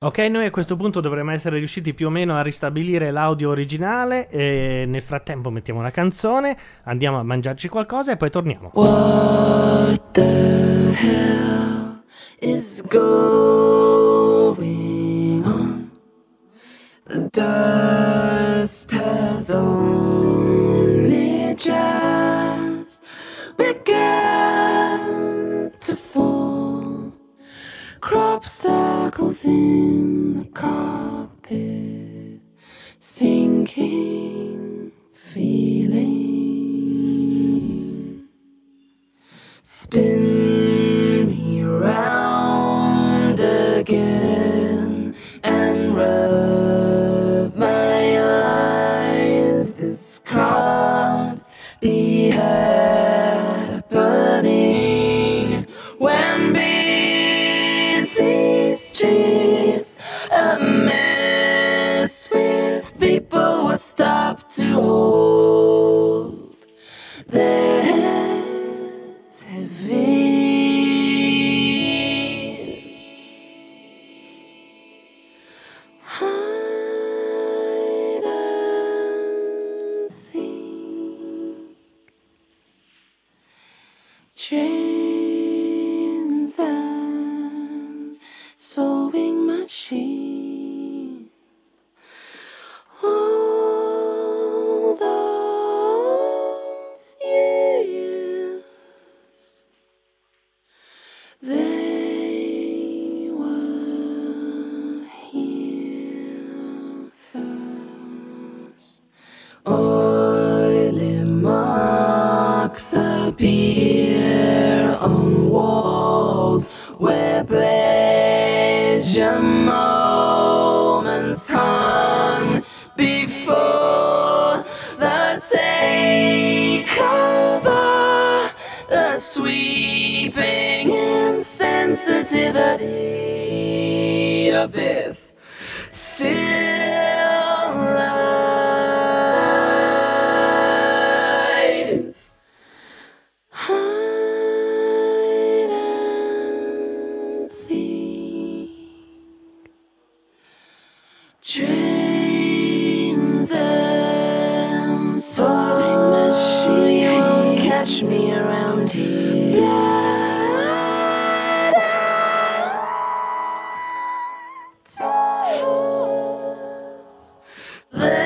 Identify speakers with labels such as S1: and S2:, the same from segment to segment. S1: Ok, noi a questo punto dovremmo essere riusciti più o meno a ristabilire l'audio originale. E nel frattempo mettiamo una canzone, andiamo a mangiarci qualcosa e poi torniamo.
S2: What the hell is going on? The dust has only just begun to fall. Crop circles in the carpet, sinking feeling. Spin me round again and rub my eyes. This can't be happening when busy streets a mess with people would stop to hold their heads heavy. Hide and seek. Trains and sewing machines. All those years, they were here first. Oily marks appear on walls where pleasure moments hung before the takeover, the sweeping insensitivity of this still life. Hide and seek. Trains and soaring machines catch me around here. Blood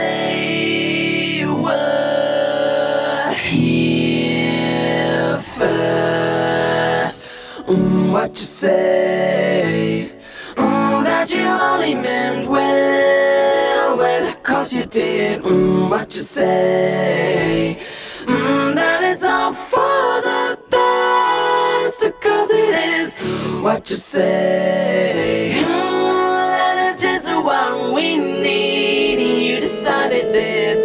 S2: They were here first. Mm, What you say? Mm, that you only meant well, well, cause you did. Mm, what you say? Mm, that it's all for the best, cause it is. What you say? Mm, that it's just what we need. You decided this.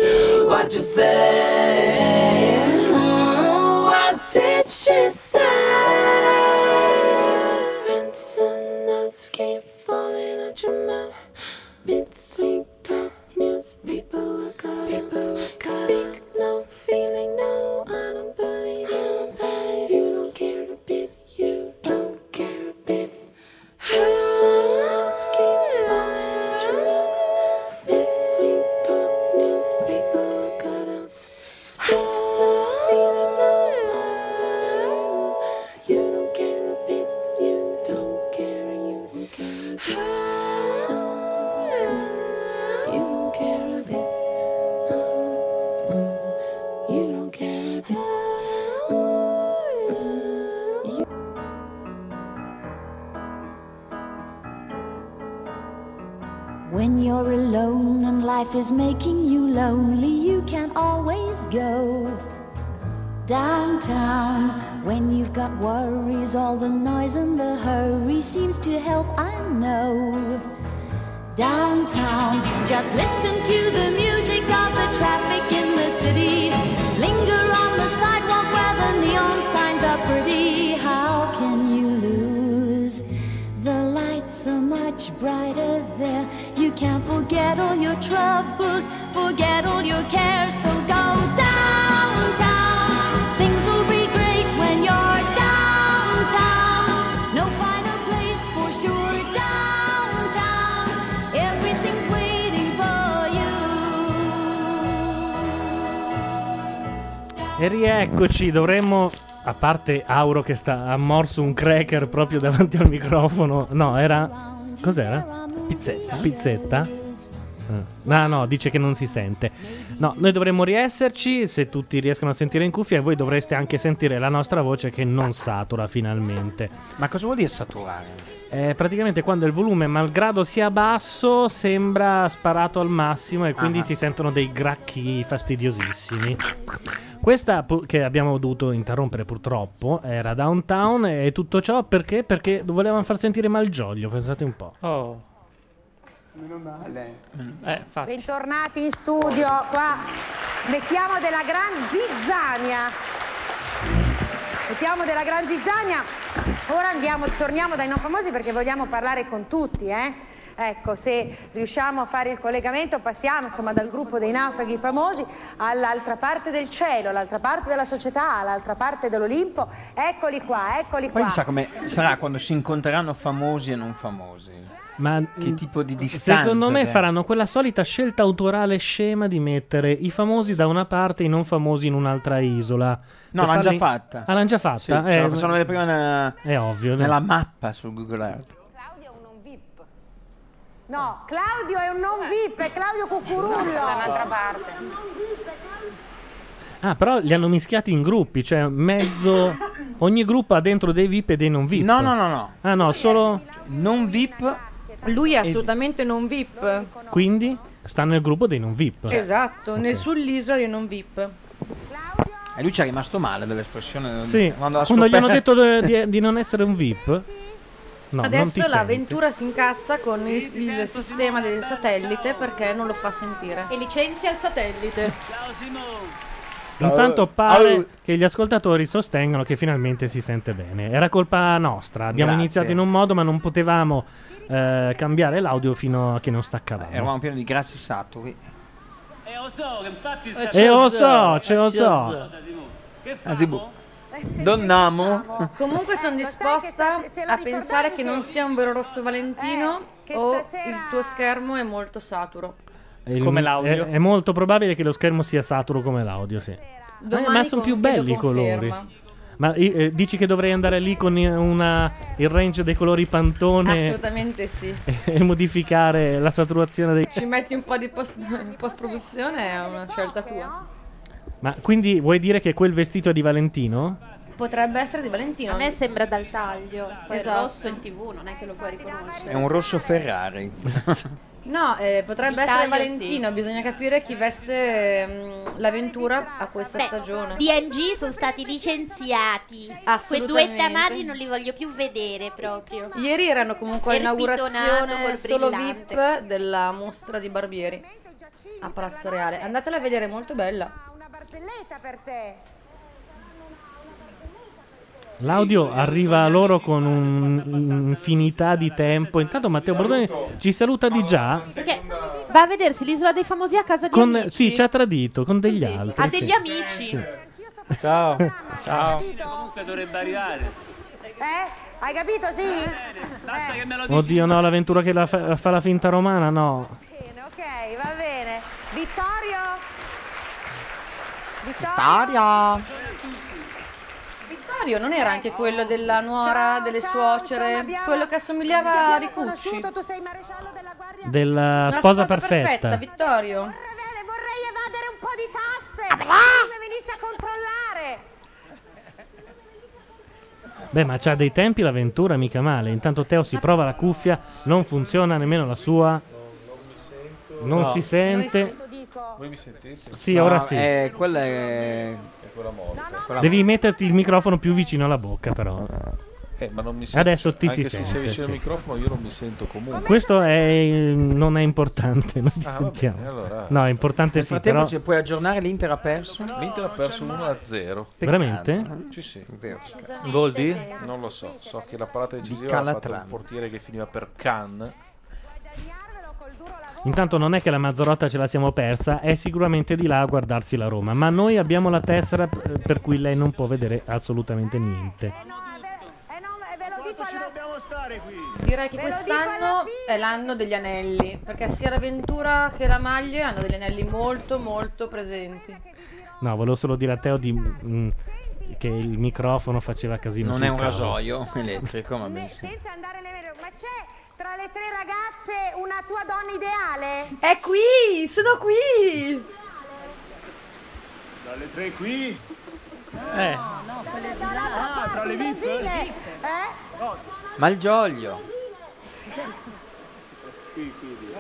S2: What you say? Mm, What did she say? Prints and notes keep falling out your mouth. Mid-sweet talk, newspaper workers. Speak no feeling, no, I don't believe it. You don't care a bit, you don't care a bit. Prints and notes keep falling out your mouth. Mid-sweet talk, newspaper workers. Speak no feeling, no, I don't believe it. You don't care a bit, you don't care, you don't care. You don't care a bit. You don't care a bit.
S3: When you're alone and life is making you lonely, you can always go downtown. When you've got worries, all the noise and the hurry seems to help, I know. Downtown, just listen to the music of the traffic in the city. Linger on the sidewalk where the neon signs are pretty. How can you lose? The lights are much brighter there. You can forget all your troubles, forget all your cares. So go downtown. Things will be great when you're downtown. No finer place for sure. Downtown.
S1: E rieccoci, dovremmo. A parte Auro che sta ha morso un cracker proprio davanti al microfono. No, era. Cos'era?
S4: Pizzetta.
S1: Pizzetta? Ah, No, no, dice che non si sente. No, noi dovremmo riesserci se tutti riescono a sentire in cuffia e voi dovreste anche sentire la nostra voce che non satura finalmente.
S5: Ma cosa vuol dire saturare?
S1: Eh, praticamente quando il volume, malgrado sia basso, sembra sparato al massimo e quindi
S5: Ah.
S1: si sentono dei gracchi fastidiosissimi. Questa pu- che abbiamo dovuto interrompere purtroppo era Downtown e tutto ciò perché? Perché volevano far sentire Malgioglio, pensate un po'.
S6: Oh.
S7: Meno male.
S8: Bentornati in studio, qua mettiamo della gran zizzania. Mettiamo della gran zizzania. Ora andiamo, torniamo dai non famosi perché vogliamo parlare con tutti, eh? Ecco, se riusciamo a fare il collegamento passiamo insomma dal gruppo dei naufraghi famosi all'altra parte del cielo, all'altra parte della società, all'altra parte dell'Olimpo. Eccoli qua, eccoli
S4: Poi
S8: qua.
S4: chissà come sarà quando si incontreranno famosi e non famosi.
S1: Ma mm,
S4: che tipo di distanza?
S1: Secondo me
S4: c'è?
S1: faranno quella solita scelta autorale scema di mettere i famosi da una parte e i non famosi in un'altra isola. Per
S4: No, l'hanno già
S1: farli-
S4: fatta.
S1: Ah, l'hanno già fatta?
S4: Sì, ce la
S1: Eh,
S4: facevano vedere prima nella,
S1: È ovvio.
S4: nella mappa su Google Earth.
S8: No, Claudio è un non VIP, è Claudio Cucurullo. dall'altra parte.
S1: Ah, però li hanno mischiati in gruppi, cioè mezzo. Ogni gruppo ha dentro dei VIP e dei non VIP.
S4: No, no, no, no.
S1: Ah, no, solo.
S4: Non VIP.
S9: Lui è
S1: E-
S9: assolutamente non VIP.
S1: Quindi sta nel gruppo dei non VIP.
S9: Esatto, nel sull'isola di non VIP.
S4: E lui ci è rimasto male dell'espressione.
S1: Sì,
S4: Quando, l'ha
S1: quando, gli hanno
S4: scoperta.
S1: detto de- di, di non essere un VIP. No, non ti
S9: Adesso
S1: senti.
S9: l'avventura si incazza con il, il sistema del satellite perché non lo fa sentire. E licenzia il satellite.
S1: Intanto
S9: Au.
S1: pare
S9: Au.
S1: che gli ascoltatori sostengono che finalmente si sente bene. Era colpa nostra. Abbiamo
S4: Grazie.
S1: iniziato in un modo, ma non potevamo eh, cambiare l'audio fino a che non staccavamo.
S4: Eravamo pieni di grassi saturi.
S9: Eh.
S1: E lo so, ce lo so.
S4: Anzi, boh. Donnamo.
S9: Comunque sono disposta a pensare che Eh, non sia un vero rosso Valentino o il tuo schermo è molto saturo.
S1: Il-
S6: Come l'audio.
S1: È, è molto probabile che lo schermo sia saturo come l'audio, sì. Ma-
S9: Domani
S1: ma sono più
S9: con-
S1: belli i
S9: chiedo
S1: colori.
S9: conferma.
S1: Ma eh, eh, dici che dovrei andare lì con eh, una- il range dei colori Eh. pantone
S9: Assolutamente sì.
S1: e modificare la saturazione dei...
S9: Ci metti un po' di post, produzione è una scelta tua.
S1: Ma quindi vuoi dire che quel vestito è di Valentino?
S9: Potrebbe essere di Valentino.
S10: A me sembra dal taglio. Poi il
S9: Esatto.
S10: rosso in tv non è che lo puoi riconoscere.
S4: È un rosso Ferrari.
S9: No, eh, potrebbe essere
S10: Italia sì.
S9: Valentino, bisogna capire chi veste mm, l'avventura a questa
S10: Beh,
S9: stagione.
S10: DNG sono stati licenziati. Quei due
S9: Assolutamente.
S10: tamati non li voglio più vedere proprio.
S9: Ieri erano comunque
S10: E ripitonato
S9: all'inaugurazione
S10: col
S9: solo
S10: brillante.
S9: VIP della mostra di Barbieri a Palazzo Reale. Andatela a vedere, è molto bella.
S8: Barzelletta per te.
S1: L'audio arriva a loro con un'infinità di tempo. Intanto Matteo Bordoni ci saluta di già.
S10: Perché va a vedersi l'isola dei famosi a casa di
S1: Con,
S10: amici.
S1: sì, ci ha tradito con degli altri.
S10: Ha Ah, degli
S1: sì.
S10: amici.
S1: Sì.
S4: Ciao.
S1: Ciao.
S6: Comunque dovrebbe arrivare.
S8: Eh? Hai capito, sì? Eh. Basta
S6: che me lo
S1: Oddio, no, l'avventura che la fa, fa la finta romana, no.
S8: Bene, ok, va bene. Vittorio? Vittorio?
S9: Vittorio non era
S8: Eh.
S9: anche quello della nuora, delle suocere, quello che assomigliava a Ricucci.
S8: Tu sei maresciallo della guardia.
S1: Della
S9: La
S1: sposa, perfetta.
S9: Vittorio. Ah,
S8: Vorrei evadere un po' di tasse. Se venisse a controllare.
S1: Beh, ma c'ha dei tempi l'avventura, mica male. Intanto Teo si prova la cuffia, non funziona nemmeno la sua. Non
S4: No.
S1: si sente.
S7: Voi mi sentite?
S1: Sì, ora sì.
S4: È, eh, quella è.
S7: quella morta.
S4: Quella
S1: Devi metterti il microfono più vicino alla bocca, però.
S7: Eh, ma non mi sento.
S1: Adesso ti
S7: Anche
S1: si
S7: se
S1: sente.
S7: sei vicino
S1: sì.
S7: al microfono, io non mi sento comunque.
S1: Questo è, non è importante, non ti
S7: Ah, va
S1: sentiamo.
S7: bene, allora.
S1: No, è importante
S4: Nel
S1: sì,
S4: frattempo
S1: però...
S4: ci puoi aggiornare l'Inter ha perso?
S7: L'Inter ha perso 1 a 0.
S1: Veramente?
S7: Sì, sì.
S4: Gol di?
S7: Non lo so, so che la parata decisiva ha fatto
S4: Calatran.
S7: un portiere che finiva per Can.
S1: Intanto non è che la Mazzarotta ce la siamo persa, è sicuramente di là a guardarsi la Roma, ma noi abbiamo la tessera eh, per cui lei non può vedere assolutamente niente.
S8: Ci dobbiamo
S11: stare qui.
S9: Direi che quest'anno è l'anno degli anelli, perché sia l'avventura che la maglia hanno degli anelli molto molto presenti.
S1: No, volevo solo dire a Teo di, mm, che il microfono faceva casino.
S4: Non
S1: sul
S4: è un
S1: cavo.
S4: rasoio elettrico, ma benissimo.
S8: Senza andare alle vere, ma c'è tra le tre ragazze una tua donna ideale?
S9: È qui, sono qui.
S6: Dalle tre qui?
S4: Eh.
S8: no, quelle di là.
S6: tra le vizze?
S8: Eh?
S4: Malgioglio.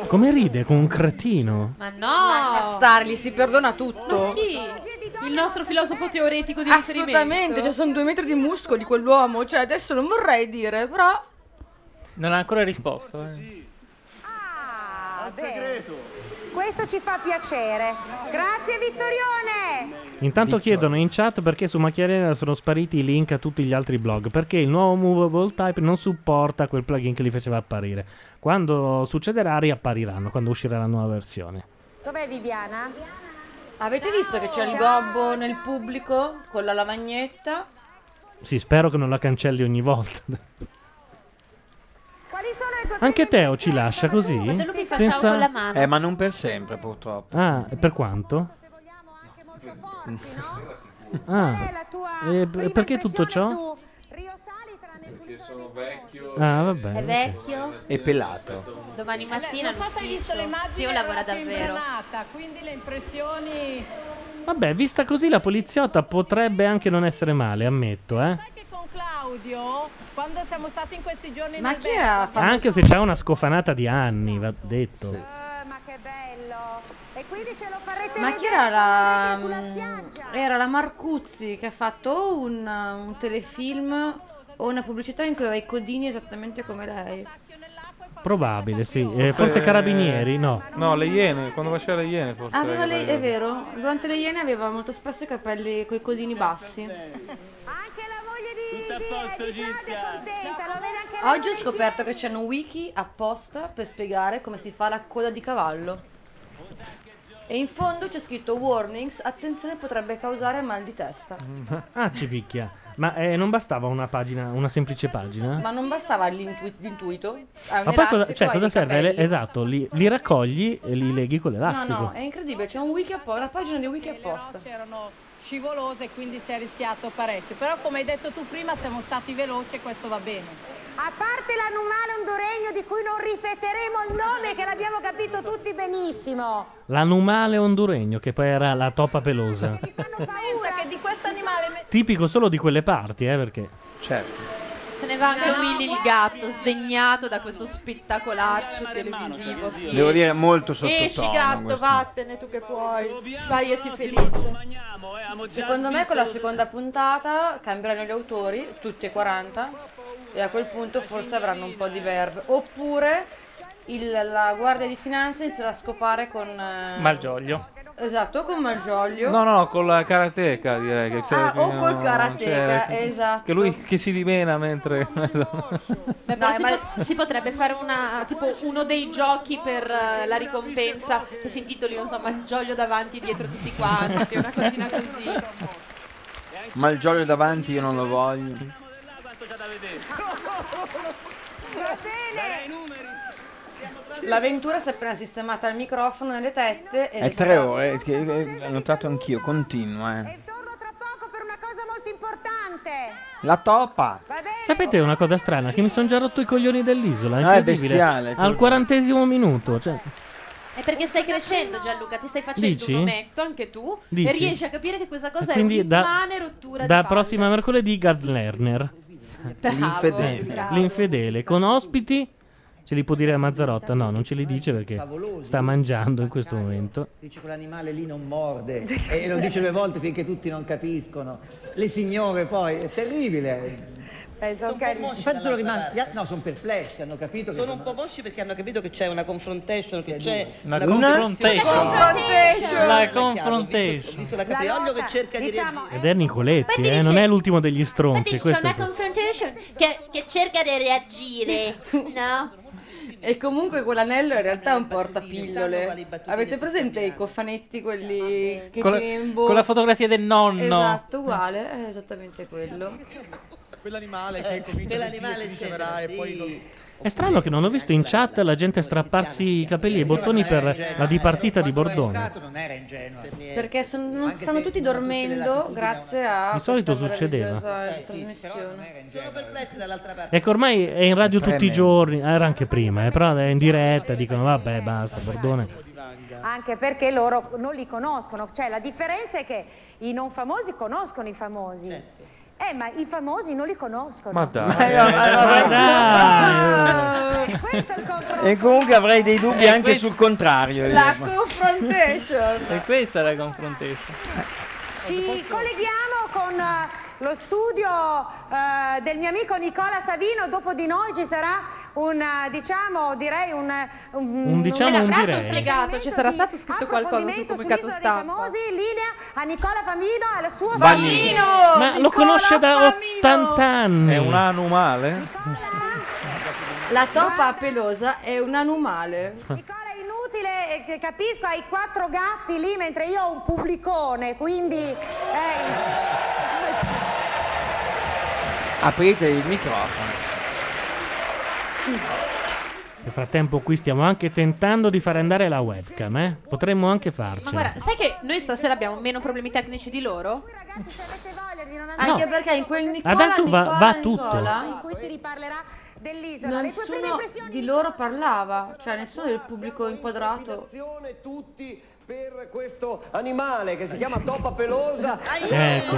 S1: Come ride con un cretino.
S9: Ma no! Lascia starli, si perdona tutto.
S10: Ma chi?
S9: Il nostro filosofo teoretico
S10: di riferimento?
S9: Assolutamente, cioè sono due metri di muscoli quell'uomo. Cioè, adesso non vorrei dire, però.
S11: Non ha ancora risposto. eh.
S8: Ah, bene. Questo ci fa piacere. Grazie Vittorione.
S1: Intanto chiedono in chat perché su Macchiarella sono spariti i link a tutti gli altri blog. Perché il nuovo Movable Type non supporta quel plugin che li faceva apparire. Quando succederà, riappariranno. Quando uscirà la nuova versione.
S8: Dov'è Viviana?
S9: Avete visto che c'è il gobbo nel pubblico con la lavagnetta?
S1: Sì, spero che non la cancelli ogni volta.
S8: Quali sono le tue
S1: Anche Teo ci lascia così?
S4: Eh, ma non per sempre, purtroppo.
S1: Ah, e per quanto?
S10: Eh,
S1: Ah, e p- perché tutto ciò?
S7: Perché sono vecchio.
S1: Ah, va
S9: Eh,
S1: bene.
S10: È vecchio?
S4: E pelato.
S10: Domani mattina
S12: Eh, non so se hai visto le immagini,
S10: Io lavora
S12: eravate in
S10: davvero.
S12: Granata, quindi le impressioni
S1: Vabbè, vista così la poliziotta potrebbe anche non essere male, ammetto, eh.
S12: con Claudio, quando siamo stati in questi giorni in
S9: Ma chi
S12: albergo,
S9: ha fatto?
S1: Anche se c'è una scofanata di anni, va detto.
S9: Ma chi era la. mm, Era la Marcuzzi che ha fatto o un, un telefilm o una pubblicità in cui aveva i codini esattamente come lei.
S1: Probabile, sì. Eh, forse
S4: eh,
S1: carabinieri, no.
S7: No, le iene, quando faceva le iene forse.
S9: Aveva
S7: era
S9: le-
S7: che
S9: è
S7: faceva.
S9: vero, durante le Iene aveva molto spesso i capelli coi codini bassi. Oggi ho scoperto che c'è un wiki apposta per spiegare come si fa la coda di cavallo. E in fondo c'è scritto warnings, attenzione potrebbe causare mal di testa.
S1: Ah, ci picchia. Ma eh, non bastava una pagina, una semplice pagina?
S9: Ma non bastava l'intu- l'intuito? È un
S1: Ma poi cosa,
S9: elastico,
S1: cioè,
S9: hai
S1: cosa
S9: i
S1: serve?
S9: capelli.
S1: Le- esatto, li, li raccogli e li leghi con l'elastico.
S9: No, no, è incredibile, c'è un wiki apposta, una pagina di wiki apposta.
S12: erano scivolose, quindi si è rischiato parecchio. Però come hai detto tu prima, siamo stati veloci e questo va bene.
S8: A parte l'anumale ondoregno di cui non ripeteremo il nome che l'abbiamo capito tutti benissimo.
S1: L'anumale honduregno, che poi era la topa pelosa.
S12: Pensa che di questo animale me-
S1: Tipico solo di quelle parti, eh, perché...
S4: Certo.
S10: Se ne va anche
S12: Cioè,
S10: Willy il gatto, sdegnato da questo spettacolaccio televisivo. sì.
S4: Devo dire, molto
S10: Esci
S4: sottotono.
S10: gatto,
S4: questo.
S10: vattene tu che puoi. Dai e sii felice.
S9: Secondo me con la seconda puntata cambieranno gli autori, tutti e 40, e a quel punto forse avranno un po' di verve. Oppure il- la Guardia di Finanza inizierà a scopare con... eh,
S11: Malgioglio.
S9: Esatto, o con Malgioglio.
S7: No, no, con la karateka direi che c'era
S9: Ah, o
S7: fino-
S9: col karateka,
S7: c'era-
S9: esatto.
S7: Che lui che si dimena mentre...
S10: Beh, però si, po- si potrebbe fare una, tipo uno dei giochi per eh, la ricompensa che si intitoli, non so, Malgioglio davanti dietro tutti quanti, una cosina così.
S4: Malgioglio davanti, io non lo voglio.
S9: eh?
S8: Va bene.
S9: L'avventura si è appena sistemata al microfono nelle tette. e-
S4: È tre ore, che- che- ho notato anch'io, continua. eh. La topa.
S1: Sapete una cosa strana? Che mi sono già rotto i coglioni dell'isola.
S4: No, è
S1: incredibile.
S4: Eh, bestiale,
S1: Al
S4: certo.
S1: quarantesimo minuto. Cioè,
S10: È perché stai crescendo, Gianluca, ti stai facendo
S1: Dici?
S10: un ometto anche tu
S1: Dici?
S10: e riesci a capire che questa cosa è
S1: quindi da,
S10: un'immane
S1: da
S10: rottura di palle.
S1: prossima mercoledì Gad Lerner.
S10: Bravo, L'infedele. bravo.
S1: L'infedele. Con ospiti ce li può dire a Mazzarotta? No, non ce li dice perché sta mangiando in questo momento.
S13: Dice quell'animale lì non morde e lo dice due volte finché tutti non capiscono. Le signore poi, è terribile.
S8: sono
S13: Infatti sono rimasti, no, sono perplessi, hanno capito che... Sono un po' mosci perché hanno capito che c'è una confrontation, che c'è...
S11: Una confrontation.
S9: Cioè,
S13: confrontation.
S11: La confrontation.
S13: Ho visto la Capriolio che cerca di... reagire.
S1: Ed è Nicoletti,
S10: Infatti
S1: eh,
S10: dice-
S1: non è l'ultimo degli
S10: Infatti
S1: stronzi.
S10: diciamo,
S1: Questo
S10: c'è
S1: è
S10: una
S1: il pro-
S10: confrontation che, che cerca di reagire, no?
S9: E comunque quell'anello in realtà è un portapillole. Avete presente i cofanetti, quelli che
S11: Con la,
S9: tieni in bocca?
S11: con la fotografia del nonno.
S9: Esatto, uguale, è esattamente quello.
S14: Quell'animale che comincia a
S13: Eh, quell'animale
S14: dire, ti scemerà e poi...
S1: È strano che non ho visto in chat la gente strapparsi i capelli e i bottoni per la dipartita di Bordone.
S13: non era ingenua.
S9: Perché son- non- stanno tutti dormendo grazie a
S1: Di solito
S9: questa
S1: succedeva.
S9: meravigliosa trasmissione.
S6: Sono perplessi dall'altra parte.
S1: Ecco, ormai è in radio
S6: È
S1: tutti i
S6: tremendo.
S1: giorni, era anche prima, eh, però è in diretta, dicono vabbè basta, Bordone.
S8: Anche perché loro non li conoscono. Cioè, la differenza è che i non famosi conoscono i famosi.
S6: Certo.
S8: Eh, ma i famosi non li conoscono.
S7: Ma dai.
S8: Eh,
S7: Ma dai.
S4: E comunque avrei dei dubbi
S11: Eh,
S4: anche
S11: questo-
S4: sul contrario. io.
S9: La confrontation.
S11: E questa è la confrontation.
S8: Ci colleghiamo con eh, lo studio eh, del mio amico Nicola Savino, dopo di noi ci sarà un, eh, diciamo, direi un... eh,
S1: Un diciamo, un
S8: elaborato
S1: direi.
S10: spiegato, ci sarà stato scritto qualcosa sul
S8: approfondimento
S10: comunicato
S8: sull'isola dei
S10: stampa.
S8: famosi, linea a Nicola Famino e al suo
S7: Bannini.
S8: Savino.
S1: Ma lo conosce da 80 anni.
S7: È un anumale?
S9: La toppa pelosa è un anumale.
S8: È inutile, eh, che capisco, hai quattro gatti lì mentre io ho un pubblicone, quindi... eh,
S4: Aprite il microfono.
S1: Nel frattempo qui stiamo anche tentando di fare andare la webcam, eh? Potremmo anche
S10: Ma
S1: farcela.
S10: guarda, sai che noi stasera abbiamo meno problemi tecnici di loro?
S9: Anche perché in quel Nicola,
S1: Adesso va-
S9: Nicola,
S1: va tutto.
S9: Nicola,
S8: in cui si riparlerà dell'isola. Le tue prime
S9: nessuno di loro parlava, cioè nessuno del pubblico inquadrato.
S14: per questo animale che si chiama toppa pelosa.
S1: Ecco.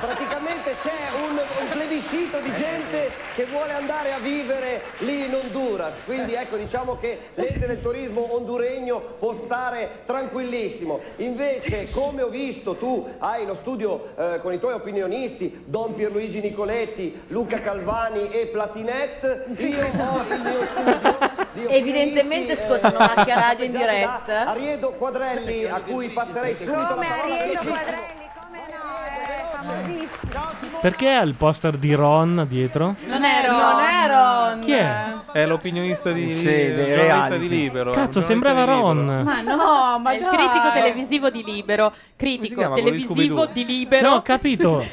S14: Praticamente c'è un, un plebiscito di gente che vuole andare a vivere lì in Honduras. Quindi ecco, diciamo che l'ente del turismo honduregno può stare tranquillissimo. Invece, come ho visto, tu hai lo studio eh, con i tuoi opinionisti, Don Pierluigi Nicoletti, Luca Calvani e Platinet. Io ho il mio
S9: Evidentemente scottano
S14: Eh,
S9: macchia radio in diretta.
S14: esatto, Ah,
S9: Eh,
S14: Ariedo Quadrelli, a cui passerei subito la parola velocissimo.
S1: Perché ha il poster di Ron dietro?
S10: Non
S14: Eh,
S10: ero.
S9: Non ero.
S1: Chi è?
S7: È l'opinionista di,
S1: Sì,
S7: sì,
S1: dei reality.
S7: di Libero. è un giornalista
S1: Cazzo, sembrava
S7: di Libero.
S1: Ron.
S9: Ma no, ma
S10: È il
S9: dai.
S10: critico televisivo di Libero, critico
S7: chiama quello di
S10: televisivo
S7: Scooby-Doo?
S10: di Libero.
S1: No, ho capito.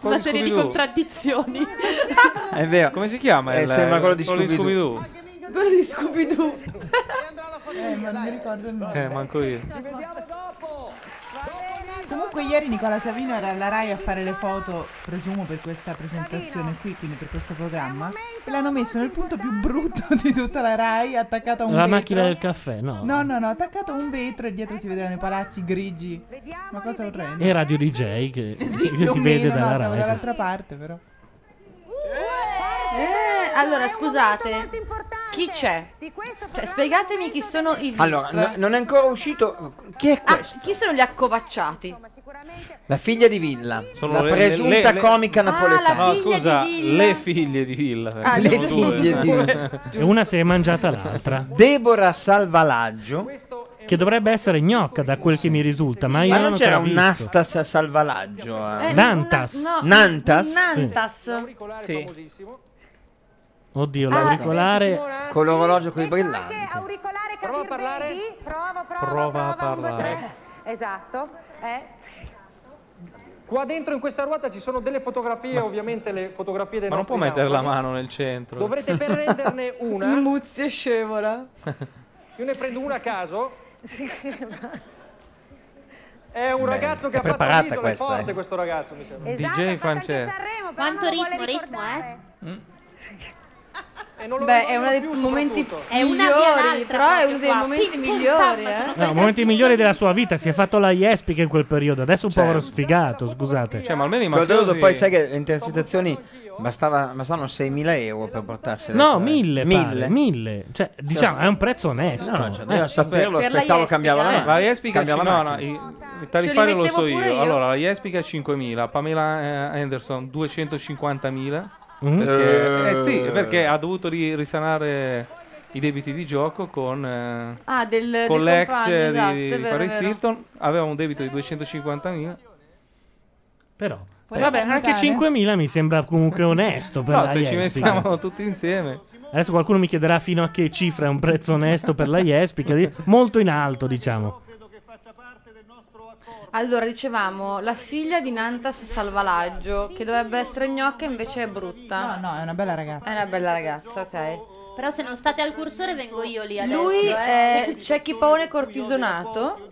S10: Una
S7: di
S10: serie di
S7: Scooby-Doo.
S10: contraddizioni.
S4: È vero.
S7: Come si chiama?
S4: Eh,
S7: il-
S4: sembra quello di
S7: Scooby-Doo.
S9: Quello di Scooby-Doo.
S15: Eh, ma non mi ricordo il nome.
S7: Eh, manco io.
S15: Comunque ieri Nicola Savino era alla Rai a fare le foto, presumo per questa presentazione qui, quindi per questo programma. E l'hanno messo nel punto più brutto di tutta la Rai, attaccato a un
S1: La
S15: vetro.
S1: macchina del caffè, no.
S15: No, no, no, attaccato a un vetro e dietro si vedevano i palazzi grigi. Una cosa orrenda.
S1: E Radio DJ che, che
S15: Più
S1: si
S15: o
S1: vede
S15: meno, no,
S1: dalla
S15: stavo
S1: Rai.
S15: dall'altra parte però.
S9: Eh, allora, scusate. Chi c'è? Cioè, spiegatemi chi sono i VIP.
S6: Allora, no- non è ancora uscito. Chi è
S9: Ah,
S6: questo?
S9: chi sono gli accovacciati?
S6: La figlia di Villa,
S7: Sono
S6: la
S7: le- le-
S6: presunta
S7: le- le-
S6: comica
S4: Ah,
S8: Ah.
S9: la
S6: napoletana.
S7: No,
S9: figlia
S7: scusa,
S9: di Villa.
S7: le figlie di Villa. perché
S6: Ah, le
S7: sono due. eh.
S6: figlie di Villa.
S1: E una si è mangiata l'altra.
S6: Deborah Salvalaggio.
S1: Che dovrebbe essere gnocca da quel che mi risulta. Ma, io
S6: Ma non
S1: te
S6: c'era
S1: l'ho
S6: un
S1: visto.
S6: Nastas a salvalaggio? eh?
S1: Eh, Nantas.
S9: No,
S6: Nantas?
S9: Nantas.
S8: Ah,
S1: Oddio, l'auricolare.
S6: Con l'orologio con i brillanti.
S8: auricolare capir vedi? Prova, prova,
S1: Prova a
S8: prova, un, due,
S1: parlare.
S8: tre. Esatto. Eh.
S16: Qua dentro in questa ruota ci sono delle fotografie, ovviamente le fotografie dei
S7: Ma non
S16: nostri
S7: può mettere la
S16: naufraghi.
S7: mano nel centro.
S16: Dovrete prenderne una.
S9: Muzio scevola.
S16: Io ne prendo una a caso. È un
S7: Beh,
S16: ragazzo che
S7: è
S16: ha fatto
S7: preparata
S16: l'isola, è
S7: questa,
S16: forte
S7: eh.
S16: questo ragazzo, mi sembra.
S7: DJ Francesco.
S10: Quanto ritmo, ritmo, eh?
S16: E non
S9: Mm?
S16: lo
S9: Beh,
S16: ricordo
S9: è uno dei
S16: più
S9: momenti
S16: soprattutto.
S10: È una via
S9: migliori,
S10: l'altra
S9: però è uno
S10: proprio
S9: dei
S10: qua.
S9: momenti
S10: Pim, pum,
S9: migliori,
S10: pam,
S9: eh.
S1: No, momenti migliori della sua vita. Si è fatto la Jespi che in quel periodo. Adesso è un
S6: Cioè.
S1: povero sfigato, scusate.
S7: Cioè, ma almeno i
S6: Quello
S7: mafiosi...
S6: dopo poi sai che le intercettazioni bastava, bastavano 6.000 euro per portarsele.
S1: No,
S6: fuori.
S1: mille, pare, mille. Cioè, diciamo, è un prezzo onesto.
S6: No, cioè, doveva
S1: Eh.
S6: saperlo,
S9: Per la
S6: aspettavo
S9: Jespi,
S6: cambiava la
S9: eh.
S6: mano.
S7: La Jespica
S6: Cambiava
S7: no,
S6: macchina.
S7: no, i- il tariffario
S9: Ce li
S7: lo so
S9: mettevo
S7: io.
S9: pure io.
S7: Allora, la Jespica 5.000, Pamela eh, Anderson 250.000.
S1: Mm.
S7: Perché,
S6: Eh.
S7: eh sì, perché ha dovuto ri- risanare i debiti di gioco con, eh,
S9: Ah, del-
S7: con
S9: del
S7: l'ex
S9: compagno,
S7: eh,
S9: esatto,
S7: di
S9: è vero,
S7: Paris
S9: è vero.
S7: Hilton. Aveva un debito di 250.000.
S1: Però,
S7: Puoi
S1: Diciamo. vabbè,
S7: farmi
S1: anche
S7: dare?
S1: 5.000 mi sembra comunque onesto. Per
S7: No,
S1: la
S7: se ci
S1: Jespi.
S7: mettiamo tutti insieme.
S1: Adesso qualcuno mi chiederà fino a che cifra è un prezzo onesto per la Jespi, che è molto in alto, diciamo.
S9: Allora, dicevamo, la figlia di Nantas Salvalaggio, che dovrebbe essere gnocca invece è brutta.
S15: No, no, è una bella ragazza.
S9: È una bella ragazza, ok.
S10: Però se non state al cursore vengo io lì adesso.
S9: Lui
S10: eh.
S9: è c'è chi paone cortisonato.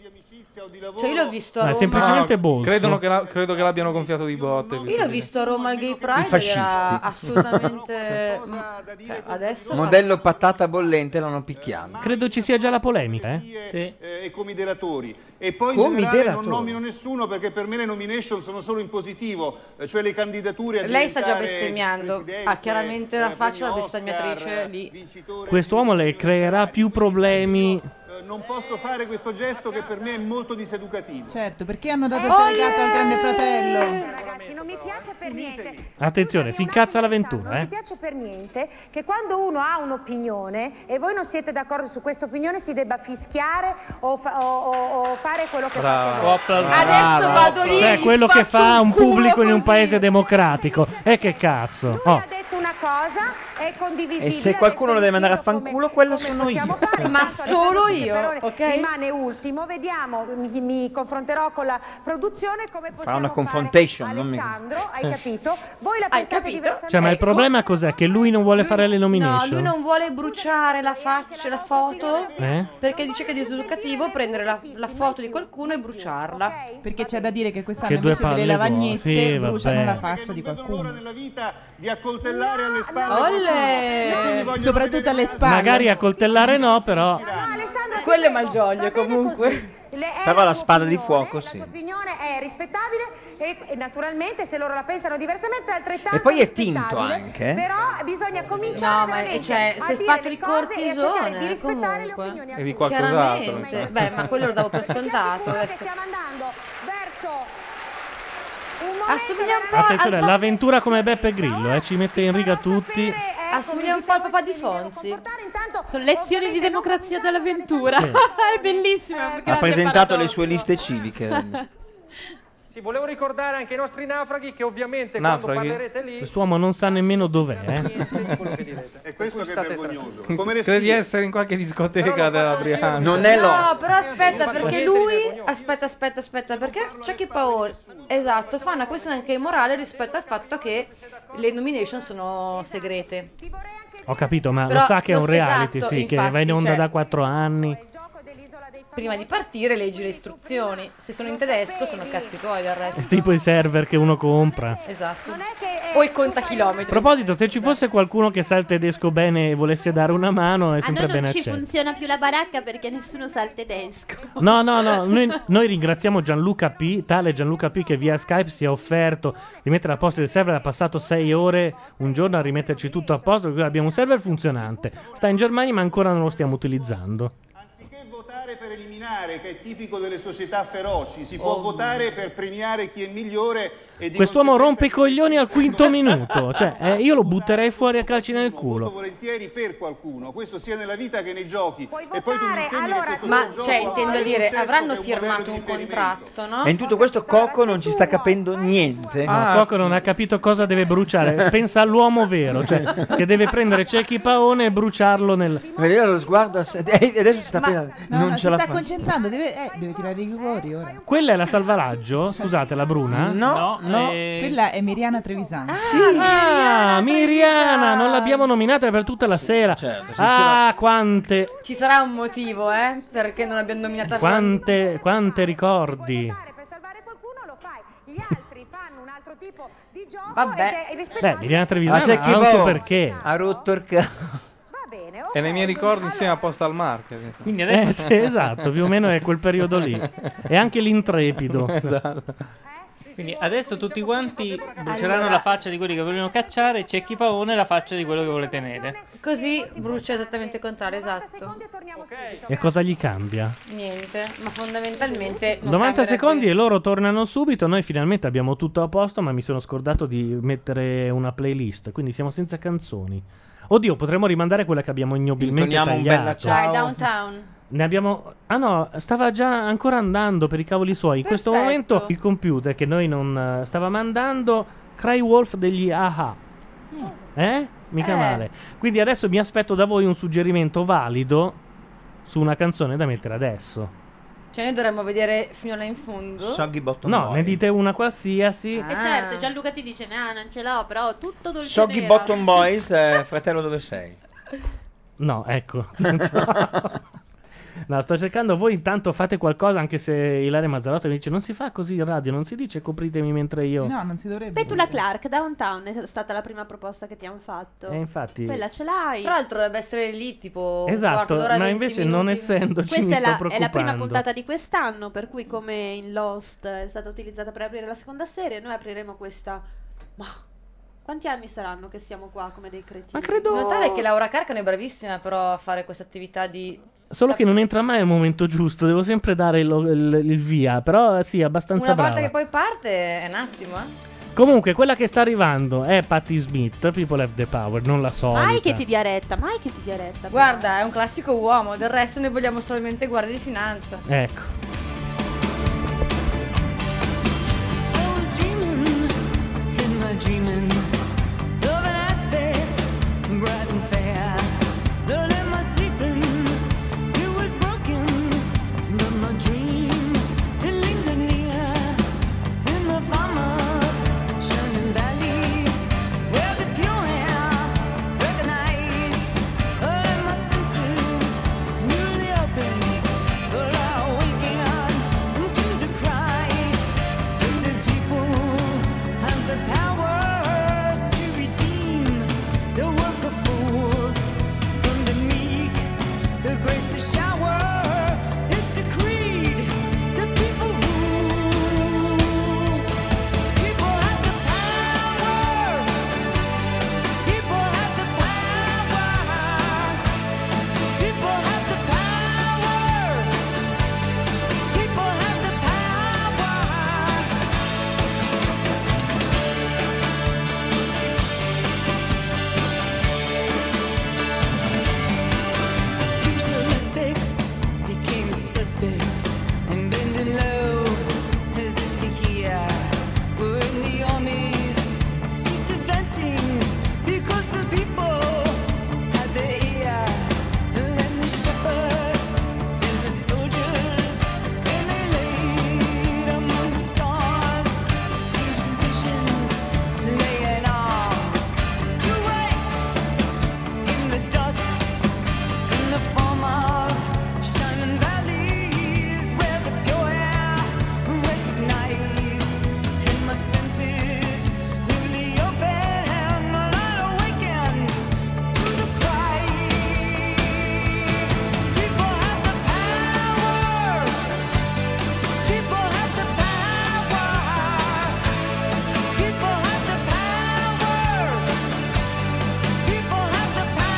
S9: Cioè io l'ho visto a
S1: Ma è
S9: Roma.
S1: semplicemente Bolso.
S7: Credono che la- credo che l'abbiano gonfiato di botte.
S9: Io l'ho visto a Roma al Gay Pride ed
S7: fascisti.
S9: era assolutamente cioè, adesso
S6: Modello patata bollente l'hanno picchiato.
S1: Credo ci sia già la polemica, eh?
S17: eh, e comideratori. E poi in
S6: Comideratori.
S17: generale non nomino nessuno perché per me le nomination sono solo in positivo, eh, cioè le candidature a
S9: lei sta già
S17: diventare eh,
S9: bestemmiando. Ha chiaramente la faccia da bestemmiatrice lì.
S1: Quest'uomo le creerà più problemi.
S17: Eh, Non posso fare questo gesto che per me è molto diseducativo.
S15: Certo, perché hanno dato il delegato al grande fratello?
S8: Ragazzi, non mi piace per niente. Mi
S1: Attenzione, si incazza l'avventura, eh?
S8: piace per niente che quando uno ha un'opinione e voi non siete d'accordo su questa opinione si debba fischiare o, fa- o- o- o fare quello che fate voi.
S1: Adesso
S6: Ah,
S8: vado lì,
S1: È
S8: gli
S1: Cioè, quello che
S8: faccio
S1: fa
S8: un
S1: un
S8: culo
S1: pubblico in un paese democratico. E che cazzo? Oh.
S8: Ha detto una cosa è condivisibile.
S6: E se qualcuno lo deve mandare a fanculo, quello
S8: come
S6: sono
S8: possiamo
S6: io.
S8: fare?
S9: Ma
S8: Intanto
S9: solo
S8: Alessandro
S9: io,
S8: Ciperone
S9: ok?
S8: Rimane ultimo, vediamo, mi, mi confronterò con la produzione come
S6: Fa
S8: possiamo
S6: una
S8: fare.
S6: confrontation, non mi...
S8: Alessandro, hai
S6: Eh.
S8: capito? Voi la pensate diversamente.
S1: Cioè, ma il problema cos'è? Che lui non vuole fare le
S9: No,
S1: nomination.
S9: lui non vuole bruciare la faccia, la foto,
S1: Eh?
S9: perché dice che è diseducativo prendere la, la foto di qualcuno e bruciarla.
S15: Perché c'è da dire che quest'anno
S1: Che due
S15: invece delle
S1: palle buone,
S15: lavagnette
S1: sì,
S15: bruciano
S1: vabbè.
S15: la faccia di qualcuno.
S17: Di accoltellare alle spalle.
S9: Olle!
S17: qualcuno. Io mi voglio
S15: Soprattutto alle spalle.
S1: Magari a coltellare no, però.
S9: Quello è malgioglio comunque.
S6: Però la spada di fuoco, sì.
S8: L'opinione è rispettabile e, e naturalmente se loro la pensano diversamente è altrettanto
S6: E poi è
S8: rispettabile,
S6: tinto anche, eh?
S8: Però bisogna cominciare
S9: No, ma
S8: veramente
S9: cioè,
S8: a
S9: se
S8: dire
S9: fatto
S8: le
S9: di
S8: cose e a cercare di
S9: cortisone,
S8: rispettare
S9: comunque.
S7: E di qualcos'altro.
S9: Chiaramente.
S7: insomma.
S9: Beh, ma quello lo davo per scontato. adesso. Assomiglia un po' al
S1: Attenzione,
S9: pa-
S1: l'avventura come Beppe Grillo, eh, ci mette in riga tutti.
S9: assomiglia un po' al papà di Fonzi.
S10: Sono lezioni di democrazia dell'avventura.
S6: Sì.
S10: è bellissima.
S6: Ha
S10: grazie,
S6: presentato le
S10: paradosso.
S6: sue liste civiche.
S16: Sì, volevo ricordare anche i nostri naufraghi che ovviamente
S6: Naufraghi?
S16: quando parlerete lì
S1: Quest'uomo non sa nemmeno dov'è, eh.
S17: È questo che è vergognoso.
S7: Crede di essere in qualche discoteca della Brianza.
S9: No, però aspetta, perché lui. Aspetta, aspetta, aspetta, perché c'è chi paura. Esatto, fa una questione anche immorale rispetto al fatto che le nomination sono segrete.
S1: Ho capito, ma
S9: Però
S1: lo sa che è un
S9: lo-
S1: reality,
S9: esatto,
S1: sì, che
S9: infatti,
S1: va in onda
S9: cioè-
S1: da quattro anni.
S9: Prima di partire leggi le istruzioni. Se sono in tedesco sono cazzi tuoi del resto.
S1: È
S17: Esatto.
S1: tipo i server che uno compra.
S9: Esatto. O il
S1: A
S9: contachilometri.
S1: proposito, se ci fosse qualcuno che sa il tedesco bene e volesse dare una mano, è
S10: A noi
S1: sempre ben
S10: non ci
S1: accetto.
S10: funziona più la baracca perché nessuno sa il tedesco.
S1: No, no, no, noi, noi ringraziamo Gianluca P, tale Gianluca P che via Skype si è offerto di mettere a posto il server, ha passato sei ore un giorno a rimetterci tutto a posto, quindi abbiamo un server funzionante. Sta in Germania ma ancora non lo stiamo utilizzando.
S17: Anziché votare per eliminare, che è tipico delle società feroci, si
S15: Oh.
S17: può votare per premiare chi è migliore e di
S1: Quest'uomo rompe i coglioni al quinto minuto, cioè eh, io lo butterei fuori a calci nel culo.
S17: volentieri per qualcuno, questo sia nella vita che nei giochi. e poi tu mi insegni che questo sia
S9: Ma
S17: un gioco
S9: cioè,
S17: a
S9: intendo
S17: fare
S9: dire,
S17: successo
S9: avranno
S17: che è un
S9: firmato un
S17: modello di riferimento.
S9: contratto, no?
S6: E in tutto questo Cocco non ci sta capendo niente.
S1: No,
S15: Ah,
S1: Coco non ha capito cosa deve bruciare. Pensa all'uomo vero, cioè che deve prendere Cecchi Paone e bruciarlo nel.
S6: Vedete lo sguardo. a se- eh, Adesso si sta appena.
S15: No,
S6: non
S15: no,
S6: ce
S15: si
S6: la
S15: sta
S6: fa.
S15: concentrando, deve, eh, deve tirare i rigori ora.
S1: Quella è la salvaraggio? Scusate, la bruna?
S15: No, eh, Quella è Miriana Trevisan.
S1: Ah, Miriana, non l'abbiamo nominata per tutta la sera.
S6: certo,
S1: ah, quante,
S9: Ci sarà un motivo, eh? Perché non abbiamo nominato
S1: quante, quante ricordi.
S9: Vabbè.
S1: Beh, Miriana Trevisan
S6: Ah, c'è chi
S1: ha un suo
S6: va.
S1: perché.
S6: Ha rotto il cazzo.
S7: È nei miei ricordi insieme a Postal Market. insomma.
S1: Eh, sì, esatto, più o meno è quel periodo lì. E anche l'intrepido.
S7: Esatto.
S11: Quindi adesso tutti quanti bruceranno
S9: Allora-
S11: la faccia di quelli che vogliono cacciare, c'è chi paone la faccia di quello che vuole tenere.
S9: Così brucia esattamente il contrario, esatto.
S1: E cosa gli cambia?
S17: Eh.
S9: Niente, ma fondamentalmente... non
S1: 90
S9: cambierebbe-
S1: secondi e loro tornano subito. Noi finalmente abbiamo tutto a posto, ma mi sono scordato di mettere una playlist. Quindi siamo senza canzoni. Oddio, potremmo rimandare quella che abbiamo ignobilmente
S6: Intoniamo un bella
S1: tagliato.
S9: Dai, Cioè, downtown.
S1: Ne abbiamo. Ah no, stava già ancora andando per i cavoli suoi. In questo
S9: Perfetto.
S1: momento il computer che noi non. eh, stava mandando Cry Wolf degli AHA. Eh? Mica
S11: Eh.
S1: male. Quindi adesso mi aspetto da voi un suggerimento valido su una canzone da mettere adesso.
S9: Cioè noi dovremmo vedere fino là in fondo.
S1: No, ne dite una qualsiasi.
S10: E certo, Gianluca ti dice: No, non ce l'ho, però ho tutto dolce.
S6: Soggy
S10: nera."
S6: Bottom Boys, eh, fratello dove sei?
S1: No, ecco. Ciao. No, sto cercando. Voi intanto fate qualcosa, anche se Ilaria Mazzarotta mi dice non si fa così in radio, non si dice copritemi mentre io...
S15: No, non si dovrebbe.
S10: Petula Clark, Downtown è stata la prima proposta che ti hanno fatto.
S1: E Eh, infatti...
S10: Quella ce l'hai.
S9: Tra l'altro dovrebbe essere lì tipo un quarto
S1: Esatto,
S9: d'ora,
S1: ma
S9: 20
S1: invece
S9: minuti.
S1: non essendoci
S10: Questa
S1: mi
S10: è
S1: sto
S10: la, è
S1: preoccupando.
S10: la prima puntata di quest'anno, per cui come in Lost è stata utilizzata per aprire la seconda serie, noi apriremo questa... Ma quanti anni saranno che siamo qua come dei cretini? Ma credo...
S9: Notare che Laura Carcano è bravissima però a fare questa attività di
S1: Solo che non entra mai al momento giusto, devo sempre dare il, il- il via, però eh, sì, è abbastanza
S9: Una volta
S1: brava.
S9: che poi parte è un attimo, eh.
S1: Comunque, quella che sta arrivando è Patti Smith, People Have the Power, non la so.
S10: Mai che ti dia retta, mai che ti dia retta.
S9: Guarda, è un classico uomo, del resto noi vogliamo solamente guardie di finanza.
S1: Ecco.
S6: I was dreaming in my dreaming of an aspect bright and fair. Not in my sleeping, it was broken, but my dream it lingered near in the farm of shining valleys where the pure air recognized all of my senses newly open, but I waking on into the cry. Think that people have the power to redeem the work of fools from the meek, the grace to shower. It's the creed that people rule. People have the power. People have the power. People have the power. People have the power. Futuristic became suspect and bending low as if to hear. When the armies ceased advancing because the people had their ear. And then the shepherds and the soldiers and they laid among the stars, exchanging visions, laying arms to waste in the dust. In the form of shining valleys where the pure air recognized in my senses newly open and not awaken to the cry. People have the power. People have the power. People have the power. People have the power.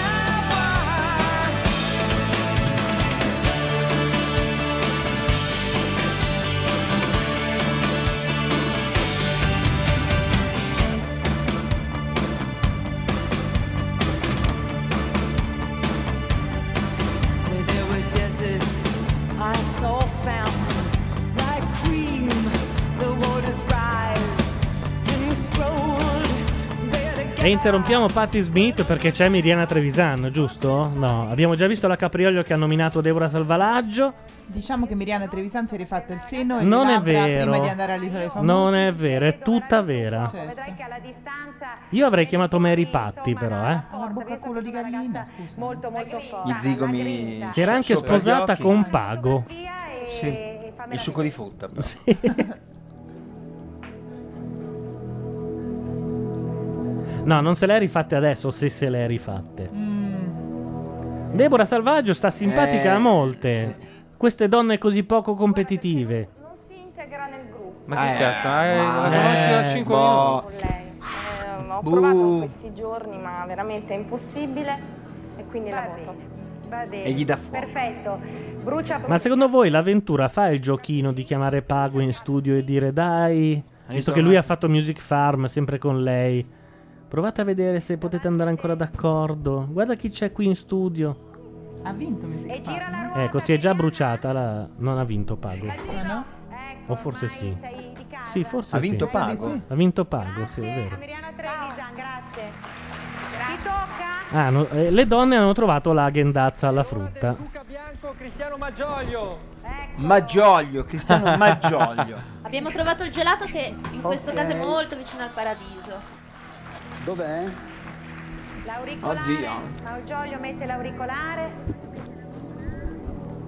S6: Where there were deserts, I saw fountains like cream. The waters rise, and we strolled there together.
S1: E interrompiamo Patti Smith perché c'è Miriana Trevisan, giusto? No, abbiamo già visto la Capriolio che ha nominato Deborah Salvalaggio.
S15: Diciamo che Miriana Trevisan si è rifatta il seno e le
S1: Non è
S15: labbra
S1: vero.
S15: prima di andare all'isola dei famosi.
S1: Non è vero, è tutta vera.
S15: Certo.
S1: Io avrei chiamato Mary Patti, però, eh.
S15: Ha la bocca culo di gallina, scusa.
S8: Molto molto forte.
S4: Gli zigomi.
S1: Si era anche
S4: sopra gli
S1: sposata
S4: occhi.
S1: con Pago.
S4: Sì. Il succo di frutta. però.
S1: No, non se le ha rifatte adesso, se se le ha rifatte. Deborah Salvaggio sta simpatica
S4: Eh,
S1: a molte. Queste donne così poco competitive.
S7: Ma che
S1: Eh,
S7: cazzo? eh, la
S1: ma-
S7: conosci da
S1: eh,
S7: 5
S1: boh.
S7: minuti?
S18: Eh, ho
S7: Buh.
S18: provato in questi giorni, ma veramente è impossibile. E quindi la voto.
S8: Va bene.
S1: E gli dà fuoco.
S8: Perfetto. Brucia
S1: Ma secondo voi l'avventura fa il giochino di chiamare Pago in studio e dire dai, visto che lui ha fatto Music Farm sempre con lei, provate a vedere se potete andare ancora d'accordo. Guarda chi c'è qui in studio.
S15: Ha vinto Music E gira la
S1: Ecco, si è già bruciata, la- non ha vinto Pago.
S15: no?
S1: O forse sì. Sì, forse
S4: Ha vinto
S1: sì.
S4: Pago? Sì.
S1: Ha vinto Pago, sì, è vero.
S8: Miriana Trevisan, grazie. Ti tocca?
S1: Ah, no, eh, le donne hanno trovato la ghendazza alla frutta.
S16: Cristiano Maggioglio.
S4: Maggioglio, Cristiano Maggioglio.
S10: Abbiamo trovato il gelato che in questo
S4: Ok.
S10: caso è molto vicino al paradiso.
S19: Dov'è?
S8: L'auricolare.
S4: Oddio.
S8: Malgioglio mette l'auricolare.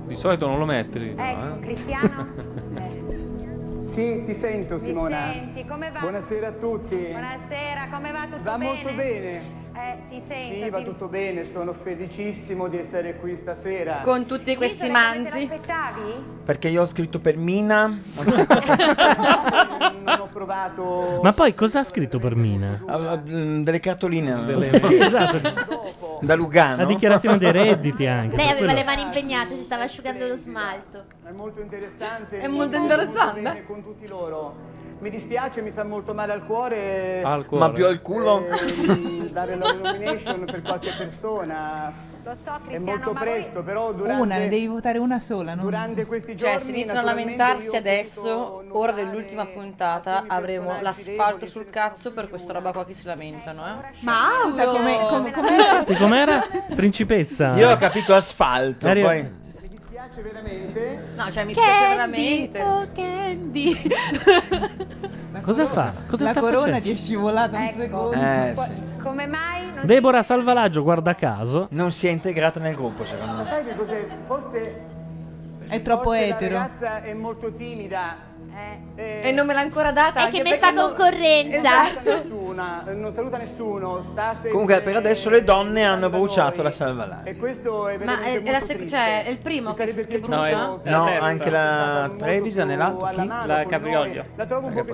S7: Di solito non lo metti. lì, no,
S8: Ecco,
S7: eh.
S8: Cristiano.
S20: Sì, ti sento Simona.
S8: Mi senti, come va?
S20: Buonasera a tutti.
S8: Buonasera, come va? Tutto
S20: Va
S8: bene?
S20: molto
S8: Eh, ti sento.
S20: Sì, va
S8: ti-
S20: tutto bene, sono felicissimo di essere qui stasera.
S9: Con tutti questi manzi.
S4: Perché io ho scritto per Mina.
S1: Ma poi cosa ha scritto per Mina?
S4: Ah, mm, delle cartoline.
S1: Sì, esatto.
S4: Da Lugano.
S1: La dichiarazione dei redditi anche.
S10: Lei
S1: per
S10: aveva
S1: quello.
S10: le mani impegnate, si stava asciugando lo smalto.
S20: È molto interessante.
S10: È molto
S20: interessante. Con tutti loro. Mi dispiace, mi fa molto male al cuore.
S4: Al cuore. Ma più al culo?
S20: ehm, dare la nomination per qualche persona.
S8: Lo so,
S20: È molto presto, però durante
S15: Una, ne devi votare una sola. Non...
S20: durante questi
S9: Cioè,
S20: giorni
S9: se iniziano a
S20: naturalmente,
S9: lamentarsi adesso, ora dell'ultima puntata, avremo l'asfalto sul cazzo per questa roba qua che si lamentano, eh.
S17: Ma
S15: Scusa, come- come-
S1: Sì, com'era? Principessa.
S4: Io ho capito asfalto.
S1: Dario-
S4: Poi.
S9: No, cioè mi
S17: Candy,
S9: spiace veramente.
S1: Cosa fa? Cosa
S15: la
S1: sta
S15: corona
S1: facendo?
S15: ti è scivolata un secondo.
S4: Eh,
S8: Ecco. Qua-
S4: sì.
S8: Come mai non
S1: Deborah Salvalaggio, guarda caso.
S4: Non si è integrata nel gruppo, secondo
S20: Ma
S4: me.
S20: sai che cos'è? Forse
S1: È
S20: forse La ragazza è molto timida.
S9: E non me l'ha ancora data.
S10: È
S9: anche
S10: che mi
S9: perché
S10: fa
S9: non- Esatto.
S10: concorrenza.
S20: Saluta nessuna, non saluta nessuno, sta sempre-
S4: Comunque, per adesso le donne hanno bruciato la salvalare.
S20: E questo è
S9: Ma
S20: veramente
S9: è, è la
S20: molto
S9: sec-
S20: triste.
S9: cioè, è il primo che, che
S4: No,
S9: brucia?
S4: è- no, anche la Trevisan e l'altro. chi? Eh,
S21: La Capriolio.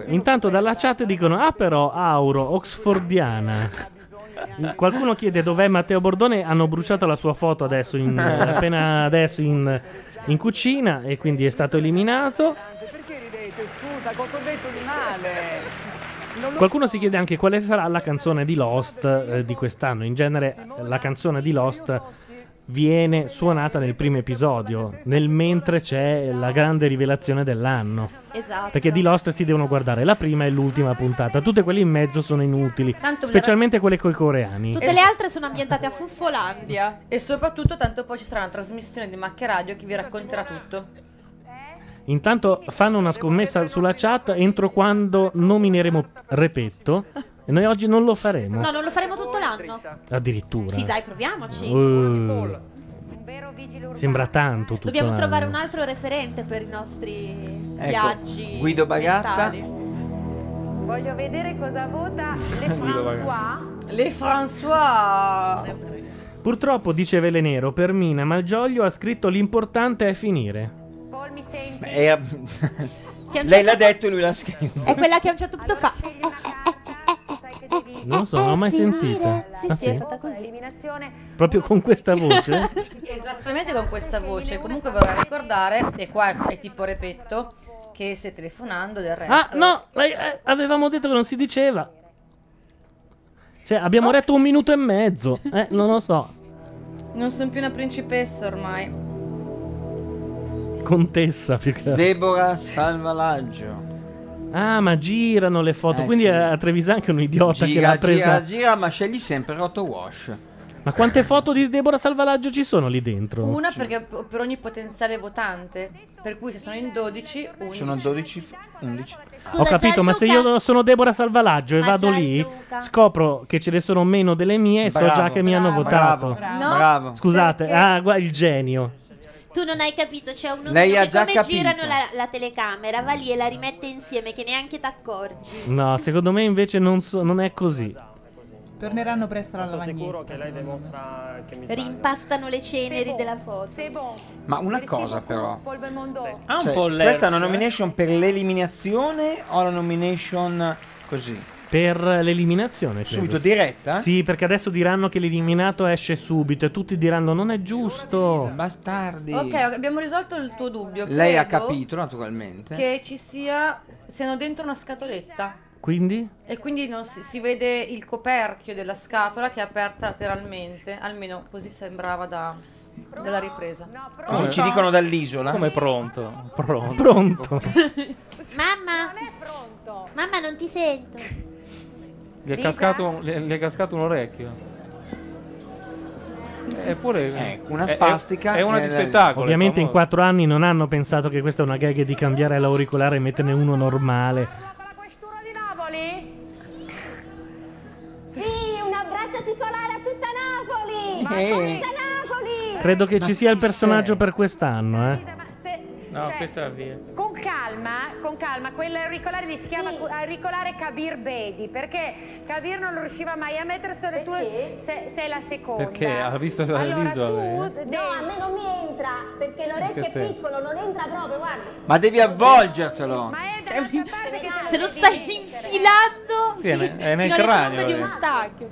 S1: Intanto dalla chat dicono: Ah, però, Auro, Oxfordiana. Qualcuno chiede dov'è Matteo Bordone. Hanno bruciato la sua foto adesso, in- appena adesso in, in cucina, e quindi è stato eliminato.
S20: Perché ridete? Scusa, cosa ho detto di male? Non lo
S1: Qualcuno si chiede anche quale sarà la canzone di Lost eh, di quest'anno. In genere la canzone di Lost viene suonata nel primo episodio, nel mentre c'è la grande rivelazione dell'anno.
S9: Esatto.
S1: Perché di Lost si devono guardare la prima e l'ultima puntata. Tutte quelle in mezzo sono inutili,
S9: Tanto le
S1: specialmente quelle coi coreani.
S9: le altre sono ambientate a Fuffolandia. E soprattutto, tanto poi ci sarà una trasmissione di Macchia Radio che vi racconterà tutto.
S1: Intanto fanno una scommessa sulla chat entro quando nomineremo Repetto. E noi oggi non lo faremo.
S10: No, non lo faremo tutto l'anno.
S1: Addirittura.
S10: Sì, dai, proviamoci.
S1: Uh, sembra tanto tutto
S10: Dobbiamo
S1: l'anno.
S10: trovare un altro referente per i nostri
S1: Ecco,
S10: viaggi.
S1: Guido Bagatta.
S10: mentali.
S8: Voglio vedere cosa vota Le
S1: Guido
S8: François.
S9: Le François.
S1: Purtroppo, dice Velenero, per Mina Malgioglio ha scritto l'importante è finire.
S8: Paul mi senti?
S4: E, eh,
S10: C'è un
S4: lei
S10: certo
S4: l'ha detto e lui l'ha scritto.
S10: È quella che a un certo punto fa. eh,
S1: Non lo so, non l'ho mai sentita.
S10: Sì,
S1: Ah,
S10: sì, è
S1: sì?
S10: fatta così.
S1: Proprio con questa voce?
S9: Esattamente con questa voce. Comunque vorrei ricordare, e qua è tipo repetto, che se telefonando del resto.
S1: ah, no, lei- eh, avevamo detto che non si diceva. Cioè, abbiamo retto un minuto e mezzo. Eh, non lo so.
S9: Non sono più una principessa ormai.
S1: Contessa più che altro.
S4: Deborah Salvalaggio.
S1: Ah, ma girano le foto.
S4: Eh,
S1: Quindi
S4: sì.
S1: a Trevisan che è un idiota che
S4: Gira,
S1: l'ha presa.
S4: gira, gira, ma scegli sempre Roto Wash.
S1: Ma quante foto di Deborah Salvalaggio ci sono lì dentro?
S9: Una perché p- per ogni potenziale votante. Per cui se sono in 12,
S4: Ci
S9: 11.
S4: Sono 12, 11.
S1: Ho capito, ma se io sono Deborah Salvalaggio e vado lì, scopro che ce ne sono meno delle mie e so
S4: Bravo,
S1: già che mi hanno
S4: bravo,
S1: votato.
S4: bravo, No, bravo.
S1: Scusate,
S10: perché-
S1: ah, guarda il genio.
S10: Tu non hai capito, c'è uno
S1: Lei
S10: studio
S1: ha
S10: che
S1: già
S10: come
S1: capito.
S10: girano la, la telecamera, va lì e la rimette insieme che neanche t'accorgi.
S1: No, secondo me invece non, so- non è così.
S15: Torneranno presto alla lavagnetta.
S10: Rimpastano le ceneri della foto.
S4: Ma una cosa però.
S21: Ha un
S4: Cioè,
S21: po' l'ercio,
S4: questa è una
S21: eh.
S4: nomination per l'eliminazione o la nomination così?
S1: Per l'eliminazione, credo.
S4: Subito diretta?
S1: Sì, perché adesso diranno che l'eliminato esce subito e tutti diranno non è giusto.
S4: Bastardi.
S9: Ok, abbiamo risolto il tuo dubbio.
S4: Lei ha
S9: Credo
S4: capito naturalmente.
S9: Che ci sia. Siano dentro una scatoletta.
S1: Quindi?
S9: E quindi non si, si vede il coperchio della scatola che è aperta lateralmente. Almeno così sembrava da, dalla ripresa.
S4: Così ci dicono dall'isola.
S7: Come pronto?
S1: Pronto. Pronto.
S10: Mamma! Mamma, non ti sento.
S7: Gli è
S10: Dica.
S7: cascato, gli è- gli è cascato un orecchio. Eppure.
S4: Ecco, una
S7: è- è-
S4: spastica
S7: È, una
S4: e-
S7: di spettacolo.
S1: Ovviamente in
S7: è famosa.
S1: quattro anni non hanno pensato che questa è una gag di cambiare l'auricolare e metterne uno normale.
S22: Sì, un abbraccio circolare a tutti
S4: Eh.
S1: Credo che ci sia il personaggio per quest'anno, eh.
S23: No, questa va via.
S8: Con calma, con calma, quell'auricolare lì si chiama cu- auricolare Kabir Bedi, perché Kabir non riusciva mai a metterselo e tu sei, sei la seconda.
S7: Perché ha visto il viso. lei?
S2: No, a me non mi entra perché l'orecchio
S7: Che
S2: è
S7: senso?
S2: piccolo, non entra proprio, guarda.
S4: Ma devi avvolgertelo.
S8: Eh,
S2: Se lo stai infilando
S4: Sì, è ne- è nel
S2: fino alle
S4: cranio,
S2: trombe di
S4: eh.
S2: un stacchio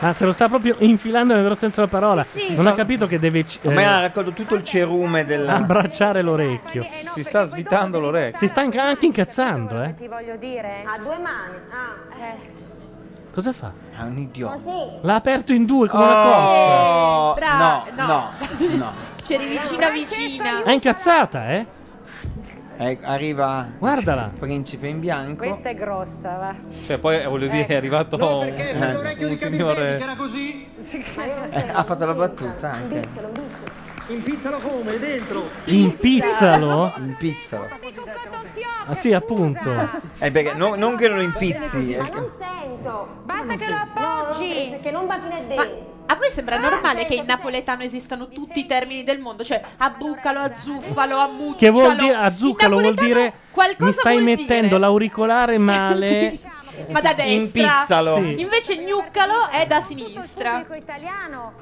S1: Ah, se lo sta proprio infilando nel vero senso della parola.
S2: Sì, sì.
S1: non ha capito che deve. ci-
S4: Ormai
S1: eh,
S4: ha raccolto tutto il cerume del...
S1: Abbracciare l'orecchio.
S7: Si sta svitando l'orecchio.
S1: Si sta anche- anche incazzando, eh.
S8: Ti voglio dire. Eh.
S2: A due mani. Ah,
S1: Cosa fa?
S4: È un idiota.
S2: Così.
S1: L'ha aperto in due come una
S4: Oh,
S1: cozza.
S4: no,
S2: bra-
S4: no, no.
S10: C'eri vicina vicina.
S1: È incazzata, eh?
S4: Eh, arriva...
S1: Guardala.
S4: Principe in bianco.
S8: Questa è grossa, va.
S7: Cioè, poi eh, voglio dire, è arrivato un,
S4: nell'orecchio
S7: un
S4: di Camilleri che
S7: signore.
S4: era
S8: così.
S4: Eh, ha fatto la battuta anche.
S16: Impizzalo come? Dentro?
S1: Impizzalo?
S4: Impizzalo.
S1: Ah sì, appunto.
S4: Eh, perché non, non che lo impizzi. è che-
S2: Sento.
S8: Basta che lo
S2: appoggi. che non va fino a dentro. Ah,
S10: A voi sembra normale che in napoletano esistano tutti i termini del mondo? Cioè, a bucalo, a zuffalo, a muccialo.
S1: Che vuol dire a zuccalo vuol dire
S10: qualcosa
S1: mi stai
S10: vuol dire.
S1: mettendo l'auricolare male.
S10: Ma da destra.
S1: Impizzalo. Sì.
S10: Invece gnuccalo è da sinistra.
S8: pubblico italiano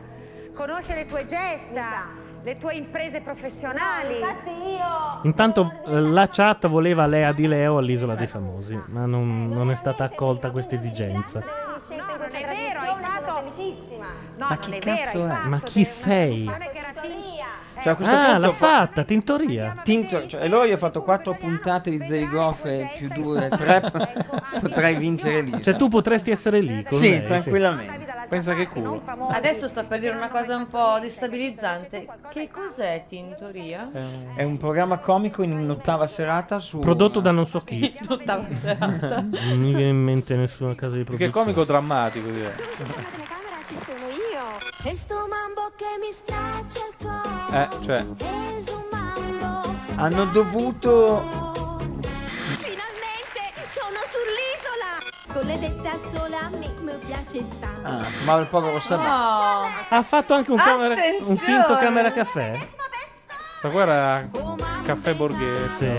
S8: conosce le tue gesta,
S2: Esatto.
S8: le tue imprese professionali. infatti io
S1: Intanto eh, la chat voleva Lea di Leo all'isola dei famosi, ma non, non è stata accolta questa esigenza.
S8: Ah, No, non è vero, hai fatto No,
S1: Ma
S8: non
S1: chi
S8: è vero,
S1: cazzo
S8: hai
S1: è?
S8: fatto
S1: Ma chi
S8: esatto, delle-
S1: sei?
S8: una discussione che era tintoria.
S4: Cioè, a questo
S1: ah,
S4: punto
S1: l'ha
S4: fa-
S1: fatta, Tintoria.
S4: Tinto, cioè, e loro gli ho fatto quattro puntate di Zeligofe più due, tre, potrei vincere lì. esatto.
S1: Cioè tu potresti essere lì con
S4: Sì,
S1: lei,
S4: tranquillamente. Pensa che culo.
S9: Adesso sto per dire una cosa un po' destabilizzante. Che cos'è Tintoria?
S4: È un programma comico in un'ottava serata su...
S1: Prodotto da non so chi.
S9: L'ottava serata.
S1: Non mi viene in mente nessuna casa di
S7: Perché è
S1: produzione.
S7: comico drammatico. direi.
S2: Ci sono io. E sto mambo che mi schiaccia il cuore.
S7: Eh, cioè.
S4: Hanno dovuto...
S2: Sono sull'isola. Con le dette a sola mi, mi piace stare.
S4: Ah, sembrava il povero Sabà.
S1: Ha fatto anche un,
S4: Ah,
S1: camera- un finto
S2: Attenzione!
S1: camera caffè.
S7: Questa qua era caffè borghese.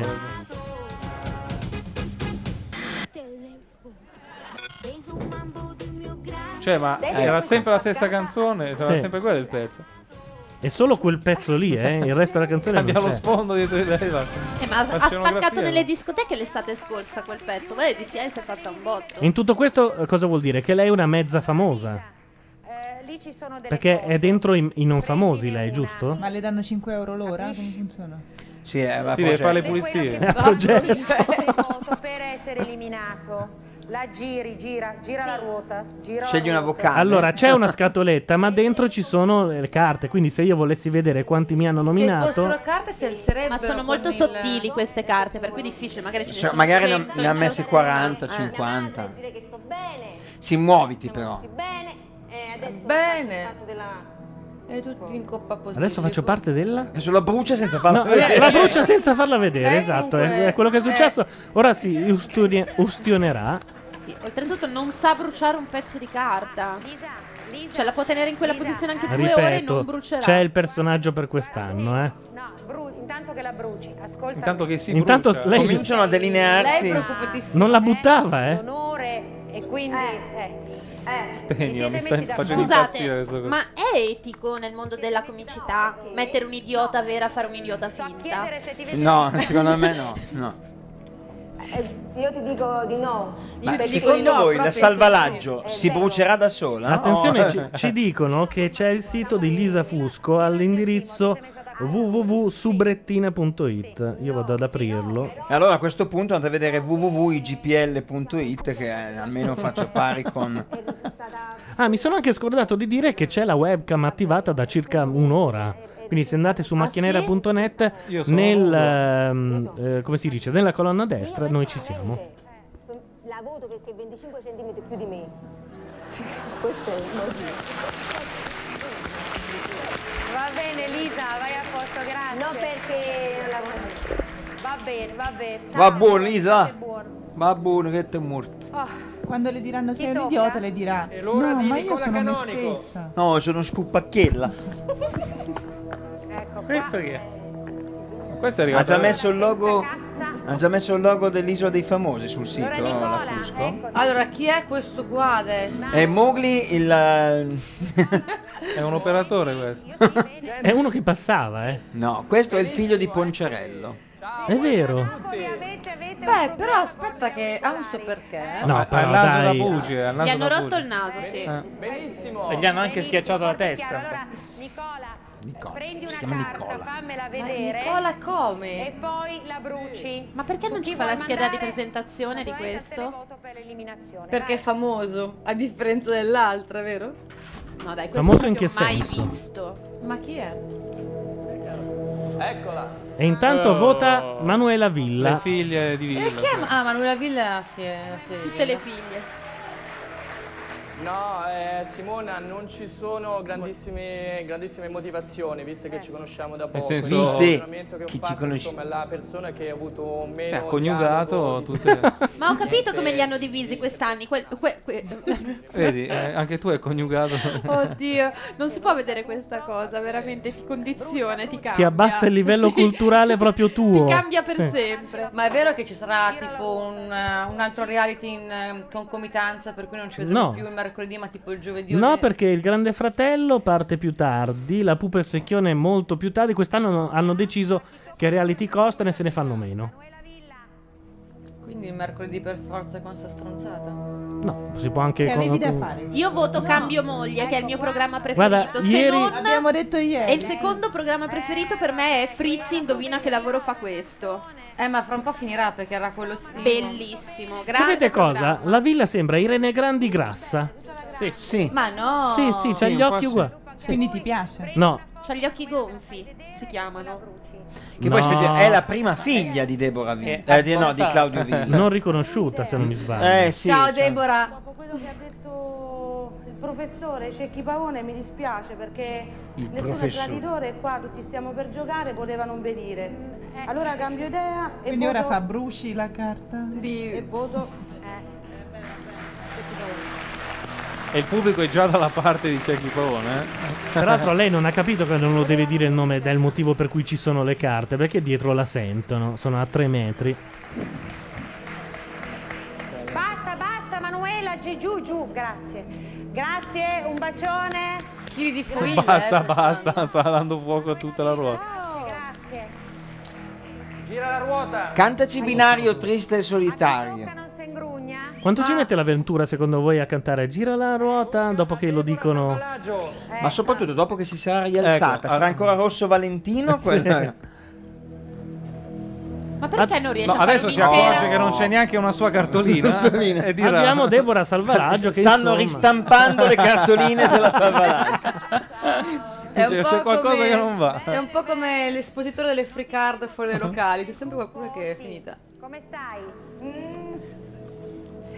S7: Cioè, ma
S1: Eh.
S7: era sempre la stessa canzone, era
S1: Sì.
S7: sempre quello il pezzo.
S1: E solo quel pezzo lì, eh. Il resto della canzone
S7: Cambia
S1: non
S7: lo
S1: c'è.
S7: sfondo dietro di lei. va.
S10: Eh, ma
S7: La
S10: ha- ha spaccato
S7: scenografia.
S10: nelle discoteche l'estate scorsa quel pezzo. Guarda, di si è fatta un botto.
S1: In tutto questo eh, cosa vuol dire? Che lei è una mezza famosa.
S8: Eh, lì ci sono delle
S1: Perché è dentro i, i non famosi lei, giusto?
S15: Ma le danno 5 euro l'ora? Come funziona?
S4: Sì, eh, ma Cioè,
S7: Sì,
S4: poi
S7: deve
S4: c'è-
S7: fare le pulizie.
S1: È a progetto. Cioè,
S8: cose per essere eliminato. La giri, gira, gira la ruota, gira la
S4: Scegli una
S8: ruota.
S4: vocale.
S1: Allora, c'è una scatoletta, ma dentro ci sono le carte. Quindi, se io volessi vedere quanti mi hanno
S9: Se fossero
S1: nominato,
S9: carte si alzerebbero.
S10: Ma sono molto sottili queste carte, per cui è difficile. Magari ce ne
S4: Cioè,
S10: sono
S4: magari ne ha,
S10: 100,
S4: ne ha
S10: ce
S4: messi
S10: ne
S2: eh,
S10: sono
S4: 40,
S10: 50.
S4: 50. Sì, muoviti però. Eh.
S9: Bene. E tutti in coppa positiva.
S1: adesso faccio parte della.
S4: Adesso la brucia senza
S1: No, eh,
S4: farla
S1: la,
S4: vedere.
S1: la brucia senza farla vedere,
S10: Eh,
S1: esatto.
S10: comunque,
S1: È, è quello che è
S10: eh.
S1: successo. Ora si ustione- ustionerà.
S10: Sì, oltretutto non sa bruciare un pezzo di carta. cioè la può tenere in quella posizione anche due ore e non
S1: Ripeto,
S10: brucerà.
S1: c'è il personaggio per quest'anno, eh.
S8: No, bru- intanto che la bruci, ascolta.
S1: Intanto
S7: che si
S1: Intanto
S7: brucia.
S1: lei-
S4: Cominciano a delinearsi.
S1: Non la buttava, eh.
S8: Onore e quindi eh.
S7: Spegno, mi stai
S8: messi d'accordo.
S7: facendo impazzire
S10: Scusate,
S7: questo cosa.
S10: ma è etico nel mondo della comicità mettere un idiota vera a fare un idiota finta?
S4: No, secondo me no. no.
S2: Eh, io ti dico di no.
S4: Ma
S2: Io ti dico di
S4: secondo
S2: no,
S4: voi la
S2: proprio
S4: salvalaggio
S2: sì, Eh, sì.
S4: si brucerà da sola?
S1: Attenzione,
S4: Oh.
S1: ci, ci dicono che c'è il sito di Lisa Fusco all'indirizzo www.subrettina.it. Io vado ad aprirlo.
S4: E allora a questo punto andate a vedere www.igpl.it che eh, almeno faccio pari con...
S2: Esatto,
S1: Ah, mi sono anche scordato di dire che c'è la webcam attivata da circa un'ora. Quindi se andate
S7: Ah,
S1: su macchinera.net
S7: Io sono
S1: nel,
S7: nudo.
S1: ehm, eh, come si dice, nella colonna a destra noi ci siamo.
S2: La voto perché è 25 centimetri più di me. Sì, Questo è il motivo.
S8: Va bene Lisa, vai a posto, grazie. No perché non la conosco. Va bene, va bene.
S4: Va
S8: Ciao,
S4: buono Lisa?
S8: buono.
S4: Va buono che te morto.
S8: Oh,
S15: Quando le diranno sei un idiota, le dirà:
S16: l'ora
S15: No,
S16: di
S15: ma io
S16: Nicola
S15: sono me
S16: Canonico."
S15: stessa.
S4: No, sono spupacchiella.
S7: Questo che è? Questo è
S4: Ha
S7: arrivato.
S4: già messo il logo. Ha già messo il logo dell'isola dei famosi sul sito.
S9: Allora,
S4: no,
S9: Nicola,
S4: la
S2: ecco.
S4: Fusco.
S9: Allora, chi è questo qua adesso?
S4: È Mowgli il.
S7: è un operatore
S4: questo.
S1: È uno che passava, eh.
S4: No, questo è il figlio di Poncerello.
S1: È vero.
S9: Beh, però aspetta che ha un suo
S8: Eh,
S9: perché.
S1: No,
S7: al
S1: però
S7: naso
S1: dai.
S7: da bugie, al
S10: Gli
S7: naso
S10: hanno
S7: da
S10: rotto
S7: bugie.
S10: il naso, sì.
S1: Eh.
S11: E gli hanno anche schiacciato la testa.
S8: Prendi una
S11: si
S8: carta,
S11: chiama
S8: fammela
S9: Ma
S8: vedere.
S9: Nicola come?
S8: E poi la bruci.
S10: Ma perché
S8: Su
S10: non
S8: chi
S10: ci fa
S8: vuoi
S10: la scheda di
S8: mandare
S10: presentazione di
S8: la tua
S10: questo?
S8: voto per l'eliminazione.
S9: Perché è famoso, a differenza dell'altra, vero?
S10: No, dai, questo
S1: Famoso in
S10: proprio
S1: che
S10: mai
S1: senso?
S10: visto.
S9: Ma chi è?
S24: Eccola.
S1: E intanto
S7: Oh.
S1: vota Manuela Villa.
S7: Le figlie di
S9: E
S7: Villa.
S9: chi è? Ah, Manuela Villa si è
S10: Tutte le figlie.
S3: No, eh, Simona, non ci sono grandissime, grandissime motivazioni, visto
S8: Eh.
S3: che ci conosciamo da poco.
S7: senso-
S3: Il
S7: Viste
S3: ragionamento che ho
S7: chi ci
S3: fatto,
S7: conosce-
S3: insomma, è la persona che ha avuto
S7: Eh,
S3: meno
S7: ha coniugato tutte.
S10: Ma ho
S1: Eh,
S10: capito come li hanno divisi quest'anni. Que- que- que-
S7: Vedi, eh, anche tu hai coniugato.
S10: Oddio, non si può vedere questa cosa, veramente ti condiziona, ti cambia.
S1: Ti abbassa il livello culturale proprio tuo. Sì.
S10: sempre.
S9: Ma è vero che ci sarà tipo un, eh, un altro reality in eh, concomitanza per cui non ci vedremo
S1: No.
S9: più il mercoledì ma tipo il giovedì? o
S1: No,
S9: il-
S1: perché il Grande Fratello parte più tardi, la Pupa e il Secchione molto più tardi. Quest'anno hanno deciso che reality costano e se ne fanno meno.
S9: Quindi il mercoledì per forza con sta stronzata?
S1: No, si può anche.
S15: Che avevi da
S1: con-
S15: fare? Ecco,
S10: Io voto Cambio Moglie, che è il mio programma preferito.
S1: Guarda, ieri-
S10: Se non...
S15: Abbiamo detto ieri.
S10: E il secondo programma preferito per me è Frizzi, indovina che lavoro fa questo.
S9: Eh, ma fra un po' finirà perché era quello stile.
S10: Bellissimo, grazie.
S1: Sapete cosa? La villa sembra Irene Grandi grassa.
S11: Sì.
S1: Sì.
S10: Ma no.
S1: Sì, sì, c'ha
S10: Sì,
S1: gli
S10: un po'
S1: occhi
S10: sì.
S1: uguali.
S15: Quindi ti piace?
S1: No.
S10: C'ha gli occhi gonfi, si chiamano.
S4: Che poi
S1: No.
S4: aspetta, è la prima figlia di Deborah Villa.
S1: Eh,
S4: Eh, di- no, di Claudio Villa.
S1: Non riconosciuta, se non mi sbaglio.
S4: Eh sì.
S9: Ciao Deborah.
S6: Dopo quello che ha detto il professore Cecchi Pavone mi dispiace perché
S4: Il
S6: nessuno
S4: professore.
S6: è traditore e qua tutti stiamo per giocare, poteva non venire.
S8: Eh.
S6: Allora cambio idea e
S15: Quindi
S6: voto
S10: boh.
S15: ora fa bruci la carta.
S6: e voto
S8: Eh.
S6: Cecchi Pavone.
S7: E il pubblico è già dalla parte di Cecchi Pavone. eh?
S1: Tra l'altro, lei non ha capito che non lo deve dire il nome del motivo per cui ci sono le carte, perché dietro la sentono, sono a tre metri.
S8: Basta, basta, Manuela, gi- giù, giù, grazie. Grazie, un bacione.
S9: Chili di
S7: Basta, basta, sta dando fuoco a tutta la ruota.
S8: Grazie.
S24: Gira la ruota.
S4: Cantaci binario triste e solitario.
S8: Non si ingrugna?
S1: Quanto ci mette l'avventura, secondo voi, a cantare Gira la ruota dopo che lo dicono?
S4: Ma soprattutto dopo che si sarà rialzata,
S1: Ecco,
S4: sarà
S1: ah.
S4: ancora rosso Valentino?
S1: Sì.
S4: Quella-
S10: Ma perché non riesce
S7: No,
S10: a fare
S7: adesso si
S10: un'intera-
S7: accorge che non c'è neanche una sua cartolina. eh, e dirà...
S1: Abbiamo Deborah Salvaraggio che
S4: Stanno
S1: insomma-
S4: ristampando le cartoline della Salvaraggio.
S9: È un
S7: Cioè,
S9: po'
S7: c'è qualcosa
S9: come-
S7: che non va.
S9: È un po' come l'espositore delle free card fuori dai locali, c'è sempre qualcuno che è finita.
S8: Come stai? Mm.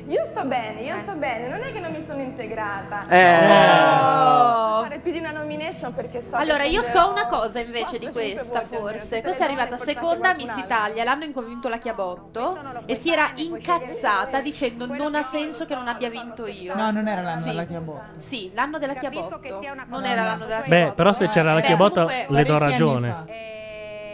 S25: Io sto bene, io sto bene, non è che non mi sono integrata.
S4: Eh.
S25: No. Fare più di una nomination perché sto
S10: Allora, io so una cosa invece di questa, forse. Questa è arrivata seconda a Miss Italia, l'hanno inconvinto la Chiabotto e si era incazzata dicendo non ha senso che non abbia vinto io.
S15: No, non era l'anno
S10: Sì.
S15: della Chiabotto.
S10: Sì, l'anno della Chiabotto. Non era l'anno della Chiabotto.
S1: Beh, però se c'era la
S10: Beh,
S1: chiabota
S10: comunque-
S1: le do
S15: anni
S1: ragione.
S25: Eh,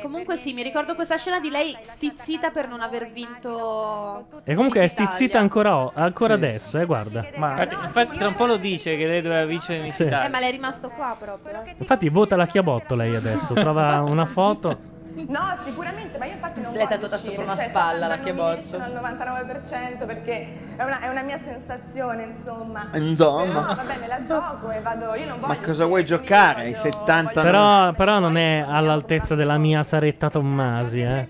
S10: Comunque sì, mi ricordo questa scena di lei stizzita per non aver vinto
S1: E comunque è
S10: Miss
S1: stizzita
S10: Italia.
S1: ancora, o- ancora adesso, eh, guarda.
S11: Infatti, infatti tra un po' lo dice che lei doveva vincere Miss
S1: Sì.
S11: Italia.
S10: Eh, ma lei è rimasto qua proprio.
S1: Infatti vota la chiabotto lei adesso, trova una foto.
S25: No, sicuramente, ma io infatti non
S9: Se l'è
S25: voglio
S9: tatuata
S25: uscire,
S9: sopra una
S25: cioè,
S9: spalla, la
S25: sto andando in
S9: Chiabotto.
S25: nomination al 99% perché è una, è una mia sensazione, insomma.
S4: Insomma.
S25: Però vabbè, me la gioco e vado, io non voglio
S4: Ma cosa vuoi giocare ai 70?
S1: Però, però non è all'altezza della mia Saretta Tommasi, eh.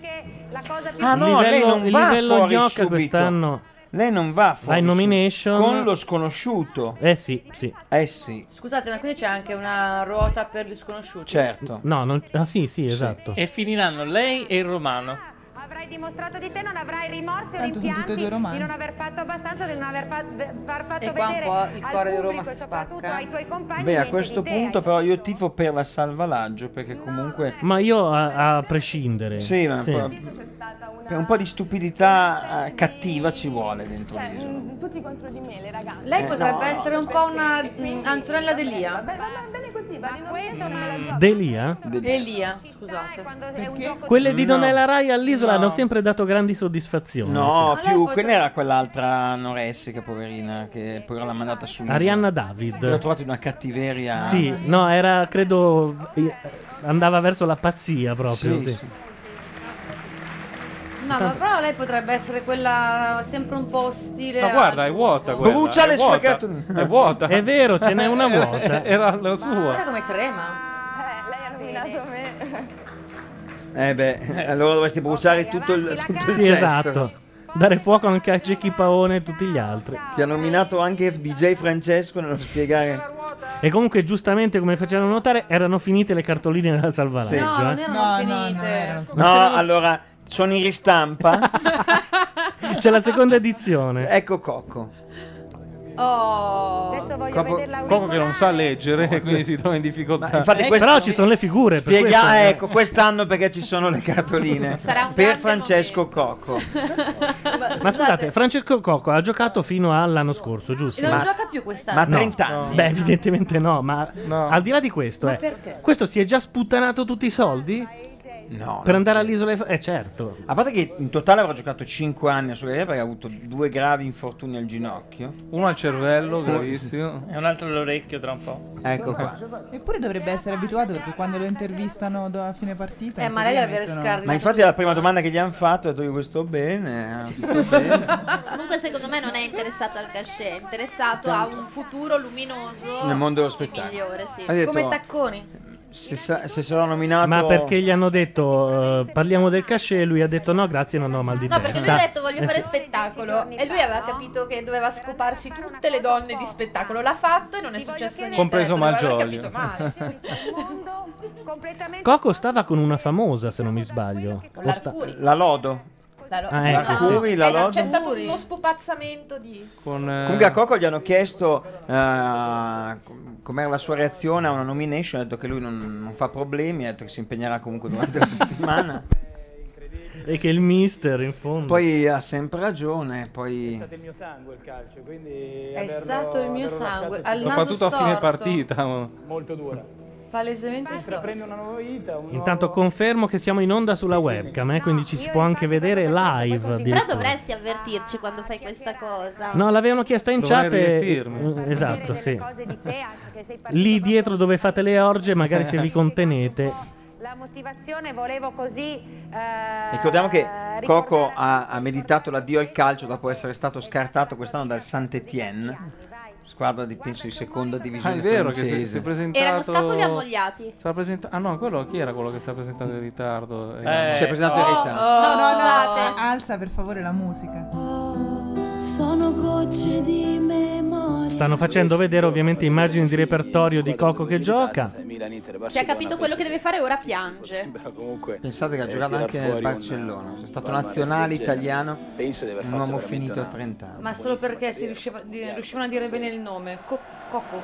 S4: Ah no,
S1: Il
S4: lei
S1: livello-
S4: non
S1: il
S4: va
S1: livello
S4: fuori
S1: gnocca
S4: subito.
S1: quest'anno.
S4: Lei non va fuori
S1: in
S4: subito.
S1: nomination.
S4: Con lo sconosciuto.
S1: Eh sì, sì.
S4: Eh sì,
S9: Scusate, ma quindi c'è anche una ruota per
S1: Cioè,
S9: gli sconosciuti?
S4: certo.
S1: No, non... ah, sì, sì, esatto.
S11: E finiranno lei e il romano.
S8: avrai dimostrato di te, non avrai rimorsi o
S15: Tanto sono
S8: rimpianti
S15: tutte e due
S8: di
S15: romane.
S8: non aver fatto abbastanza, di non aver fa- far fatto
S9: E qua un
S8: vedere
S9: po' il
S8: al
S9: cuore di Roma
S8: pubblico
S9: si
S8: e soprattutto
S9: spacca. eh.
S8: ai tuoi compagni
S4: Beh, a
S8: niente
S4: questo
S8: di te.
S4: punto però io tifo per la salvalaggio perché comunque...
S1: Ma io a, a prescindere.
S4: Sì, ma po- per un po' di stupidità eh, cattiva ci vuole dentro
S25: Cioè,
S4: l'isola.
S25: mm, tutti contro di me, le ragazze.
S9: Lei
S4: Eh,
S9: potrebbe
S4: no.
S9: essere un po' una mm, Antonella Delia.
S1: Delia?
S9: Elia, scusate.
S1: Quelle di
S4: No.
S1: Donella Rai all'isola
S4: No.
S1: hanno sempre dato grandi soddisfazioni.
S4: No,
S1: sì.
S4: più quella era quell'altra anoressica poverina che poi l'ha mandata su.
S1: Arianna David.
S4: L'ho trovata in una cattiveria.
S1: Sì, no,
S4: eh.
S1: era credo eh, andava verso la pazzia proprio.
S4: Sì,
S1: Sì,
S4: sì.
S9: No, ma però lei potrebbe essere quella sempre un po' ostile.
S7: Ma
S9: a-
S7: guarda, è vuota quella.
S4: Brucia
S7: è
S4: le sue
S7: vuota,
S4: cartone-
S7: È vuota.
S1: È vero, ce n'è una vuota.
S7: Era la
S9: Guarda
S7: sua.
S9: come trema.
S25: Eh, Lei ha nominato me.
S4: Eh beh, allora dovresti bruciare tutto il, tutto il
S1: Sì,
S4: cesto.
S1: esatto. Dare fuoco anche a Cecchi Paone e tutti gli altri.
S4: Ti ha nominato anche DJ Francesco nello spiegare.
S1: E comunque, giustamente, come facevano notare, erano finite le cartoline della salvalaggio.
S9: No, non
S1: eh.
S9: erano finite.
S4: No, allora sono in ristampa.
S1: C'è la seconda edizione.
S4: Ecco Cocco.
S9: Oh.
S25: Adesso voglio
S7: Coco,
S25: vederla
S7: Coco che non sa leggere, quindi si trova in difficoltà.
S4: Ma infatti
S9: Ecco.
S4: questo-
S1: Eh, Però ci sono le figure. per
S4: Spiega-
S1: questo. eh.
S4: ecco, quest'anno perché ci sono le cartoline.
S1: Sarà un
S4: per
S1: grande
S4: Francesco Cocco.
S1: Ma scusate, Francesco Cocco ha giocato fino all'anno scorso, giusto?
S9: E non gioca più quest'anno.
S1: No.
S4: anni?
S1: Beh, evidentemente no, ma al di là di questo, eh,
S9: perché?
S1: questo si è già sputtanato tutti i soldi?
S4: No.
S1: Per andare all'isola e... Eh certo.
S4: A parte che in totale avrò giocato 5 anni a Soleil perché ha avuto due gravi infortuni al ginocchio.
S7: Uno al cervello, gravissimo.
S11: E un altro all'orecchio tra un po'.
S4: Ecco qua.
S15: Eppure dovrebbe essere abituato perché quando lo intervistano do- a fine partita.
S9: Eh,
S15: in
S9: ma lei
S15: teoria
S9: deve avere
S15: mettono-
S9: scarne.
S4: Ma infatti la prima domanda che gli hanno fatto è detto io questo bene. eh,
S20: Comunque, secondo me, non è interessato al cachet, è interessato a un futuro luminoso
S4: Nel mondo dello spettacolo.
S20: migliore. Sì.
S4: Ha detto- Come
S9: tacconi.
S4: Se, sa- se sarò nominato...
S1: Ma perché gli hanno detto eh, parliamo del cachet e lui ha detto no, grazie, non ho mal di
S10: No,
S1: testa.
S10: perché lui ha detto voglio fare spettacolo e lui aveva capito che doveva scoparsi tutte le donne di spettacolo. L'ha fatto e non è successo niente.
S7: Compreso
S10: Ha detto, "Doveva aver
S7: Malgioglio."
S10: capito male.
S1: Cocco stava con una famosa, se non mi sbaglio.
S10: Con
S1: O sta-
S10: l'Arcuri.
S4: La lodo.
S10: La lo-
S1: Ah,
S10: sì,
S1: ecco,
S10: no,
S1: sì.
S10: eh,
S4: la
S9: Esatto,
S10: no,
S4: lode.
S10: C'è stato uno spupazzamento di...
S7: Con, eh,
S4: Comunque a Coco gli hanno chiesto eh, com- com'era la sua reazione a una nomination, ha detto che lui non, non fa problemi, ha detto che si impegnerà comunque durante la settimana.
S1: E che il mister, in fondo.
S4: Poi ha sempre ragione, poi...
S5: il mio sangue il calcio, quindi
S9: È stato il mio sangue. Al naso
S7: soprattutto a fine
S9: storto.
S7: partita. oh. ma-
S5: molto dura.
S9: Palesemente storto.
S5: Una nuova vita, un
S1: Intanto confermo che siamo in onda sulla webcam, eh, quindi ci si può anche vedere live.
S20: Però
S1: addirittura.
S20: dovresti avvertirci quando fai questa cosa.
S1: No, l'avevano chiesta in
S7: Dovrei
S1: chat. e-
S7: rivestirmi.
S1: eh, Esatto, sì.
S8: Cose di te, anche che sei partito
S1: Lì dietro dove fate le orge, magari se vi contenete.
S8: La motivazione volevo così.
S4: Ricordiamo che Coco ha, ha meditato l'addio al calcio dopo essere stato scartato quest'anno dal Saint-Étienne, squadra di, penso di seconda
S7: Ah,
S4: divisione
S7: è vero che
S4: francese.
S7: si, si è
S20: Erano
S7: presentato.
S20: scapoli ammogliati.
S7: si è presenta- ah no, quello chi era quello che si è presentato in ritardo?
S4: Eh, Si è presentato in oh, ritardo.
S15: No, no, no,
S20: Scusate.
S15: alza per favore la musica.
S2: Sono gocce di memoria.
S1: Stanno facendo vedere ovviamente immagini di repertorio di Coco che gioca.
S10: Si è capito quello che deve fare ora piange.
S5: comunque
S4: Pensate che ha
S5: eh,
S4: giocato
S5: tirar
S4: anche
S5: fuori
S4: nel
S5: un-
S4: Barcellona, è stato
S5: palmarès
S4: nazionale
S5: del genere.
S4: italiano,
S5: Penso di aver
S4: un
S5: fatto
S4: uomo
S5: veramente
S4: finito a
S5: una-
S4: 30 anni.
S9: Ma solo perché si riusciva- di- riuscivano a dire bene il nome. Co- Coco.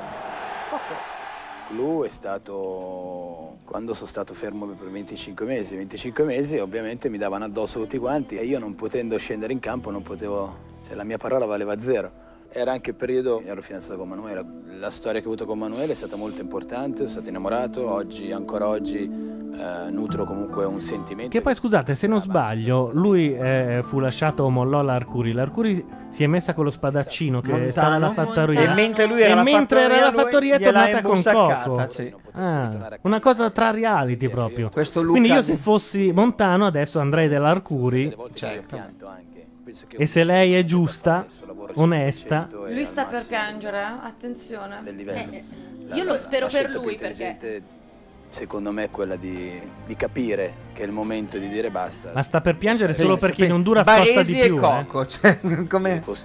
S9: Coco.
S5: clou è stato quando sono stato fermo per 25 mesi. 25 mesi ovviamente mi davano addosso tutti quanti e io non potendo scendere in campo non potevo, cioè la mia parola valeva zero. Era anche il periodo, ero fidanzato con Manuela, la storia che ho avuto con Manuela è stata molto importante, sono stato innamorato, oggi, ancora oggi, eh, nutro comunque un sentimento.
S1: Che poi scusate, se non sbaglio, lui eh, fu lasciato o mollò l'Arcuri. L'Arcuri si è messa con lo spadaccino che
S4: Montano.
S1: stava alla fattoria.
S4: E mentre lui era
S1: E
S4: alla
S1: mentre era
S4: fattoria,
S1: alla
S4: lui
S1: fattoria è
S4: gliel'ha
S1: tornata con
S4: imbusaccata,
S1: Coco.
S4: sì.
S1: Ah, una cosa tra reality proprio.
S4: Luca-
S1: Quindi io se fossi Montano adesso andrei dell'Arcuri. E se lei è giusta, onesta,
S9: Lui sta per piangere, eh? attenzione.
S5: La-
S10: io
S5: la-
S10: lo spero
S5: la
S10: per
S5: scelta
S10: lui
S5: più intelligente,
S10: perché
S5: Secondo me è quella di, di capire che è il momento di dire basta.
S1: ma sta per piangere
S5: Eh,
S1: solo
S5: sì,
S1: perché
S5: sì.
S1: in Honduras
S5: Baresi
S1: costa di
S5: e
S1: più. eh.
S5: Coco,
S4: cioè,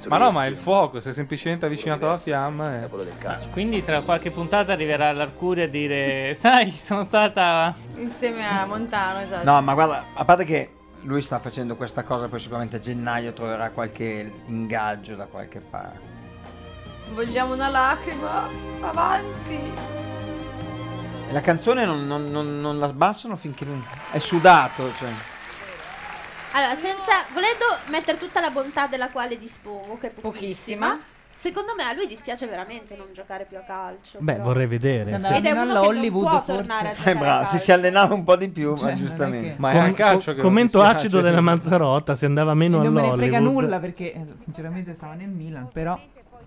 S7: Ma no, ma è il fuoco, si è semplicemente avvicinato alla fiamma. eh. E...
S11: Quindi tra qualche puntata arriverà l'Arcuri a dire Sai, sono stata...
S9: Insieme a Montano, esatto.
S4: No, ma guarda, a parte che lui sta facendo questa cosa, poi sicuramente a gennaio troverà qualche ingaggio da qualche parte.
S9: Vogliamo una lacrima. Avanti.
S4: E la canzone non, non- non- non la sbassano finché non- è sudato. Cioè.
S20: Allora, senza, volendo mettere tutta la bontà della quale dispongo, che è pochissima,
S9: Pochissima.
S20: secondo me a lui dispiace veramente non giocare più a calcio.
S1: Beh,
S20: però.
S1: vorrei vedere.
S20: andava Ed è uno che non può tornare a giocare
S4: Eh, bravo,
S20: a
S4: se si allenava un po' di più,
S1: Cioè,
S4: ma giustamente.
S1: Com- co- commento acido della Mazzarotta se andava meno
S15: non me ne
S1: all'Hollywood
S15: frega nulla perché eh, sinceramente stava nel Milan, però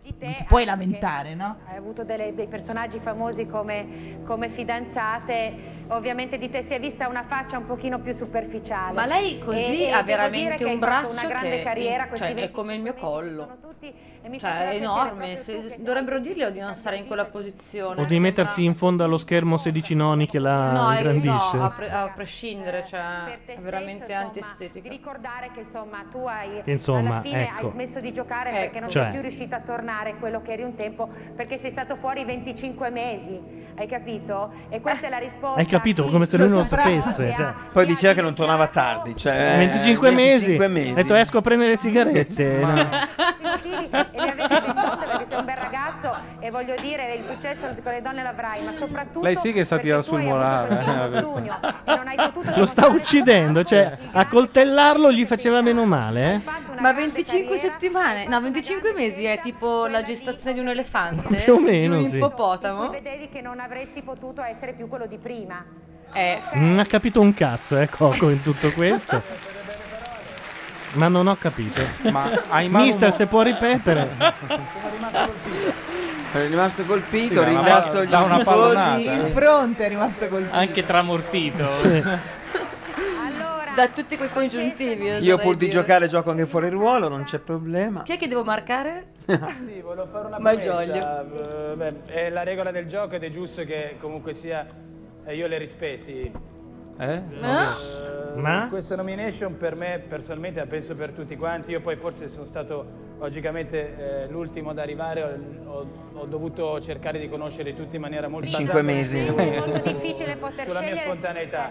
S15: non ti puoi lamentare, no?
S8: Hai avuto delle- dei personaggi famosi come, come fidanzate, ovviamente di te si è vista una faccia un pochino più superficiale.
S9: Ma lei così
S8: E- e
S9: ha
S8: devo dire
S9: veramente
S8: che
S9: un
S8: hai fatto
S9: braccio
S8: una grande
S9: che-
S8: carriera,
S9: cioè,
S8: questi
S9: è
S8: 20
S9: come il mio collo. Cioè,
S8: faceva
S9: è
S8: piacere
S9: enorme. Se- dovrebbero dirglielo di non stare in quella posizione.
S1: o di mettersi in fondo allo schermo 16 noni che la
S9: No, eh,
S1: ingrandisce
S9: no, a, pre- a prescindere, cioè, è veramente antiestetica.
S8: ricordare che insomma tu hai
S1: Che, insomma,
S8: alla fine
S1: ecco.
S8: hai smesso di giocare perché non
S1: Cioè.
S8: sei più riuscita a tornare quello che eri un tempo perché sei stato fuori 25 mesi hai capito? e questa è la risposta
S1: Hai capito? Come se lui non lo sapesse. cioè.
S4: Poi diceva che non tornava tardi. Cioè,
S1: 25 mesi.
S4: 25
S1: Ha detto esco a prendere le sigarette. No.
S8: motivi e ne avete bisogno perché sei un bel ragazzo e voglio dire il successo con le donne l'avrai ma soprattutto
S7: Lei sì che sa tirare sul morale. eh.
S1: Lo sta uccidendo, cioè a coltellarlo gli faceva meno male. eh.
S9: Ma 25 settimane, no, 25 mesi è tipo la gestazione di un elefante,
S1: Più o
S15: eh,
S1: meno,
S9: di un
S1: sì.
S9: ippopotamo.
S8: vedevi che non avresti potuto essere più quello di prima
S9: Eh,
S1: Non ha capito un cazzo, eh, Coco, in tutto questo. Ma non ho capito.
S7: Ma hai in mano
S1: ah, Mister,
S7: un-
S1: se può ripetere.
S14: Sono rimasto colpito.
S4: È rimasto colpito,
S11: Sì, da una
S4: ringrazio
S11: palla-
S4: gli
S11: da una
S4: tifosi.
S11: pallonata, eh.
S4: eh.
S15: Il fronte è rimasto colpito.
S11: Anche tramortito.
S9: da tutti quei congiuntivi.
S4: Io
S9: oserei
S4: pur di
S9: dire.
S4: giocare gioco anche fuori ruolo, non c'è problema.
S9: Chi è che devo marcare?
S14: Sì, volevo fare una
S9: Malgioglio. Sì.
S14: Eh, beh, è la regola del gioco ed è giusto che comunque sia eh, io le rispetti.
S7: Eh?
S14: Eh,
S7: Ma?
S14: Questa nomination per me personalmente, la penso per tutti quanti, io poi forse sono stato logicamente eh, l'ultimo ad arrivare, ho, ho- ho dovuto cercare di conoscere tutti in maniera molto basata
S4: Cinque mesi.
S14: su-
S4: È molto
S8: difficile poter
S14: sulla mia
S8: scegliere.
S14: spontaneità.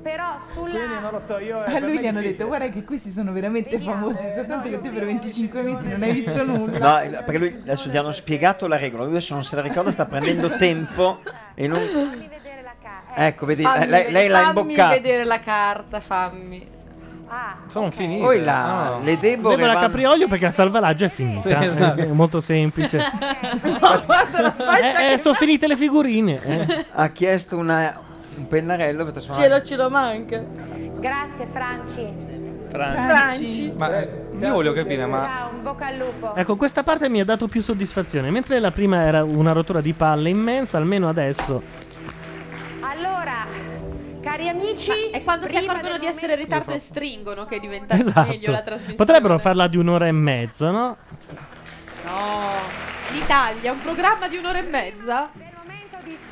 S8: però sulla
S14: Quindi non lo so,
S20: eh,
S14: io
S15: A lui gli hanno detto guarda che questi sono veramente famosi, soltanto che te per 25 mesi non hai visto nulla.
S4: No, il- perché lui adesso gli hanno spiegato la regola, lui adesso non se la ricorda, sta prendendo tempo e non... Ecco, vedi,
S9: Fammi
S4: lei, lei
S9: vedere-
S4: l'ha
S9: fammi
S4: imboccata.
S9: vedere la carta, fammi.
S7: Sono finiti.
S4: Poi là,
S1: No.
S4: le Deborah
S1: Deborah
S4: vanno-
S1: Capriolio perché la salvalaggio è finita.
S4: Sì, esatto.
S1: È molto semplice. Eh, eh, sono finite le figurine. eh.
S4: Ha chiesto una- un pennarello per trasformare...
S9: Cielo, cielo manca.
S8: grazie Franci
S9: Franci.
S7: Ma eh, io voglio capire, ma
S8: ciao un bocca al lupo
S1: Ecco, questa parte mi ha dato più soddisfazione. Mentre la prima era una rottura di palle immensa, almeno adesso
S8: allora cari amici
S10: è quando si
S8: prima
S10: accorgono
S8: del
S10: di essere in ritardo e
S8: momento-
S10: stringono che è diventata meglio la trasmissione.
S1: Esatto. Potrebbero farla di un'ora e mezzo, no?
S10: No, Cioè, l'Italia, un programma di un'ora e mezza.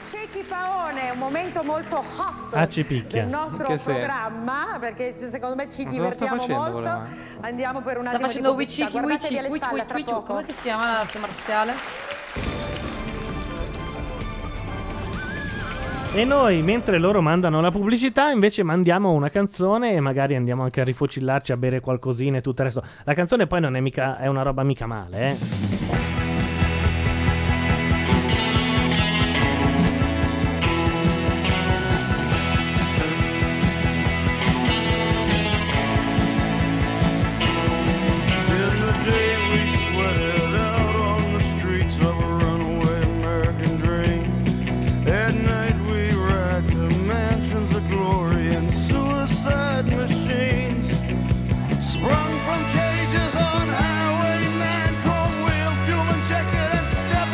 S8: Cecchi Paone è un momento molto hot
S1: Ah, ci picchia.
S8: del nostro
S1: In che senso?
S8: programma perché secondo me ci
S1: Ma cosa sta
S8: divertiamo
S1: facendo,
S8: molto.
S1: voleva?
S8: Andiamo per un
S9: Sta
S8: attimo
S9: facendo
S8: di pubblicità.
S9: wiki,
S8: Guardatevi
S9: wiki,
S8: alle
S9: wiki,
S8: spalle tra
S9: wiki,
S8: poco.
S9: come si chiama l'arte marziale?
S1: E noi, mentre loro mandano la pubblicità, invece mandiamo una canzone e magari andiamo anche a rifocillarci, a bere qualcosina e tutto il resto. La canzone poi non è mica è una roba mica male, eh.
S12: In the day we sweated out on the streets of a runaway American dream. At night we racked the mansions of glory and suicide machines. Sprung from cages on Highway 9, chrome wheel, fuel Oh, Oh,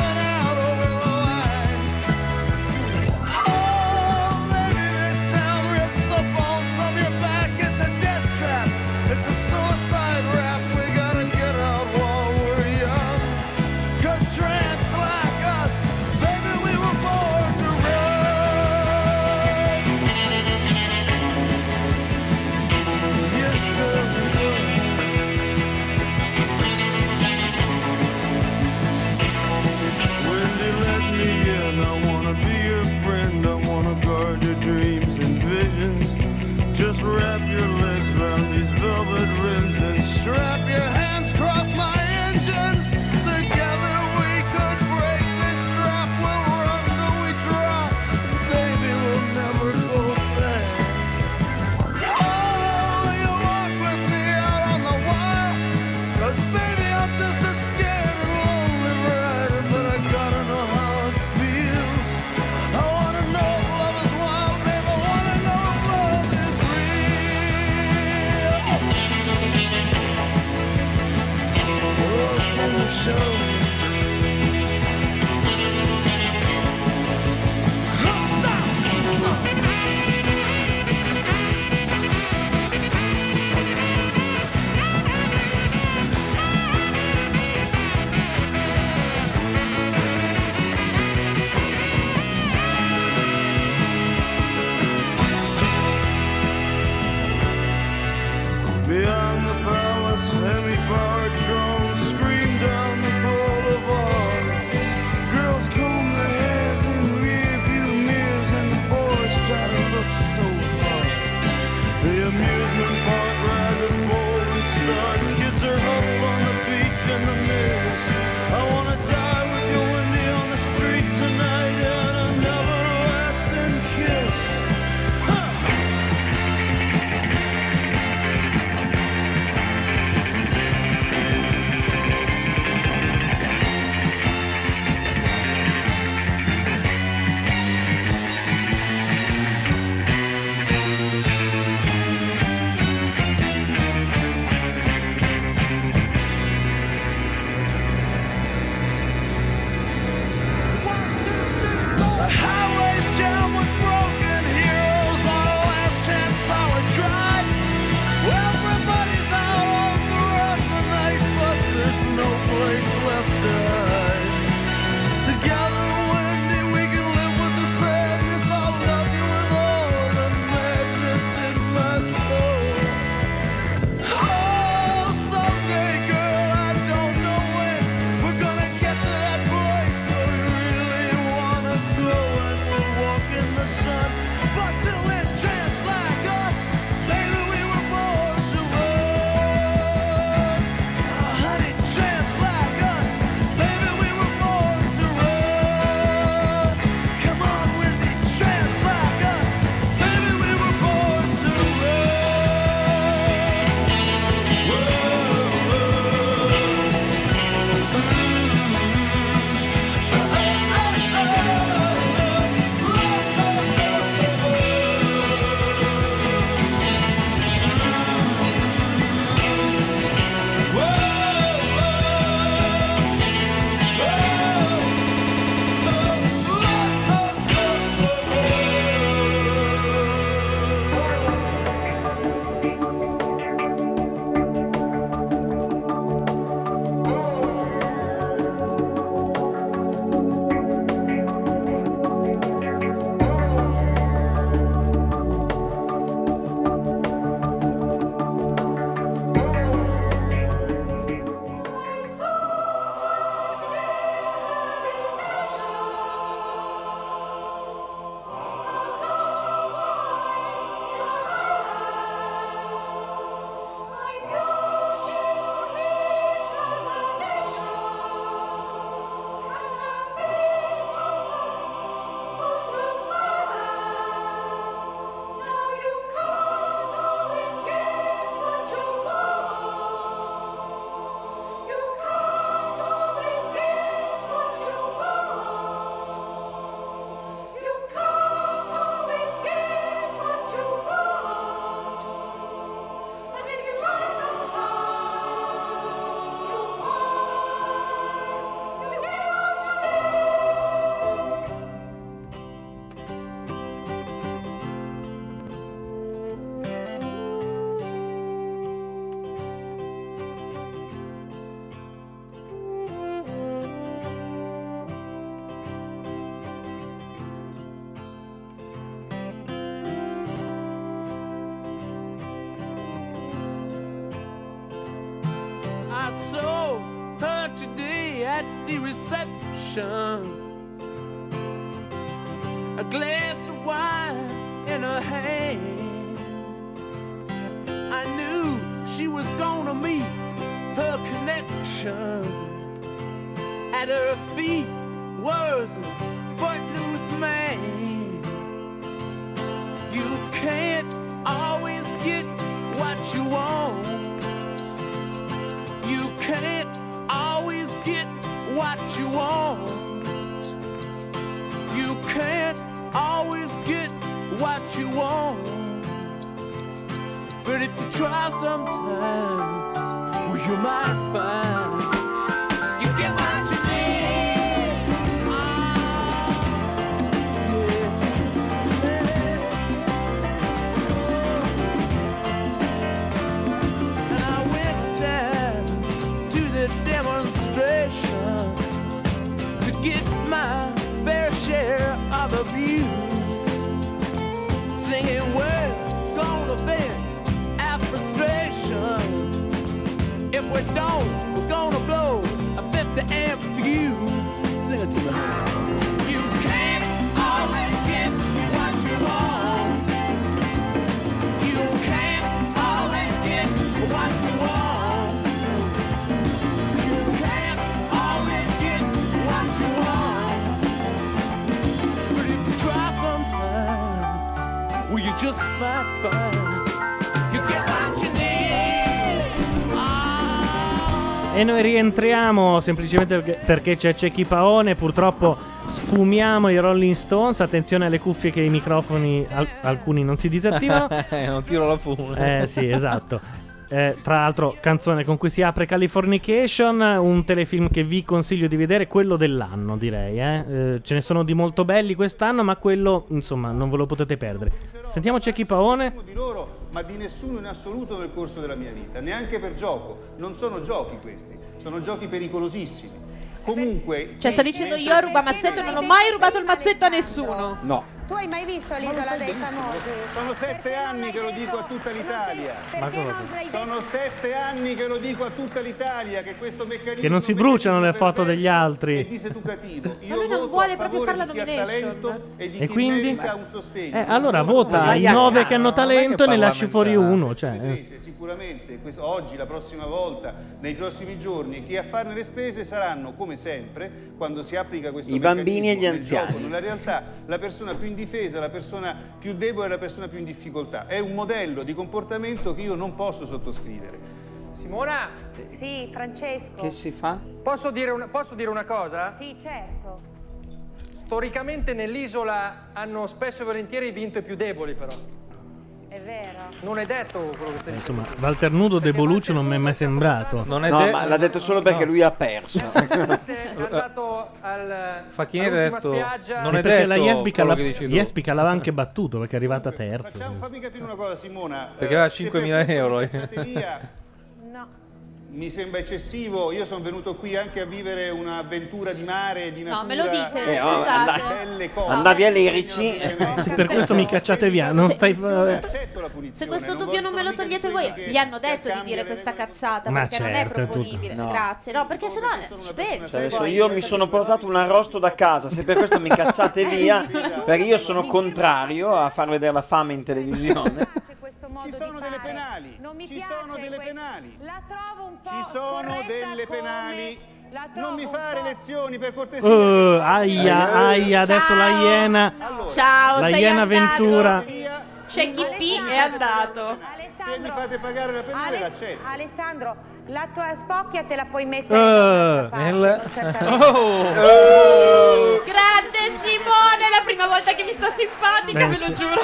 S12: Oh, Oh,
S13: at the reception. A glass of wine in her hand. I knew she was gonna meet her connection. At her feet was a footloose man. You can't always get what you want. You can't always get what you want. You can't always get what you want. But if you try sometimes, well, you might find you get what you need. Ah, And I went there to the demonstration to get my fair share of abuse. Singing, we're gonna vent our frustration. If we don't, we're gonna blow a 50 amp fuse. Sing it to me. You can't always get what you want. You can't always get what you want. You can't always get what you want. But if you try sometimes, will you just might find you get what you need?
S1: E noi rientriamo semplicemente perché- perché c'è Cecchi Paone. Purtroppo sfumiamo i Rolling Stones. Attenzione alle cuffie che i microfoni, al- alcuni non si disattivano.
S7: Eh, non tiro la fune.
S1: Esatto. Eh sì, esatto. Eh, tra l'altro, canzone con cui si apre Californication, un telefilm che vi consiglio di vedere, quello dell'anno direi. eh. Eh, ce ne sono di molto belli quest'anno, ma quello, insomma, non ve lo potete perdere. Sentiamo Cecchi Paone.
S17: di loro, ma di nessuno in assoluto nel corso della mia vita, neanche per gioco. Non sono giochi questi, sono giochi pericolosissimi.
S8: Eh
S17: Comunque, eh,
S10: Cioè, sta dicendo io ruba mazzetto, non ho mai rubato il mazzetto a nessuno.
S17: No.
S8: Tu hai mai visto l'isola dei famosi?
S17: Sono sette anni che lo dico a tutta l'Italia.
S1: Ma cosa?
S17: Sono sette anni che lo dico a tutta l'Italia che questo meccanismo
S1: Che non si bruciano le foto degli
S17: è
S1: altri.
S17: diseducativo.
S10: Ma lui non vuole proprio fare la nomination.
S17: E di
S1: E
S17: chi
S1: quindi?
S17: merita un sostegno.
S1: Eh, allora vota i
S4: ah,
S17: Vai a
S1: 9
S17: cazzo.
S1: che hanno talento e ne lasci fuori uno. Cioè, eh.
S17: Vedrete sicuramente questo- oggi, la prossima volta, nei prossimi giorni, chi a farne le spese saranno, come sempre, quando si applica questo
S4: I bambini
S17: meccanismo
S4: e gli
S17: nel gioco,
S4: anziani.
S17: nella realtà, la persona più indifesa, la persona più debole, la persona più in difficoltà. È un modello di comportamento che io non posso sottoscrivere.
S16: Simona?
S8: Sì, Francesco.
S4: fa?
S16: Posso dire una, posso dire una cosa?
S8: Sì, certo.
S16: Storicamente nell'isola hanno spesso e volentieri vinto i più deboli, però.
S8: È vero.
S16: Non è detto quello che stai dicendo.
S1: Eh, Insomma, Walter Nudo De Boluccio non mi è mai sembrato.
S7: Non
S4: No, ma l'ha detto solo perché lui ha perso.
S16: È andato al
S7: Facchini ha
S16: all'ultima
S7: detto,
S16: spiaggia.
S1: Sì,
S7: è
S1: perché
S7: detto
S1: la Jespica,
S7: quello che
S1: l'ha-
S7: dici tu.
S1: Jespica l'aveva anche battuto perché è arrivata terza.
S17: Fammi capire una cosa, Simona.
S7: Perché aveva
S17: Eh, se
S7: 5.000
S17: per questo
S7: euro,
S17: mi
S7: eh.
S17: cacciate via, Mi sembra eccessivo, io sono venuto qui anche a vivere un'avventura di mare, di natura.
S10: No, me lo dite,
S4: Eh, oh,
S10: scusate.
S4: andai-
S17: Belle cose.
S4: Andavi alle RC.
S1: Se per questo mi cacciate via, non stai. eh,
S10: Se questo dubbio non me lo togliete voi, gli hanno detto di dire questa cazzata
S4: Ma
S10: perché
S4: certo,
S10: non
S4: è
S10: è
S4: tutto.
S10: proponibile.
S4: No.
S10: Grazie, no, perché sennò eh, ci penso.
S4: Cioè, adesso
S10: poi.
S4: io mi sono portato un arrosto da casa, se per questo mi cacciate via, perché io sono contrario a far vedere la fame in televisione.
S17: Ci sono delle penali. Ci sono delle penali.
S8: La trovo un po'
S17: Ci sono delle penali. Non mi fare lezioni per cortesia.
S1: Eh, aia, aia, adesso la iena.
S10: Ciao,
S1: la
S10: sei
S1: iena
S10: andato.
S1: Ventura.
S10: C'è chi P è andato.
S17: Se mi fate pagare la penale,
S8: Aless-
S17: l'accetto.
S8: Alessandro, la tua spocchia te la puoi mettere.
S1: Eh,
S8: nel-
S7: Oh.
S10: Grande Simone, è la prima volta che mi sta simpatica,
S1: Beh,
S10: ve lo
S1: sì.
S10: giuro.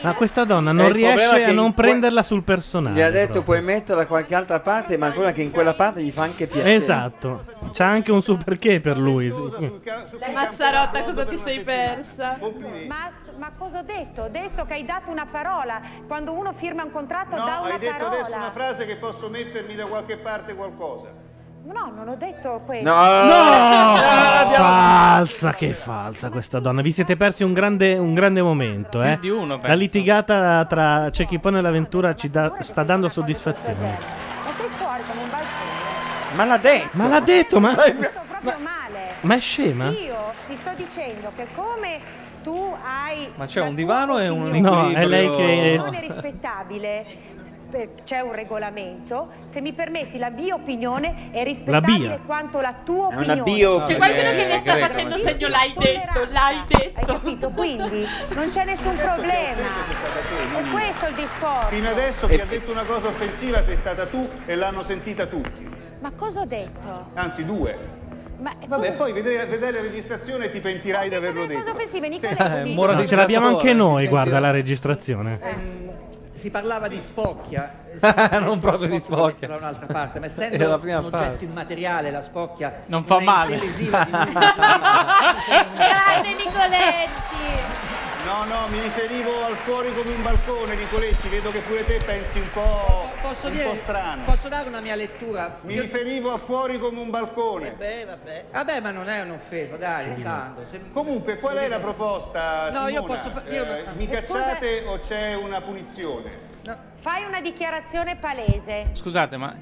S1: Ma questa donna
S4: Eh,
S1: non
S4: il problema
S1: riesce
S4: è
S1: a
S4: che
S1: non
S4: in que-
S1: prenderla sul personale.
S4: Gli ha detto
S1: proprio.
S4: puoi metterla da qualche altra parte, ma ancora che in quella parte gli fa anche piacere.
S1: Esatto, c'ha anche un super perché per lui. sì.
S10: Mazzarotta, cosa ti sei persa?
S8: Ma, ma cosa ho detto? Ho detto che hai dato una parola. Quando uno firma un contratto dà
S17: No,
S8: una
S17: hai detto
S8: parola.
S17: adesso una frase che posso mettermi da qualche parte qualcosa.
S8: No, non ho detto questo.
S1: No, falsa, che falsa questa donna. Vi siete persi un grande, un grande momento. Eh?
S11: Più di uno,
S1: La
S11: penso.
S1: litigata tra Cecchipone e l'Aventura ci dà- sta dando soddisfazione.
S8: Ma sei fuori come un balcone.
S4: Ma l'ha detto!
S1: Ma l'ha detto, ma.
S8: proprio male.
S1: ma è scema?
S8: Io ti sto dicendo che come tu hai
S7: Ma c'è un divano e un
S1: No, è lei
S7: equilibrio-
S8: un'opinione rispettabile, per- c'è un regolamento, se mi permetti la mia opinione è rispettabile
S1: bia.
S8: quanto la tua
S4: È una
S8: opinione.
S4: bio C'è qualcuno che le sta greca, facendo
S10: ma- segno, l'hai
S8: detto, l'hai detto. Hai capito? Quindi non c'è nessun problema. E questo è il discorso.
S17: Fino adesso chi ha detto una cosa offensiva sei stata tu e l'hanno sentita tutti,
S8: Ma cosa ho detto?
S17: anzi due.
S8: Ma
S17: Vabbè,
S8: cosa-
S17: poi vedrai, vedrai la registrazione e ti pentirai di averlo detto.
S8: offensiva,
S1: Eh, no, ce l'abbiamo anche noi, guarda la registrazione.
S8: Eh.
S26: Si parlava di
S4: eh,
S26: spocchia,
S7: non proprio di spocchia.
S26: da un'altra parte, ma
S7: Era
S26: essendo
S7: la
S26: un
S7: prima
S26: oggetto
S7: parte.
S26: immateriale, la spocchia
S7: Non fa male.
S26: Televisiva di noi.
S20: Grande Nicoletti!
S17: No, no, mi riferivo al fuori come un balcone, Nicoletti, vedo che pure te pensi un po',
S26: Posso
S17: un
S26: dire-
S17: po' strano.
S26: Posso dare una mia lettura?
S17: Mi
S26: Io-
S17: riferivo a fuori come un balcone.
S26: Beh, vabbè. Vabbè, ma non è un'offesa, dai,
S17: Sì.
S26: Sandro. se-
S17: Comunque, qual è la proposta,
S26: No,
S17: Simona?
S26: io posso fa- io-
S17: Eh, mi
S8: Scusa.
S17: cacciate o c'è una punizione?
S8: Fai una dichiarazione palese.
S7: Scusate, ma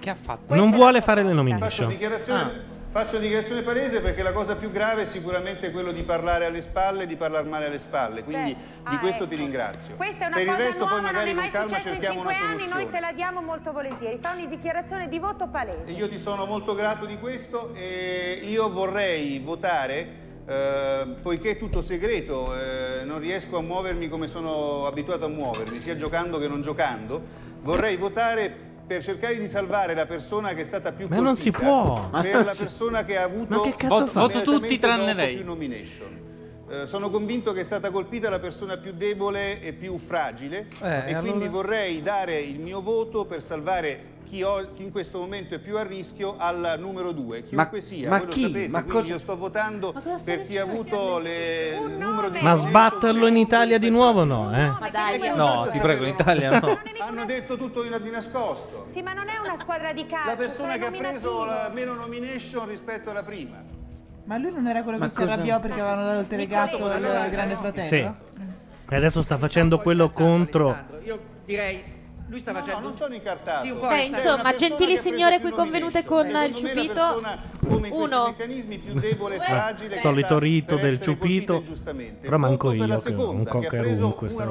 S7: che ha fatto?
S1: Non vuole fare le
S17: Faccio
S1: nomination.
S17: dichiarazione, faccio dichiarazione palese perché la cosa più grave è sicuramente quello di parlare alle spalle, di parlare male alle spalle, quindi di questo ti ringrazio.
S8: ah, ecco. Questa è una
S17: per il
S8: cosa
S17: resto
S8: nuova,
S17: poi magari
S8: non è mai
S17: con calma
S8: successa in
S17: cerchiamo
S8: cinque
S17: una
S8: anni, noi te
S17: soluzione.
S8: la diamo molto volentieri. Fai una dichiarazione di voto palese.
S17: E Io ti sono molto grato di questo e io vorrei votare, eh, poiché è tutto segreto, eh, non riesco a muovermi come sono abituato a muovermi, sia giocando che non giocando, vorrei votare per cercare di salvare la persona che è stata più
S1: Ma
S17: colpita.
S1: non si può. Ma
S17: Per
S1: non
S17: la
S1: si-
S17: persona che ha avuto
S1: Ma che cazzo Voto- fa? voto tutti
S17: immediatamente
S1: tranne
S17: dopo
S1: lei.
S17: più nomination. Eh, sono convinto che è stata colpita la persona più debole e più fragile
S7: Eh,
S17: e
S7: allora?
S17: quindi vorrei dare il mio voto per salvare chi, ho- chi in questo momento è pià a rischio al numero 2, chiunque sia,
S4: ma
S17: voi
S4: chi?
S17: lo sapete,
S4: Ma
S17: quindi
S4: cosa-
S17: io sto votando per chi ha avuto le- il numero di
S1: Ma
S17: nomination.
S1: sbatterlo in Italia di nuovo no,
S17: Ma
S1: eh.
S17: dai, che
S1: No,
S17: non faccia
S1: ti prego,
S17: sapere-
S1: in Italia no.
S17: Hanno detto tutto di, di nascosto.
S8: Sì, ma non è una squadra di calcio.
S17: La persona
S8: cioè,
S17: che ha
S8: nominativo.
S17: preso la meno nomination rispetto alla prima.
S15: Ma lui non era quello
S17: Ma
S15: che
S17: cosa-
S15: si arrabbiò perché avevano dato il telegatto al
S17: Nicoletta, no?
S15: grande
S1: Sì.
S15: fratello?
S1: E adesso sta facendo quello contro.
S26: Io direi, lui sta facendo...
S17: non sono incartato.
S26: Sì, un po'
S10: Beh,
S26: Alessandro.
S10: insomma, gentili signore qui convenute con il
S17: Secondo me la
S10: ciupito.
S17: persona come in questi
S10: Uno.
S17: meccanismi più debole e
S10: Eh,
S17: fragile che
S1: Solito
S17: sta
S1: rito
S17: per
S1: del
S17: essere colpita
S1: ciupito.
S17: ingiustamente.
S1: Però manco
S17: Voto per
S1: io
S17: la
S1: che non
S17: seconda, che ha preso
S1: conquerum questa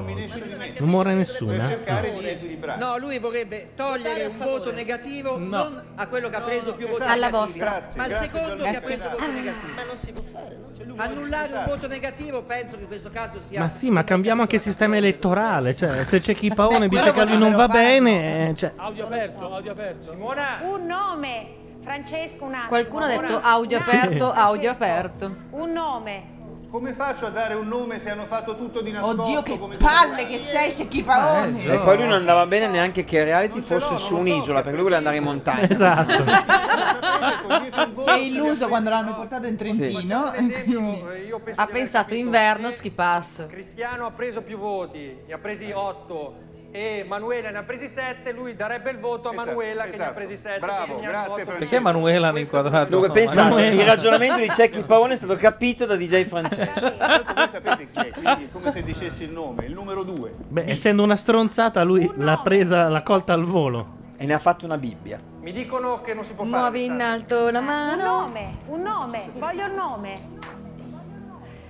S1: volta. Non muore
S17: per
S1: nessuno. eh?
S17: cercare di
S26: No, lui vorrebbe togliere un voto negativo non a quello che ha preso più voti
S17: Esatto. Alla
S26: negativi,
S17: vostra. Grazie,
S26: ma al
S17: grazie,
S26: secondo
S17: Gianluca.
S26: che ha preso
S17: Esatto.
S26: voto negativo. Ah, Ma non si può fare. Cioè, Annullare un voto negativo penso che in questo caso sia
S1: Ma sì, ma cambiamo anche il sistema elettorale. Cioè, se c'è chi
S17: Eh,
S1: Paone dice che a lui non va bene, eh, cioè,
S7: Audio aperto, audio aperto.
S8: Un nome. Francesco, un attimo.
S9: Qualcuno ha detto "Ah,
S8: ora.
S9: audio
S8: Un attimo,
S9: aperto,
S8: Francesco.
S9: audio aperto.
S8: Un nome.
S17: Come faccio a dare un nome se hanno fatto tutto di nascosto?
S15: Oddio, che
S17: come
S15: palle che sei, c'è chi
S17: Eh,
S15: Paone!
S4: E poi lui non andava bene neanche che il reality fosse su un'isola, perché lui voleva andare in montagna.
S1: Esatto.
S15: Sei illuso quando l'hanno portato in Trentino. eh,
S9: Ha pensato inverno, ski pass.
S16: Cristiano ha preso più voti, ne ha presi 8 e Manuela ne ha presi 7, lui darebbe il voto a
S17: Esatto,
S16: Manuela che ne ha
S17: esatto.
S16: presi 7.
S17: Bravo, grazie
S7: Perché Manuela hanno inquadrato?
S4: Dunque, pensate,
S7: Manuela.
S4: il ragionamento di Cecchi Paone è stato capito da DJ Francesco.
S17: Tanto voi sapete chi è, quindi è come se dicessi il nome, il numero due.
S1: beh, essendo una stronzata, lui l'ha presa, l'ha colta al volo.
S4: E ne ha fatto una Bibbia.
S16: Mi dicono che non si può fare.
S9: Muovi in alto la
S8: Eh, Un
S9: mano.
S8: nome, un nome, voglio il nome.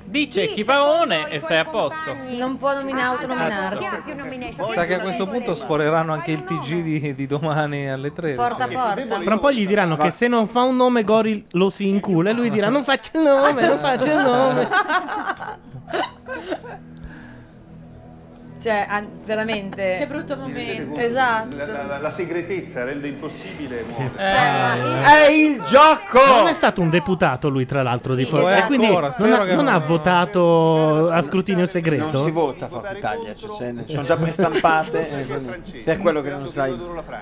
S11: Dice
S8: Chi,
S11: chi
S8: secondo
S11: paone
S8: i
S11: e stai a
S8: tuoi
S11: posto.
S9: Non può nomina-
S8: Ah, autonominarsi. Chi
S7: Cazzo.
S8: ha più nomination?
S7: Sa che a questo punto sforeranno anche il TG di, di domani alle 3.
S8: Porta, porta.
S1: Fra un po' gli diranno che se non fa un nome, Gori lo si incula. E lui dirà: Non faccio il nome, non faccio il nome.
S9: Cioè, an- veramente. Che
S10: brutto
S17: momento.
S9: Esatto.
S17: La, la- la segretezza rende impossibile
S3: Eh,
S17: muoversi.
S1: Cioè,
S4: È il gioco!
S1: Eh. Non è stato un deputato lui, tra l'altro, di
S17: Sì,
S1: Forza Eh,
S17: esatto.
S1: Quindi
S17: Ancora,
S1: non,
S17: spero
S1: ha,
S17: che
S1: non
S17: non-
S1: ha votato a scrutinio segreto.
S4: Non si vota a Forza Italia, cioè, se ne- sono già prestampate. eh, quindi- per quello che non sai.
S8: Va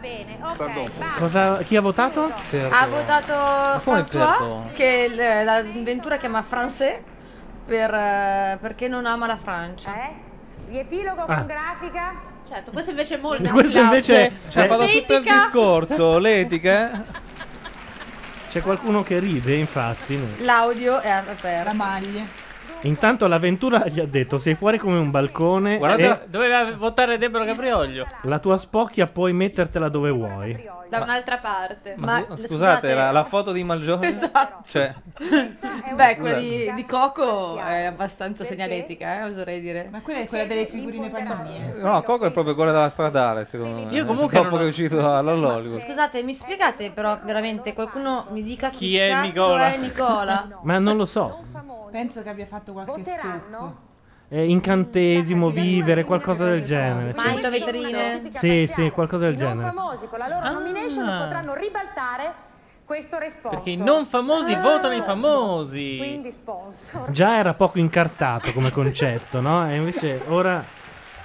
S8: bene, ok.
S1: Cosa- chi ha votato?
S9: Ha votato
S1: come
S9: François,
S1: perdo?
S9: che l- eh, la Ventura chiama Français per, eh, perché non ama la Francia.
S8: Riepilogo
S7: Ah.
S8: con grafica?
S9: Cioè,
S10: Certo, questo invece è molto
S7: Questo invece ci ha
S1: Eh,
S7: fatto tutto il
S1: etica.
S7: discorso, l'etica.
S1: C'è qualcuno che ride, infatti. no?
S9: L'audio è aperto. La
S15: maglia.
S1: Intanto l'avventura gli ha detto: Sei fuori come un balcone.
S11: Guarda,
S1: e
S11: Eh, doveva votare Deborah Caprioglio.
S1: la tua spocchia puoi mettertela dove vuoi.
S10: da un'altra parte.
S7: Ma, s- scusate, la, la foto di Malgioglio? Esatto. Cioè,
S6: Beh, quella di, di Coco è abbastanza segnaletica, eh, oserei dire.
S15: Ma quella è quella delle figurine panini.
S7: no, Coco è proprio quella della stradale, secondo me.
S15: Io comunque
S7: Dopo
S15: non ho-
S7: che è uscito all'Hollywood.
S9: Scusate, mi spiegate però veramente, qualcuno mi dica chi,
S7: Chi è
S9: cazzo
S7: Nicola?
S9: è Nicola?
S1: Ma non lo so.
S15: Penso che abbia fatto qualche succo.
S1: Eh, incantesimo, vivere, qualcosa del genere.
S8: Ma
S1: Sì.
S15: Eh,
S8: in vetrine?
S1: Sì, sì, qualcosa del genere.
S8: famosi con la loro nomination potranno ribaltare questo responso. Ah.
S11: Perché i non famosi votano i famosi.
S8: Quindi sponsor.
S1: Già era poco incartato come concetto, no? E invece ora.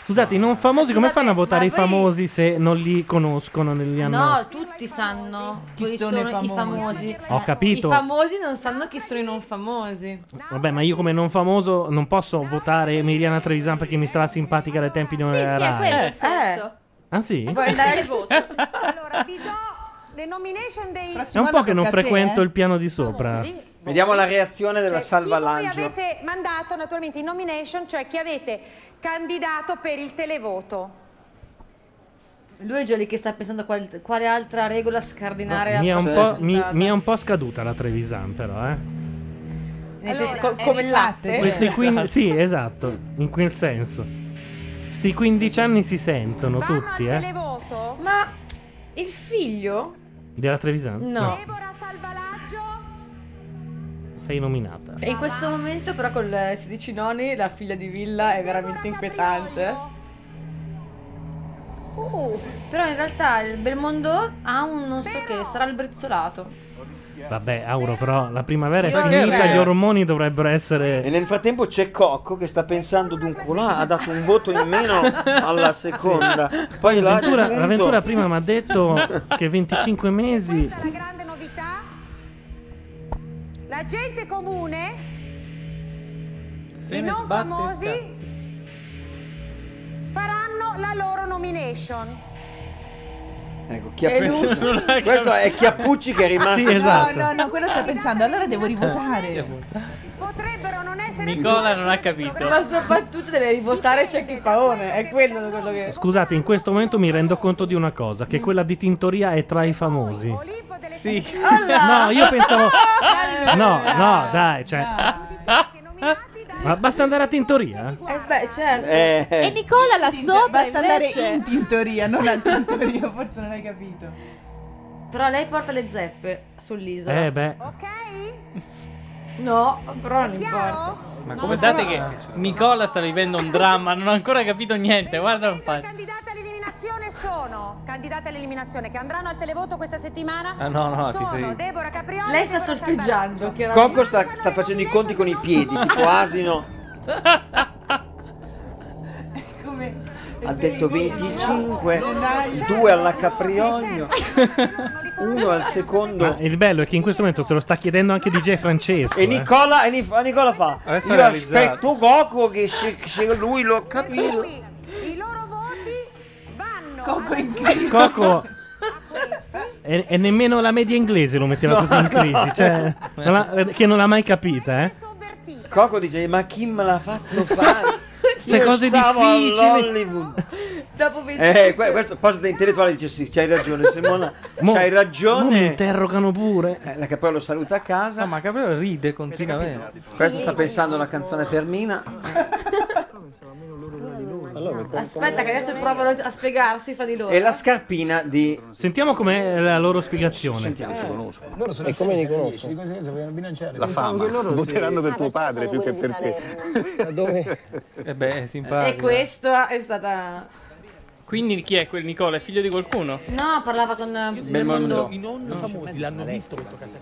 S1: Scusate, i non famosi come fanno a votare i
S9: voi-
S1: famosi se non li conoscono, non li hanno.
S9: No, tutti sanno chi sono,
S15: sono i
S9: i famosi.
S1: Ho capito.
S9: I famosi non sanno chi sono i non famosi.
S1: Vabbè, ma io come non famoso non posso votare Miriana Trevisan perché mi stava simpatica dai tempi di una
S9: Eh, eh.
S1: Ah sì?
S9: Vuoi andare-
S8: Le nomination dei
S1: È un po' che non
S9: eh.
S1: frequento il piano di sopra.
S4: Vediamo la reazione della Salva
S8: Voi
S4: Langio.
S8: avete mandato naturalmente in nomination, cioè chi avete candidato per il televoto.
S9: Lui è già lì che sta pensando qual- quale altra regola scardinare a
S1: Mi è, un
S9: questa
S1: po', mi,
S9: puntata.
S1: mi è un po' scaduta la Trevisan, però, eh.
S9: Nel senso, co- come il latte.
S1: Questi quin- Sì, esatto, in quel senso. Sti 15 anni si sentono tutti, eh.
S8: televoto?
S6: Ma il figlio?
S1: Della Trevisan?
S6: Deborah Salvalaggio?
S1: Sei nominata.
S6: E in questo momento però con eh, 16 noni la figlia di Villa è veramente inquietante.
S9: Uh, però in realtà il Belmondo ha un non so che, sarà il brizzolato.
S1: Vabbè, Auro, però la primavera
S9: Io
S1: è finita,
S9: avrei-
S1: gli ormoni dovrebbero essere...
S4: E nel frattempo c'è Cocco che sta pensando d'un colà, ha dato un voto in meno alla seconda. Poi l'ha
S1: L'avventura,
S4: aggiunto.
S1: l'avventura prima mi ha detto che 25 mesi...
S8: La gente comune, i
S11: ne sbatte il
S8: non famosi faranno la loro nomination.
S4: Ecco, chi ha
S8: E
S4: pensato-
S8: lui- Non l'ha
S4: Questo è Chiappucci che è rimasto. esatto.
S15: No, no, no, quello sta pensando, allora devo rivotare.
S11: Nicola non ha capito.
S6: Ma soprattutto deve rivotare c'è chi paone, è quello quello che...
S1: Scusate, in questo momento mi rendo conto di una cosa, che quella di Tintoria è tra i famosi.
S7: Sì.
S1: No, io pensavo... No, no, dai, cioè... Ma basta andare a Tintoria?
S6: Eh beh, certo.
S1: Eh. E
S10: Nicola là sopra,
S15: Basta
S10: invece?
S15: andare in tintoria, non a tintoria, forse non hai capito.
S9: Però lei porta le zeppe sull'isola.
S1: Eh beh,
S6: No, però non importa.
S11: Ma
S6: No.
S11: Guardate che Nicola sta vivendo un dramma, non ha ancora capito niente. Guarda un po'.
S8: Candidate all'eliminazione sono, candidate all'eliminazione che andranno al televoto questa settimana,
S7: Ah, no, no, ti
S8: sono
S7: sei-
S8: Deborah Caprioli.
S9: Lei sta sorteggiando, chiaramente.
S4: Cocco sta, sta facendo i conti con i piedi, tipo asino. Ha detto 25, 2 alla Caprioglio, 1 al secondo.
S1: ma il bello è che in questo momento se lo sta chiedendo anche DJ Francesco. eh.
S4: E Nicola, e Nif- Nicola fa.
S1: Adesso ha
S4: Io
S1: realizzato."
S4: aspetto Goku che se, se lui lo capito.
S15: Coco in crisi.
S1: Coco. E, e nemmeno la media inglese lo metteva
S4: No,
S1: così in
S4: no.
S1: crisi, cioè, non l'ha- eh, che non l'ha mai capita, eh?
S4: Coco dice: Ma chi me l'ha fatto fare?
S1: Ste
S4: Io
S1: cose
S4: stavo
S1: difficili."
S4: all'Hollywood."
S6: Dopo
S4: Eh, que- questo posto da intellettuale dice: Sì, c'hai ragione, Simona. c'hai ragione. Eh,
S1: mo mi interrogano pure. Ah,
S4: la Capriolo lo saluta a casa.
S7: ma Capriolo ride continuamente.
S4: Questo sta pensando alla canzone Fermina.
S9: Aspetta che adesso provano a spiegarsi fra di loro.
S4: E la scarpina di.
S1: Sentiamo com'è la loro spiegazione.
S3: Loro sono
S4: E come li
S3: senza
S4: conosco?
S3: amici, Di conseguenza vogliono bilanciare.
S7: La
S3: Pensavo
S7: fama.
S3: che loro
S7: Voteranno per tuo
S3: padre
S7: più che per te.
S3: Da dove?
S11: Eh
S7: E beh, è
S6: E
S7: simpatico.
S6: questa è stata...
S11: Quindi chi è quel Nicola? È figlio di qualcuno?
S9: No, parlava con eh, Belmondo.
S11: I non famosi l'hanno visto questo caso.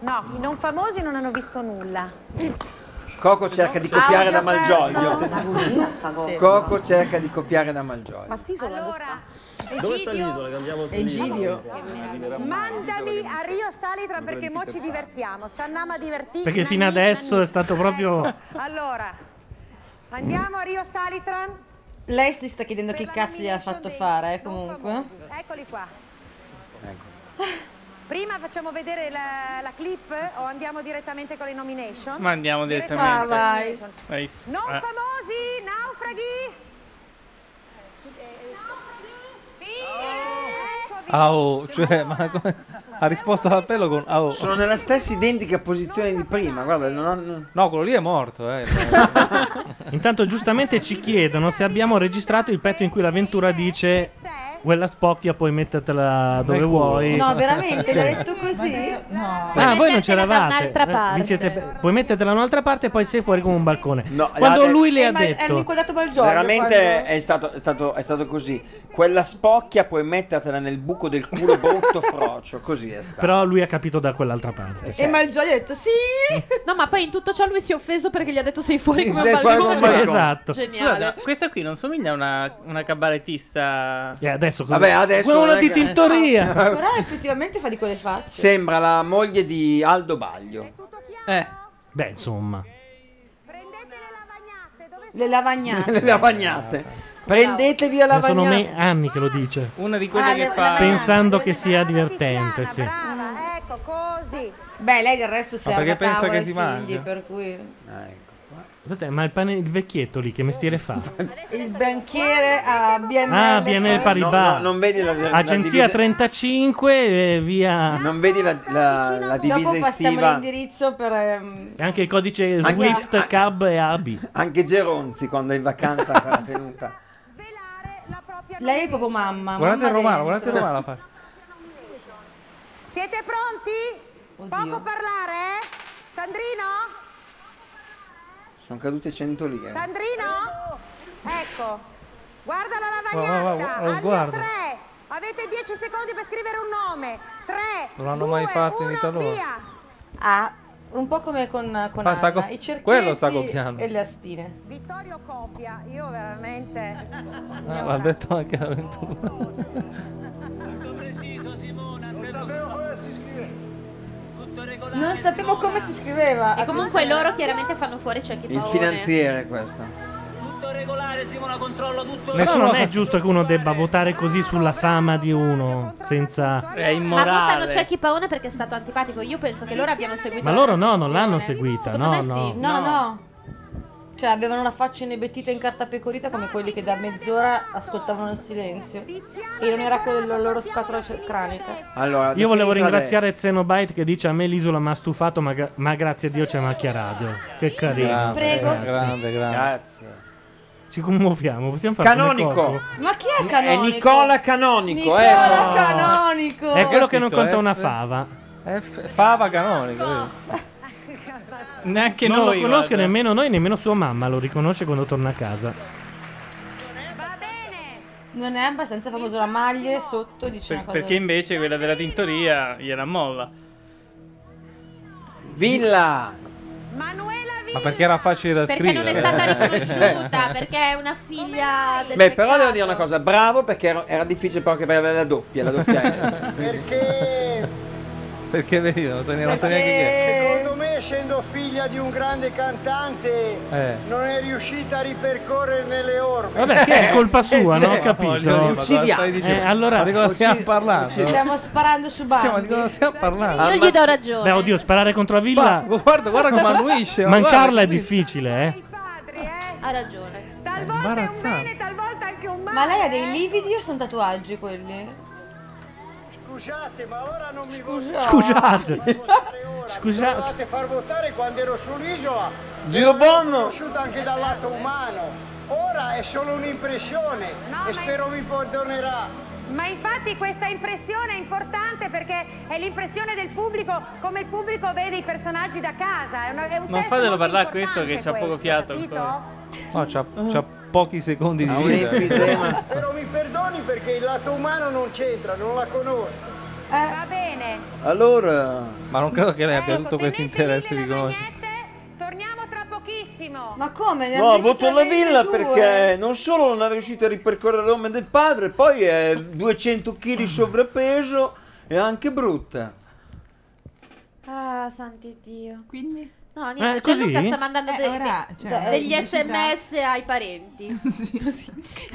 S8: No, i non famosi non hanno visto nulla.
S4: Coco cerca di copiare da Malgioglio.
S8: Sì.
S4: Coco cerca di copiare da Malgioglio.
S8: Ma sì, sono allora,
S3: Dove sta
S8: Egidio,
S3: l'isola? Cambiamo su
S8: Egidio.
S3: l'isola.
S8: mandami a Rio Salitra perché mo ci divertiamo. Sannama divertì.
S1: Perché fino
S8: Nanni,
S1: adesso
S8: Nanni.
S1: è stato proprio
S8: Allora, andiamo a Rio Salitran.
S9: Lei si sta chiedendo che cazzo gli ha fatto fare, eh, comunque.
S8: Eccoli qua. Prima facciamo vedere la, la clip o andiamo direttamente con le nomination?
S11: Ma andiamo
S8: con le
S11: direttamente.
S8: nomination.
S11: Vai.
S8: Non
S11: Eh.
S8: famosi, naufraghi! Oh.
S7: Au, cioè, ma come- ha risposto all'appello con au.
S4: Sono nella stessa identica posizione di prima, guarda, non ho- non-
S7: No, quello lì è morto, eh.
S1: Intanto giustamente ci chiedono se abbiamo registrato il pezzo in cui l'avventura dice quella spocchia poi mettetela dove
S7: Nel culo."
S1: vuoi.
S6: No, veramente,
S1: Sì.
S6: l'ha detto così? No.
S1: Ah, voi non c'eravate.
S6: un'altra
S1: Eh, vi
S6: parte.
S1: siete- Puoi mettertela da un'altra parte e poi sei fuori come un balcone.
S4: la
S1: Quando
S4: de-
S1: lui le
S4: Eh,
S1: ha
S4: ma-
S1: detto...
S4: eh, mi
S6: Guardato Malgioglio.
S4: Veramente
S6: quando-
S4: è stato, è, stato, è stato così. Quella spocchia puoi mettertela nel buco del culo brutto frocio, così è stato.
S1: Però lui ha capito da quell'altra parte.
S4: E
S6: Malgioglio ha detto sì.
S10: Eh, No, ma poi in tutto ciò lui si è offeso perché gli ha detto sei fuori come
S1: Sei
S10: un
S1: fuori
S10: balcone.
S1: come un balcone. Esatto.
S10: Geniale.
S11: Guarda, questa qui non somiglia a una, una cabaretista.
S1: E Eh, adesso
S4: cosa- Vabbè, adesso
S1: Quella
S4: non è
S1: di
S4: che-
S1: tintoria.
S6: Però effettivamente fa di quelle facce.
S4: Sembra la moglie di Aldo Baglio.
S11: Eh.
S1: Beh, insomma.
S6: Le lavagnate.
S4: Le lavagnate. Prendetevi la
S1: Ma sono
S4: lavagnate.
S1: me- anni che lo dice.
S11: Una di
S6: quelle Ah, che le- fa-
S1: Pensando che sia divertente, sì.
S8: Brava, ecco, così.
S6: Mm. Beh, lei del resto si
S1: Ma perché
S6: ha
S1: pensa
S6: tavola
S1: che
S6: e
S1: si
S6: figli,
S1: mangia?
S6: per cui
S4: Ah, ecco
S1: Aspetta, Ma il, pane- il vecchietto lì che mestiere fa?
S6: il banchiere a BNL.
S1: Ah, BNL Paribas.
S4: No, no, non vedi la- la
S1: Agenzia
S4: divisa-
S1: 35, eh, via.
S4: Non vedi la, la- la divisa
S6: Dopo passiamo
S4: estiva?
S6: l'indirizzo per ehm,
S1: E anche il codice
S4: Anche-
S1: Swift, Cab e AB.
S4: Anche Geronzi quando è in vacanza con la tenuta.
S6: lei è proprio mamma.
S4: Guardate
S6: mamma
S4: il romano,
S6: dentro.
S4: guardate il romano la faccia.
S8: Siete pronti? Poco parlare, eh? Sandrino?
S4: Sono cadute 100 lire.
S8: Sandrino? Ecco, guarda la
S4: Guarda,
S8: lavagnata.
S4: guarda, guarda,
S8: Al mio
S4: guarda.
S8: tre. Avete 10 secondi per scrivere un nome. 3,
S7: Non l'hanno mai fatto in Italia.
S6: Ah, un po' come con, con
S7: Ma sta
S6: Anna,
S7: co-
S6: i cerchietti
S7: quello sta copiando.
S6: e le astine.
S8: Vittorio Copia. Io veramente...
S7: Ah,
S8: signora.
S7: l'ha detto anche l'avventura.
S6: Non sapevo come si scriveva.
S10: E comunque loro chiaramente fanno fuori ciò che
S4: Il finanziere questo.
S1: Però
S11: Nessuno
S1: non è
S11: sa-
S1: giusto che uno debba votare così sulla fama di uno, senza...
S11: È
S10: Ma votano
S11: immorale.
S10: Cecchi Paone perché è stato antipatico. Io penso che loro abbiano seguito.
S1: Ma
S10: la
S1: loro no, non l'hanno seguita, no,
S6: No,
S1: no.
S6: no. Cioè, avevano la faccia inebettita in carta pecorita come quelli che da mezz'ora ascoltavano il silenzio. E non era quello della loro scatola ce- cranica.
S4: Allora,
S1: Io volevo
S4: da sinistra
S1: ringraziare Zenobite che dice a me l'isola mi ha stufato, ma, gra- ma grazie a Dio c'è Macchia Radio. Che carino.
S4: Grande, Prego. grande,
S7: grande,
S4: a
S7: grande.
S4: destra. Grazie.
S1: Ci commuoviamo, possiamo fare come
S4: Canonico.
S1: Coco?
S6: Ma chi è
S4: È
S6: canonico?
S4: Nicola Canonico. eh.
S6: Nicola
S1: No.
S6: Canonico!
S1: È quello che non
S7: scritto
S1: conta
S7: F?
S1: una fava.
S7: È Eh, f- fava canonica. vedi?
S1: Neanche non
S7: noi,
S1: lo conosco
S7: guarda.
S1: nemmeno noi, nemmeno sua mamma lo riconosce quando torna a casa.
S6: Non è abbastanza famoso la maglia sotto dice una
S11: Per-
S6: cosa.
S11: perché invece quella della tintoria gliela molla.
S4: Villa!
S7: Ma perché era facile da
S10: Perché
S7: scrivere?
S10: non è stata riconosciuta,
S4: Eh.
S10: perché è una figlia del
S4: Beh, però devo dire una cosa, bravo perché era, era difficile proprio per avere la doppia, la doppia.
S24: Perché,
S7: Perché vedi, non so, non so neanche
S24: secondo me, essendo figlia di un grande cantante,
S7: Eh.
S24: non è riuscita a ripercorrere nelle orme. Eh,
S1: Vabbè, che è colpa sua, non ho
S7: voglio dire, ma
S1: capito.
S7: cosa stai dicendo?
S1: Eh, allora,
S7: Ma di cosa stiamo
S1: uccidi-
S7: parlando?
S1: uccidi-
S6: Stiamo sparando su Bambi.
S7: Cioè, ma di cosa stiamo parlando?
S10: Io gli do ragione.
S1: Beh, oddio, sparare contro la villa.
S7: Fa- guarda, guarda come annuisce. ma
S1: Mancarla
S7: guarda,
S1: è difficile, eh.
S10: Ha ragione.
S7: È imbarazzante.
S6: Ma lei ha dei lividi o sono tatuaggi quelli?
S24: Scusate, ma ora non mi voglio
S1: Scusate.
S24: Scusate.
S1: Scusate.
S24: Dovevate far votare quando ero sull'isola.
S4: Dio
S24: buono! conosciuta anche dal lato umano. Ora è solo un'impressione e spero mi perdonerà.
S8: Ma infatti questa impressione è importante perché è l'impressione del pubblico, come il pubblico vede i personaggi da casa. È un, è un
S11: Non
S8: test
S11: fatelo
S8: molto
S11: parlare a questo che
S8: importante
S11: c'ha poco
S8: questo,
S11: fiato
S8: capito?
S11: ancora.
S7: No, c'ha, c'ha pochi secondi di vita.
S24: Però mi perdoni perché il lato umano non c'entra, non la conosco.
S8: Va bene,
S4: Allora...
S7: Ma non credo che lei abbia tutto questo interesse di conoscere.
S8: torniamo tra pochissimo.
S6: Ma come? Ne
S4: No,
S6: hanno visto
S4: voto la
S6: solamente
S4: villa
S6: due.
S4: perché eh, non solo non è riuscito a ripercorrere l'uomo del padre, poi è 200 kg di sovrappeso e anche brutta.
S10: Ah, santi Dio.
S6: Quindi?
S10: No, niente.
S1: Eh, così?
S10: Gianluca sta mandando
S9: Eh,
S10: de-
S9: ora,
S10: de-
S9: cioè,
S10: degli
S9: pubblicità.
S10: sms ai parenti.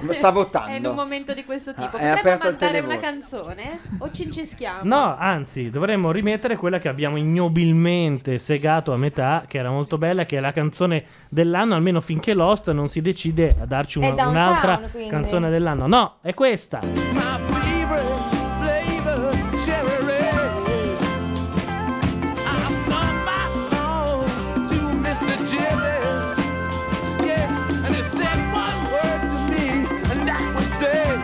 S4: Ma sta
S10: È in un
S4: votando.
S10: momento di questo tipo.
S4: Ah, è
S10: Potremmo
S4: aperto il
S10: mandare una
S4: televoto.
S10: canzone o cincischiamo?
S1: No, anzi, dovremmo rimettere quella che abbiamo ignobilmente segato a metà, che era molto bella, che è la canzone dell'anno, almeno finché Lost non si decide a darci una-
S13: È Downtown,
S1: un'altra
S13: quindi.
S1: canzone dell'anno. No, è questa.
S13: My favorite flavor, cherry red. I sung my song to Mr. Jennings. Yeah, and he said one word to me, and that was dead.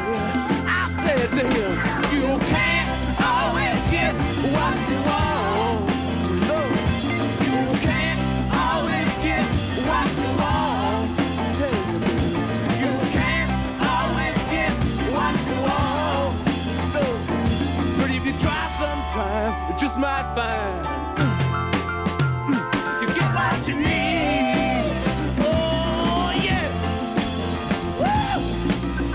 S13: I said to him, You can't always get what you want. No, you can't always get what you want. You can't always get what you want. No. But if you try sometime, you just might find mm, you get what you need. Oh yeah. Woo!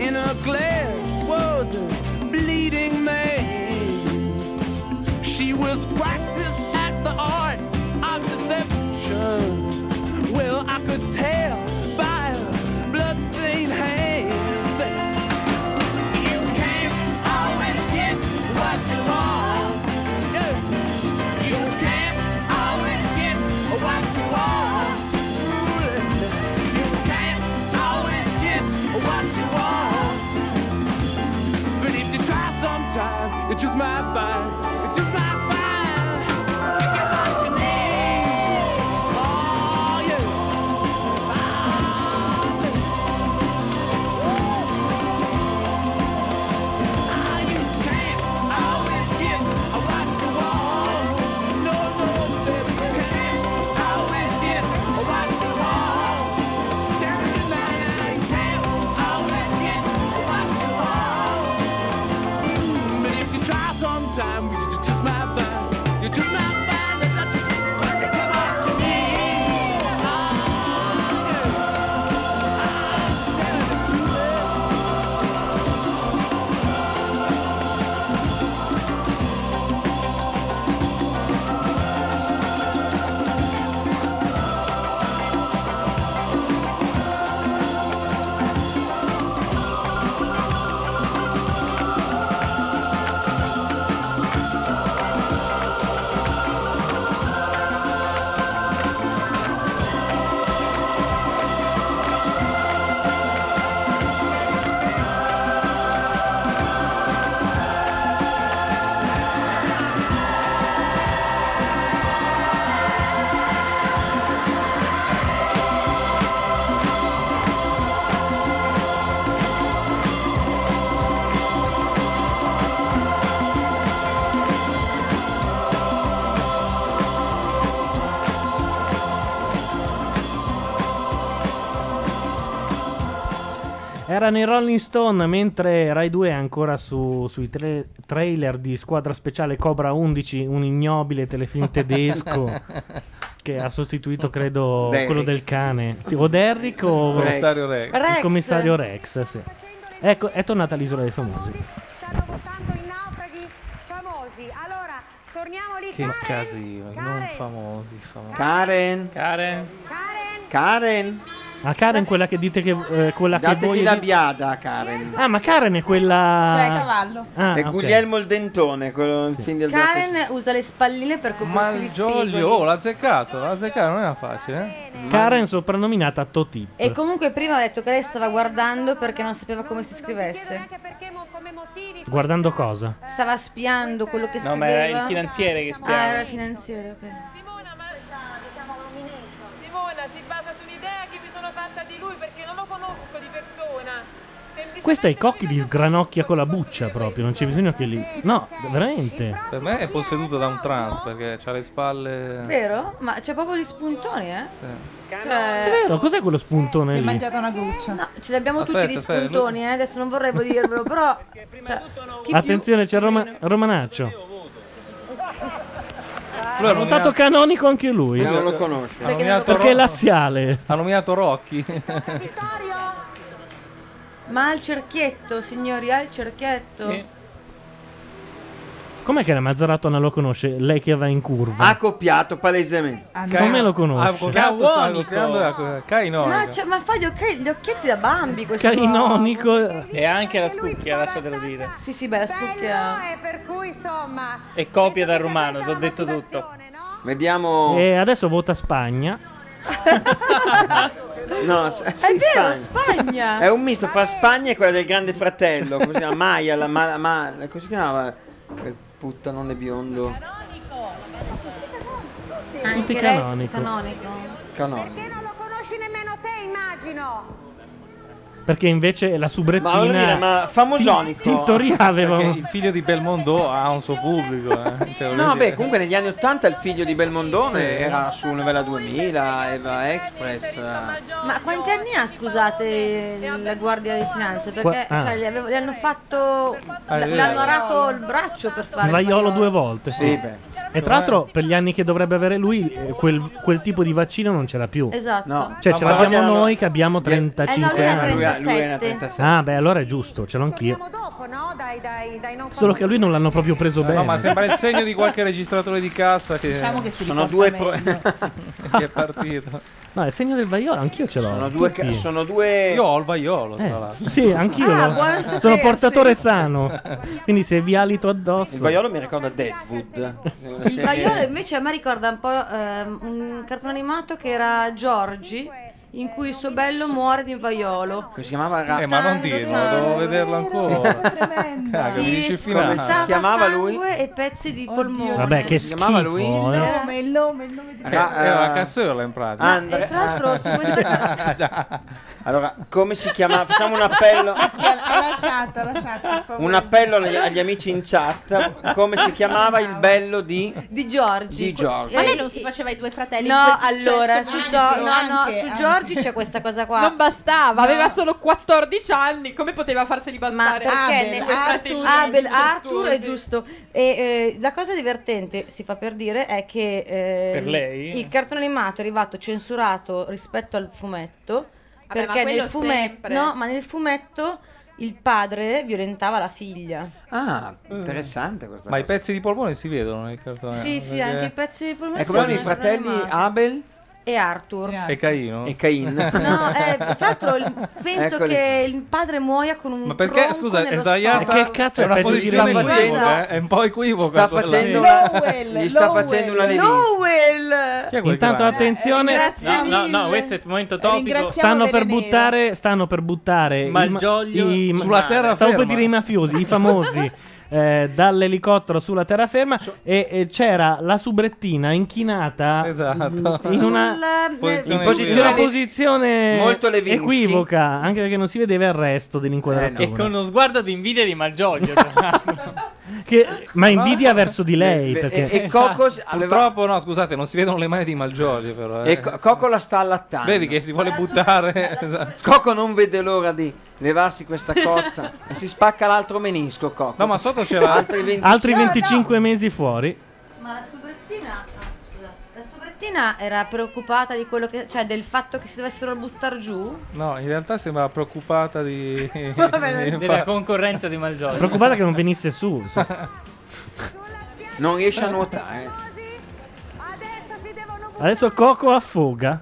S13: In a glass was a bleeding man. She was practiced at the art of deception. Well, I could tell by her bloodstained hands. Say, You can't always get what you want. Yeah. You can't always get what you want. You can't always get what you want. But if you try sometime, it's just my fine. It's just my fine. You get what you need. Oh, yeah. But if you try sometime, you just might find, you just might find that that's what you need. Oh, yeah.
S1: Erano i Rolling Stone mentre Rai 2 è ancora su- sui tre- trailer di Squadra Speciale Cobra 11, un ignobile telefilm tedesco che ha sostituito credo
S7: Derrick.
S1: quello del cane. Sì, o Derrick o
S7: Il commissario Rex.
S1: Il
S7: Rex.
S1: commissario Rex, sì. Ecco, è tornata l'isola dei famosi.
S8: Famosi. Allora, torniamo lì.
S7: Che
S8: Karen.
S7: casino, non famosi,
S4: Karen.
S11: Karen.
S4: Karen.
S1: Ah, Karen quella che dite che eh, quella che
S4: Dategli
S1: voi
S4: la biada, Karen.
S1: Ah, ma Karen è quella
S6: Cioè, il cavallo.
S1: Ah,
S4: è
S1: ok.
S4: Guglielmo il Dentone, quello il film del
S6: Karen usa le spalline per
S7: Ma
S6: coprirsi gli
S7: il
S6: spigoli.
S7: Giorgio, oh, l'ha azzeccato, l'ha azzeccato, non era facile. Eh?
S1: Karen soprannominata Totip.
S6: E comunque prima ha detto che lei stava guardando perché non sapeva come si scrivesse.
S8: motivi.
S1: Guardando cosa?
S9: Stava spiando quello che
S2: No,
S9: scriveva.
S2: ma era il finanziere che spiava.
S9: Ah, era il finanziere, ok.
S27: Simona si basa su un'idea che mi sono fatta di lui perché non lo conosco di persona. Semplicemente
S1: Questa i cocchi di sgranocchia con la buccia proprio, non c'è bisogno che li... No, veramente.
S7: Per me è posseduto da un trans perché ha le spalle.
S9: Vero? Ma c'è proprio gli spuntoni, eh?
S1: È
S9: Cioè...
S1: vero, cos'è quello spuntone lì?
S9: una gruccia. No, ce li abbiamo tutti
S1: Aspetta,
S9: gli
S1: aspetta,
S9: spuntoni, eh? Adesso non vorrei dirvelo, però. cioè, chi più-
S1: Attenzione, c'è Roma- Romanaccio.
S7: Lui
S1: Ha votato canonico anche lui.
S7: Non lo conosce.
S1: Perché,
S7: Perché non lo
S1: perché è
S7: conosce.
S1: laziale.
S7: Ha nominato Rocchi.
S9: Ma al cerchietto, signori, al cerchietto.
S1: Com'è che la Mazzarotta non lo conosce? Lei che va in curva.
S4: Ha copiato palesemente. Cioè,
S1: Come lo
S7: Ah,
S1: conosce?
S7: copiato, stavo copiando la cosa.
S9: Ma,
S7: Cainonico.
S9: c'è- ma fa gli, occhi- gli occhietti da bambi questo.
S1: Cainonico.
S2: E anche la scucchia, lasciatelo dire.
S9: Sì, sì, beh, scucchia.
S8: E per cui insomma
S2: E copia dal romano, ti ho detto tutto.
S4: Vediamo.
S1: E adesso vota Spagna. Eh.
S4: No, s- sì,
S9: vero,
S4: Spagna.
S9: Spagna.
S4: È un misto fra Spagna e quella del Grande Fratello. Come si chiama? Maya, la ma, ma, come si chiamava? Quel puttanone biondo.
S8: Anche
S4: lei-
S1: canonico.
S8: Eh, canonico.
S4: Canone.
S8: Non lo conosci nemmeno te, immagino.
S1: Perché invece la
S4: Ma voglio dire,
S1: subrettina.
S4: ma famosonico.
S1: Tintoria aveva.
S7: Perché il figlio di Belmondo ha un suo pubblico. eh. Cioè, voglio
S4: No,
S7: dire.
S4: beh, comunque negli anni 80 il figlio di Belmondone era su Novella 2000, Eva Express. eh.
S9: Ma quanti anni ha, scusate, la Guardia di Finanze? Perché
S4: Qua- ah.
S9: cioè, gli, avevo- gli hanno fatto.
S1: Ah, è
S9: l-
S1: vero.
S9: l'hanno arato il braccio per fare.
S1: Il
S9: il
S1: vaiolo due volte.
S4: Sì, beh.
S1: E tra l'altro, per gli anni che dovrebbe avere lui, eh, quel, quel tipo di vaccino non ce l'ha più.
S9: Esatto. No.
S1: Cioè,
S4: No,
S1: ce
S4: ma
S1: l'abbiamo
S4: guarda,
S1: noi che abbiamo
S8: lui
S1: 35
S8: ha
S1: anni.
S8: 37.
S1: Ah, beh, allora è giusto, ce l'ho anch'io. Solo che a lui non l'hanno proprio preso bene.
S7: No, ma sembra il segno di qualche registratore di cassa che.
S1: Diciamo che si
S7: sono due.
S1: riporta
S7: Pro... che è partito.
S1: No, è il segno del vaiolo, anch'io ce l'ho.
S4: Sono due, ca-
S1: tutti.
S4: sono due.
S7: Io ho il vaiolo,
S1: Eh,
S7: tra l'altro.
S1: sì, anch'io.
S4: Ah,
S1: lo-
S4: buono a
S1: sono
S4: sapersi.
S1: portatore sano. Quindi se vi alito addosso.
S4: Il vaiolo mi ricorda Deadwood. una
S9: Il
S4: serie-
S9: vaiolo invece a me ricorda un po' ehm, un cartone animato che era Giorgi, in cui il suo bello muore di un vaiolo.
S4: Che si chiamava
S7: Eh, ma non dirlo, devo vederlo ancora.
S6: Eh,
S7: Cagami,
S9: Sì,
S7: dici il
S9: scoppia-
S7: finale.
S9: Si chiamava
S4: lui?
S9: e pezzi di polmone.
S1: Vabbè, che
S4: Si chiamava
S1: schifo,
S4: lui?
S1: eh.
S9: Eh,
S15: nome, il nome, il nome di
S7: Che era
S4: eh,
S7: la cassola in pratica.
S15: Ah,
S4: Andre- allora, come si chiama? Facciamo un appello.
S15: Sì, sì, ha lasciato, ha lasciato, per favore.
S4: Un appello agli, agli amici in chat. Come si chiamava il bello di.
S9: Di Giorgi. Eh,
S4: Di Giorgi.
S10: Ma lei non si faceva i due fratelli?
S9: No,
S10: Cioè, successo
S9: allora, su,
S10: anche-
S9: Gio- no, no,
S10: anche-
S9: su
S10: anche.
S9: Giorgi c'è questa cosa qua.
S10: Non
S9: No.
S10: bastava, aveva solo 14 anni, come poteva farseli
S9: Ma
S10: bastare?
S9: perché
S10: nei
S9: ne-
S10: due
S9: Arthur,
S10: fratelli
S9: Abel,
S10: incestuosi?
S9: Arthur è giusto. E, eh, la cosa divertente, si fa per dire, è che eh,
S2: Per lei?
S9: il cartone animato è arrivato censurato rispetto al fumetto.
S10: Vabbè, ma
S9: perché
S10: quello
S9: nel fumetto,
S10: sempre.
S9: no, ma nel fumetto il padre violentava la figlia.
S4: Ah, interessante questa
S7: Ma i pezzi di polmone si vedono nel cartone.
S9: Sì, sì, anche i pezzi di polmone
S4: E come
S9: sono
S4: erano i
S9: nel
S4: fratelli
S9: cartone animato.
S4: Abel
S9: E Arthur.
S7: E Caino.
S4: e Cain?
S9: No, eh, tra l'altro il- penso
S4: Eccoli.
S9: che il padre muoia con un
S7: Ma perché,
S9: tronco
S7: scusa, è
S9: nello
S7: sbagliata?
S9: stomaco.
S7: è una
S4: peggio di
S7: posizione
S4: Lowell.
S7: equivoca, eh? È un po' equivoca.
S4: Sta
S7: quella.
S4: facendo- Gli sta facendo una devis-
S9: Lowell!
S7: Chi è quel
S1: Intanto
S7: grande?
S1: attenzione.
S2: No, no, no, questo è il momento topico.
S1: Stanno per, buttare, stanno per buttare i ma-
S2: Malgioglio
S1: i-
S2: sulla terraferma.
S1: Stavo per dire i mafiosi, i famosi. eh, dall'elicottero sulla terraferma e, e c'era la subrettina inchinata mm, in una
S9: Sul- Posizione
S1: in posizione- in una
S2: equivoca.
S1: posizione
S2: Molto Levinsky.
S1: equivoca anche perché non si vedeva il resto
S4: Eh,
S7: Eh,
S1: dell'inquadratura
S2: E con uno sguardo di invidia di Malgioglio. tra l'altro.
S1: Che- ma invidia verso di lei
S7: Beh,
S1: perché
S7: e- e Cocos Purtroppo no, scusate, non si vedono le mani di Malgioglio però. eh.
S4: E Co- Coco la sta allattando.
S7: Vedi che si vuole buttare. esatto.
S4: Coco non vede l'ora di levarsi questa cozza e si spacca l'altro menisco. Coco.
S7: No, ma sotto c'era-
S4: altri 20
S1: altri 25 mesi fuori
S9: Ma la subrettina. ah, scusa. La subrettina era preoccupata di quello che. cioè del fatto che si dovessero buttare giù.
S7: No, in realtà sembrava preoccupata di...
S9: Vabbè,
S7: di-
S2: Della concorrenza di Malgioglio.
S1: preoccupata che non venisse su so.
S4: Non riesce a nuotare. eh.
S1: adesso Coco affoga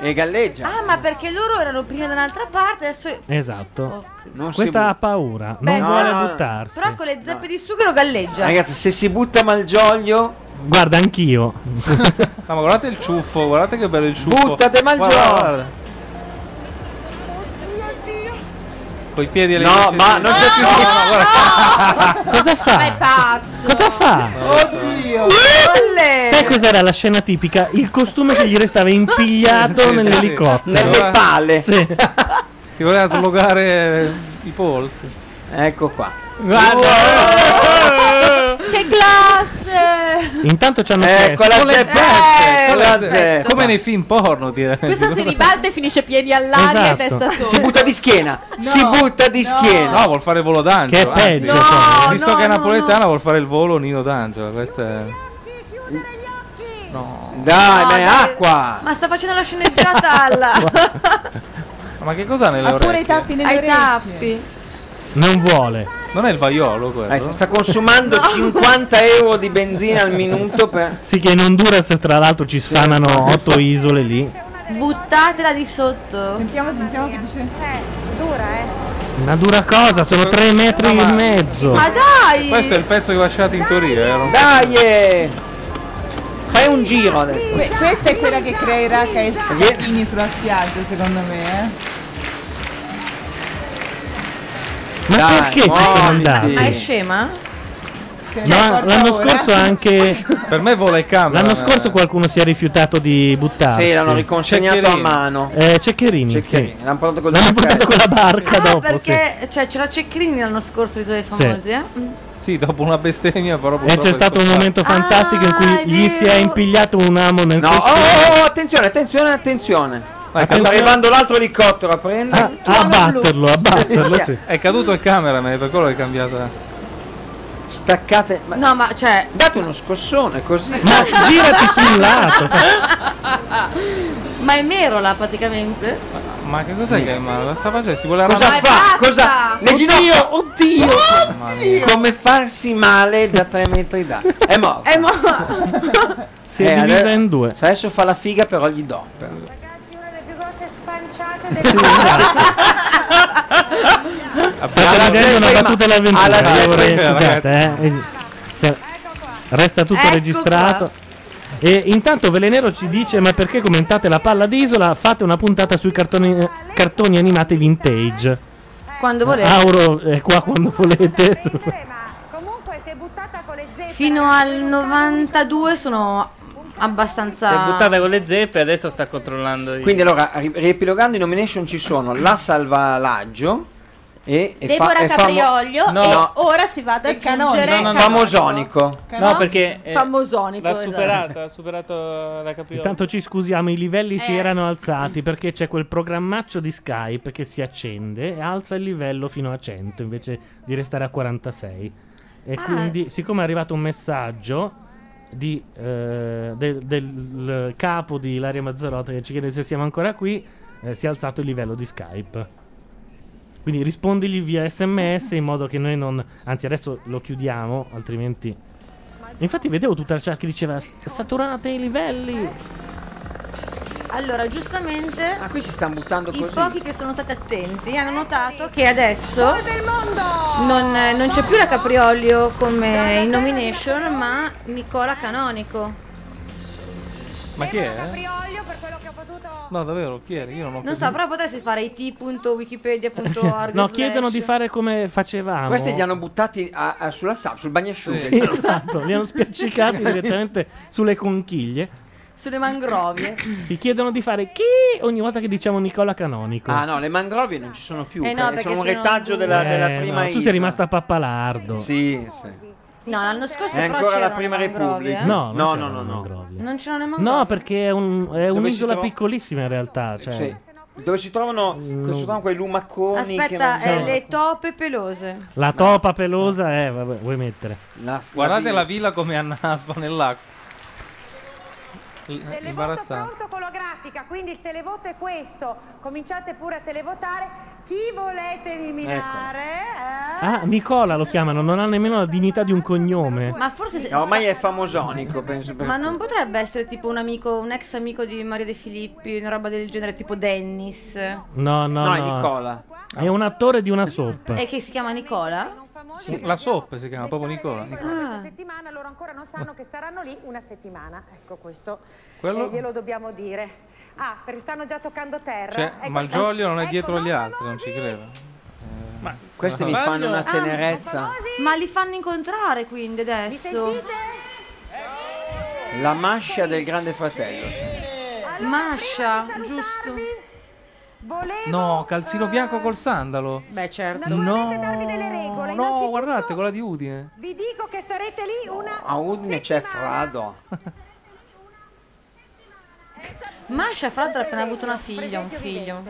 S4: E galleggia.
S9: Ah, ma perché loro erano prima da un'altra parte, adesso.
S7: Oh.
S1: esatto
S4: Non si
S1: questa
S4: bu-
S1: ha paura
S9: Beh,
S1: non vuole
S9: però-
S1: buttarsi
S9: Però con le zeppe di sughero galleggia.
S4: Ah. Ragazzi, se si butta Malgioglio,
S1: guarda anch'io
S7: No, ma guardate il ciuffo, guardate che bello il ciuffo.
S4: Buttate Malgioglio!
S7: Guarda, guarda. Coi piedi alle
S4: No, ma non c'è più.
S1: Cosa fa?
S10: Ma è pazzo.
S1: Cosa fa?
S4: Oddio!
S1: Sai cos'era la scena tipica? Il costume che gli restava impigliato
S7: Sì,
S1: nell'elicottero.
S7: sì. Nelle palle.
S1: Sì.
S7: Si voleva slogare i polsi.
S4: Ecco qua.
S10: Che classe!
S1: Intanto ci hanno
S7: eh,
S1: chiesto-
S4: Ecco
S1: con le
S10: zeffe, con le zeffe.
S7: Come nei film porno, direi.
S10: Questa si ribalta e finisce piedi all'aria
S1: Esatto.
S10: e testa sopra.
S4: butta di schiena. si butta di schiena.
S7: No, vuol fare il volo d'angelo.
S1: Che
S7: anzi.
S1: peggio, No, cioè.
S7: Visto
S1: no,
S7: che è
S1: no,
S7: napoletana, vuol fare il volo Nino d'angelo. Questa è. No.
S4: Dai,
S9: No,
S4: ma è
S9: dai.
S4: acqua.
S9: Ma sta facendo la sceneggiata alla...
S7: Ma che cos'ha nelle orecchie?
S9: Ai tappi.
S1: Non vuole.
S7: Non è il vaiolo quello?
S4: Eh, si sta consumando 50 euro di benzina al minuto per...
S1: Sì, che in Honduras tra l'altro ci sfanano otto isole lì.
S9: Buttatela di sotto.
S15: Sentiamo, sentiamo che dice.
S8: Eh, dura, eh.
S1: Una dura cosa, sono tre metri e mezzo.
S8: Ma dai!
S7: Questo è il pezzo che va sciato in teoria. eh, non-
S4: Dai! eh. Fai un giro adesso.
S15: Que- questa è quella che creerà cas- casini sulla spiaggia, secondo me, eh.
S1: Ma
S4: Dai,
S1: perché ci sono
S4: muoviti.
S1: andati?
S9: Ma è scema?
S1: Ma l'anno scorso anche.
S7: Per me vola il cambio.
S1: L'anno
S7: eh.
S1: scorso qualcuno si è rifiutato di buttarsi.
S4: Sì, l'hanno riconsegnato a
S1: Ceccherini.
S4: mano.
S1: Eh, Ceccherini.
S4: Ceccherini,
S1: sì.
S4: L'hanno portato con
S1: L'hanno portato con la barca
S9: Ah,
S1: dopo.
S9: perché cioè, c'era Cecchini l'anno scorso, l'Isola dei
S1: Sì.
S9: Famosi, eh?
S7: Sì, dopo una bestemmia, però.
S1: E
S7: purtroppo
S1: c'è
S7: è
S1: stato un
S7: scoppiato.
S1: momento
S9: Ah,
S1: fantastico in cui gli si è impigliato un amo nel
S4: No, oh,
S1: costume.
S4: oh, oh, attenzione, attenzione, attenzione. Sta
S1: attenzione. Ah,
S4: arrivando l'altro elicottero a prendere.
S1: a batterlo, a batterlo, sì.
S7: È caduto il cameraman, per quello è cambiata.
S4: Staccate.
S9: No, ma cioè.
S4: Date uno scossone così.
S1: Ma girati sul lato.
S9: Ma è Merola praticamente?
S7: Ma che cos'è che ma la sta facendo? Si vuole
S4: Cosa
S7: arrampicare.
S4: fa? Cosa? Le ginocchia.
S1: Oddio,
S4: Come farsi male da 3 metri da. È morto. Eh,
S9: È morto.
S1: Si è divisa in due.
S4: Adesso fa la figa, però gli do. però.
S8: più grosse spanciate del
S1: State vedendo una battuta dell'avventura.
S4: alla
S1: eh,
S4: zeppa,
S1: vorrei-
S4: ragazzi.
S1: scusate, eh. Cioè, resta tutto
S4: Ecco
S1: registrato.
S4: qua.
S1: E intanto Velenero ci dice: Ma perché commentate la palla d'isola? Fate una puntata sui cartoni, cartoni animati vintage.
S9: Quando volete.
S1: Eh, Auro è qua quando volete.
S28: Cioè,
S9: Fino al 92 sono abbastanza...
S28: Si è buttata con le zeppe e adesso sta controllando. i-
S4: Quindi allora, ri- riepilogando, i nomination ci sono La Salvalaggio e, e fa-
S10: Deborah
S4: e famo-
S10: Capriollio
S4: No.
S10: e
S4: No.
S10: ora si va ad aggiungere
S4: No, no, no.
S10: Canonico.
S4: Famosonico.
S28: No, perché eh,
S9: Famosonico,
S28: l'ha
S9: esatto.
S28: superata, ha superato la capriola.
S1: Intanto ci scusiamo, i livelli si erano alzati perché c'è quel programmaccio di Skype che si accende e alza il livello fino a 100 invece di restare a 46. E
S9: Ah.
S1: quindi, siccome è arrivato un messaggio di, eh, del, del capo di Ilaria Mazzarotta che ci chiede se siamo ancora qui, eh, si è alzato il livello di Skype. Quindi rispondigli via sms in modo che noi non. Anzi, adesso lo chiudiamo, altrimenti. Infatti, vedevo tutta la chat che diceva: "S- Saturate i livelli.
S9: Allora, giustamente... Ma
S4: Ah, qui si stanno buttando
S9: I pochi che sono stati attenti hanno notato che adesso non, eh, non c'è più la Capriolio come in nomination, ma Nicola Canonico.
S7: Ma chi è? No, davvero, chi è? Io non ho
S9: Non so, però potresti fare it.wikipedia.org.
S1: No, chiedono di fare come facevamo.
S4: Questi li hanno buttati a- a- sulla sap, sul bagnasciuga.
S1: Sì, esatto, li hanno spiaccicati direttamente sulle conchiglie.
S9: Sulle mangrovie.
S1: Si chiedono di fare chi ogni volta che diciamo Nicola Canonico.
S4: Ah no, le mangrovie non ci sono più,
S9: Eh no,
S4: perché
S9: perché
S4: sono un
S9: sono
S4: retaggio della, della
S1: Eh,
S4: prima
S1: no, tu
S4: isola.
S1: sei rimasta a Pappalardo.
S4: Sì, sì.
S9: No, l'anno scorso
S4: È
S9: però
S4: ancora la
S9: c'erano
S4: prima
S9: le mangrovie,
S4: repubblica.
S9: eh?
S1: No, no,
S4: No,
S1: no,
S4: no,
S1: no,
S4: no, no.
S9: Non c'erano le mangrovie.
S1: No, perché è, un- è
S4: Dove si
S1: un'isola
S4: trova-
S1: piccolissima in realtà. Cioè.
S4: Sì. Dove si trovano, dove si trovano quei lumacconi che
S9: Aspetta,
S4: mangiano-
S9: eh, le tope pelose.
S1: La topa pelosa, eh, vabbè, vuoi mettere.
S9: Eh?
S7: Guardate la villa come annaspa nell'acqua. L- eh, imbarazzante.
S8: Grafica, quindi il televoto è questo. Cominciate pure a televotare. Chi volete
S4: Ecco.
S8: eliminare?
S1: Ah, Nicola lo chiamano, non ha nemmeno la dignità di un cognome.
S9: Ma forse se-
S4: No, ormai è famosonico, penso. per-
S9: Ma non potrebbe essere tipo un amico, un ex amico di Mario De Filippi, una roba del genere, tipo Dennis. E
S1: No, no,
S4: No,
S1: no.
S4: è Nicola.
S1: È un attore di una soap.
S9: che si chiama Nicola?
S7: Sì, La soap si chiama proprio Nicola.
S8: Questa settimana loro ancora non sanno che staranno lì una settimana. Ecco questo.
S7: Quello-
S8: Eh, glielo dobbiamo dire. Ah, perché stanno già toccando terra.
S7: Cioè,
S8: Ecco-
S7: Malgioglio non è dietro agli altri, non ci credo. Eh,
S4: Questi mi fanno
S7: Ah,
S4: una tenerezza.
S9: Ma li fanno incontrare quindi adesso.
S4: La mascia del grande fratello.
S9: Mascia, giusto.
S7: No, calzino bianco col sandalo.
S8: Beh, certo.
S7: No,
S8: regole.
S7: no, guardate quella di Udine.
S8: Vi dico che sarete lì una
S4: A Udine c'è Frado.
S9: Mascia, fra l'altro, ha appena avuto una figlia, un figlio.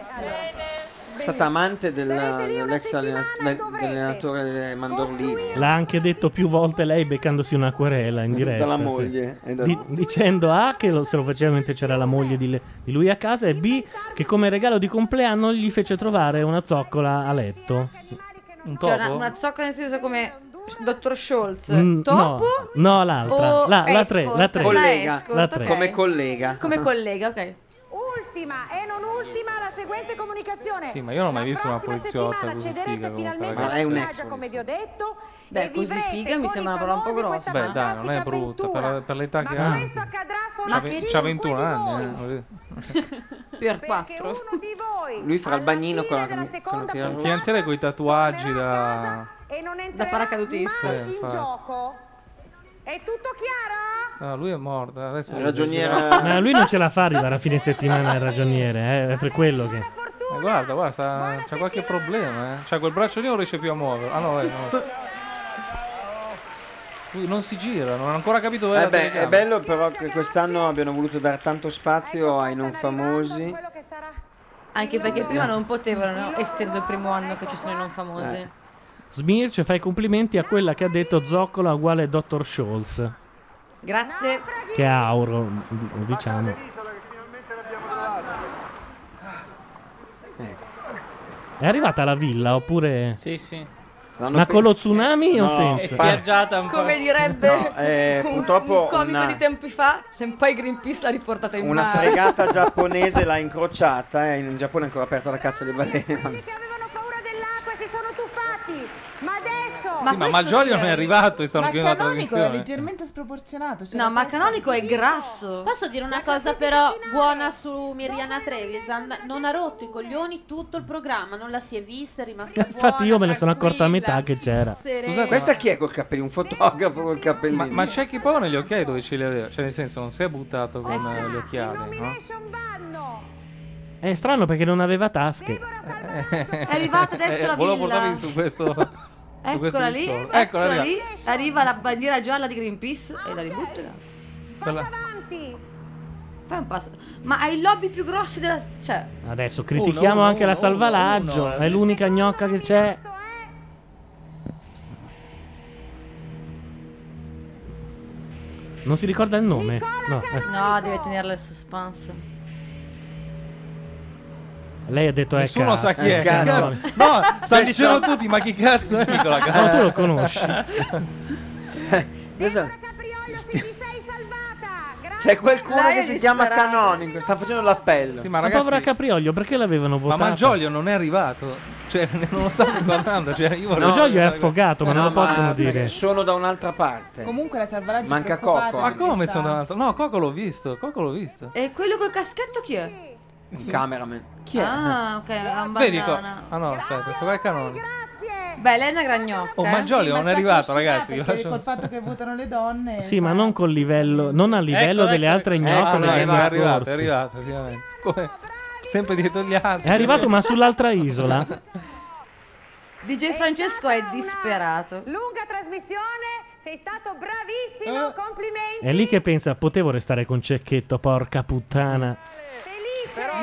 S4: È stata amante della- dell'ex allena- del- dell'allenatore Mandorlini.
S1: L'ha anche detto più volte lei beccandosi una querela in diretta.
S4: Dalla
S1: sì.
S4: moglie, e da-
S1: Di- dicendo A che lo- se lo faceva mentre c'era la moglie di, le- di lui a casa e B che come regalo di compleanno gli fece trovare una zoccola a letto.
S7: Un
S9: Cioè, una, una zocca nel senso come dottor Scholz.
S1: Mm,
S9: Topo?
S1: No, no, l'altra.
S9: o
S1: la, la tre,
S9: escort?
S1: la tre.
S9: Collega. Escort,
S1: La tre.
S9: ok. Come
S4: collega.
S9: Come collega, ok.
S8: Ultima e non ultima la seguente comunicazione.
S7: Sì, ma io non ho mai visto una poliziotta così figa comunque.
S8: Ma
S7: ragazzi.
S8: è un ex. Come vi ho detto,
S9: Beh, così figa mi sembra una parola un po' grossa.
S7: Beh, dai, non è brutta per, per l'età che ha. Questo accadrà
S8: solo
S7: C'ha,
S8: a
S7: ve- c'ha
S8: cinque
S7: 21 anni. eh, voglio dire.
S9: Per quattro.
S4: Lui farà il bagnino con la cam- con la
S7: Il
S4: tira-
S7: fidanziere con i tatuaggi da.
S9: Da paracadutista.
S7: Sì, infatti.
S8: È tutto
S7: Ah, lui è morto. Adesso
S1: Il Ma lui non ce la fa arrivare a fine settimana il ragioniere, eh, è per quello che...
S7: Eh, guarda, guarda, sta- c'ha qualche problema. Eh. Cioè, quel braccio lì non riesce più a muoverlo. Ah, no, eh, no. Lui non si gira, non ha ancora capito dove
S4: Eh
S7: è.
S4: beh, è bello però che quest'anno abbiano voluto dare tanto spazio ai non famosi.
S9: Anche perché prima non potevano, essendo il primo anno che ci sono i non famosi.
S1: Eh. Smirce fa i complimenti a quella che ha detto zoccola uguale Dr. Scholz,
S9: Grazie.
S1: che è Auro, d- diciamo. Ecco. È arrivata alla villa oppure...
S29: Sì, sì.
S1: Ma con lo tsunami o
S29: È
S1: senza?
S29: spiaggiata un po'.
S9: Come direbbe
S4: No, eh,
S9: un,
S4: purtroppo
S9: un comico
S4: una-
S9: di tempi fa, poi Greenpeace l'ha riportata in
S4: Una
S9: mare.
S4: fregata giapponese l'ha incrociata. eh, In Giappone è ancora aperta la caccia dei balene.
S8: l'acqua, si sono tuffati. Ma adesso
S7: Sì, ma Malgioglio non è arrivato e stanno
S15: Ma
S7: chiudendo la
S15: Canonico è
S7: trasmissione.
S15: leggermente sproporzionato.
S9: No, ma Canonico è grasso.
S10: Posso dire una cosa però buona su Miriana Trevisan? Non ha rotto i coglioni tutto il programma, non la si è vista, è rimasta buona.
S1: Infatti io me ne sono accorta a metà che c'era.
S10: serena.
S4: Scusa, questa chi è col cappellino? Un fotografo col cappellino?
S7: Ma, ma c'è chi poi negli occhiali dove ce li aveva? Cioè, nel senso, non si è buttato con eh, gli occhiali, no?
S1: È strano perché non aveva tasche.
S7: È
S9: arrivata adesso la
S7: Eh, Volevo
S9: villa.
S7: portarvi su questo. su questo
S9: Eccola lì,
S7: discorso.
S9: eccola
S7: Eccola
S9: lì. Arriva la bandiera gialla di Greenpeace e la ributtano. Oh,
S7: Quella-
S9: Fai un passo. Ma hai i lobby più grossi della. cioè.
S7: Oh,
S1: Adesso critichiamo
S9: Uno, uno,
S1: anche la
S9: uno,
S1: Salvalaggio,
S9: uno,
S1: è l'unica gnocca che c'è.
S9: eh.
S1: Non si ricorda il nome? No, eh.
S9: No, deve tenerla il suspense.
S1: Lei ha detto
S7: Nessuno
S1: ecco,
S7: sa chi è.
S1: eh, Canzone.
S7: cazzo. No, stanno dicendo tutti, ma chi cazzo è Nicola
S1: Ma
S7: Cazzo?
S1: tu lo conosci?
S4: Esatto. C'è qualcuno
S7: Lei
S4: che
S7: è
S4: si chiama
S7: disperata.
S4: Canonico, sta facendo l'appello.
S7: Sì, ma
S1: Ma
S7: ragazzi-
S1: povera Caprioglio, perché l'avevano
S7: Ma
S1: votato?
S7: Malgioglio non è arrivato. Cioè, non lo stanno guardando. Cioè, io volevo-
S1: Malgioglio è affogato, ma non lo possono dire.
S4: Sono da un'altra parte.
S15: Comunque la salvalaggio
S4: Manca
S15: è preoccupata
S4: Coco.
S7: Ma
S15: perché
S7: come
S15: sa-
S7: sono andato? No, Coco l'ho visto. Coco l'ho visto.
S9: E quello col caschetto chi è?
S4: Il cameraman. Chi è?
S9: Ah, ok, ha un
S7: Vedi, Co-
S9: bandana.
S7: Ah no, aspetta, questo qua è canone.
S9: Beh, lei è una gran gnocca.
S7: Oh, Malgioglio non è arrivato, ragazzi. vi
S15: Perché
S7: lascio-
S15: col fatto che votano le donne.
S1: Sì, ma non col livello, non a livello
S15: Ecco,
S1: delle
S15: ecco,
S1: altre
S7: ecco.
S1: gnocche
S7: Ecco,
S1: degli
S7: è
S1: anni
S7: arrivato, è
S1: scorsi.
S7: arrivato, ovviamente. Come- Sempre dietro gli altri.
S1: È arrivato ma sull'altra isola.
S9: DJ Francesco è disperato.
S8: Lunga trasmissione, sei stato bravissimo,
S7: Eh.
S8: complimenti.
S1: È lì che pensa, potevo restare con Cecchetto, porca puttana.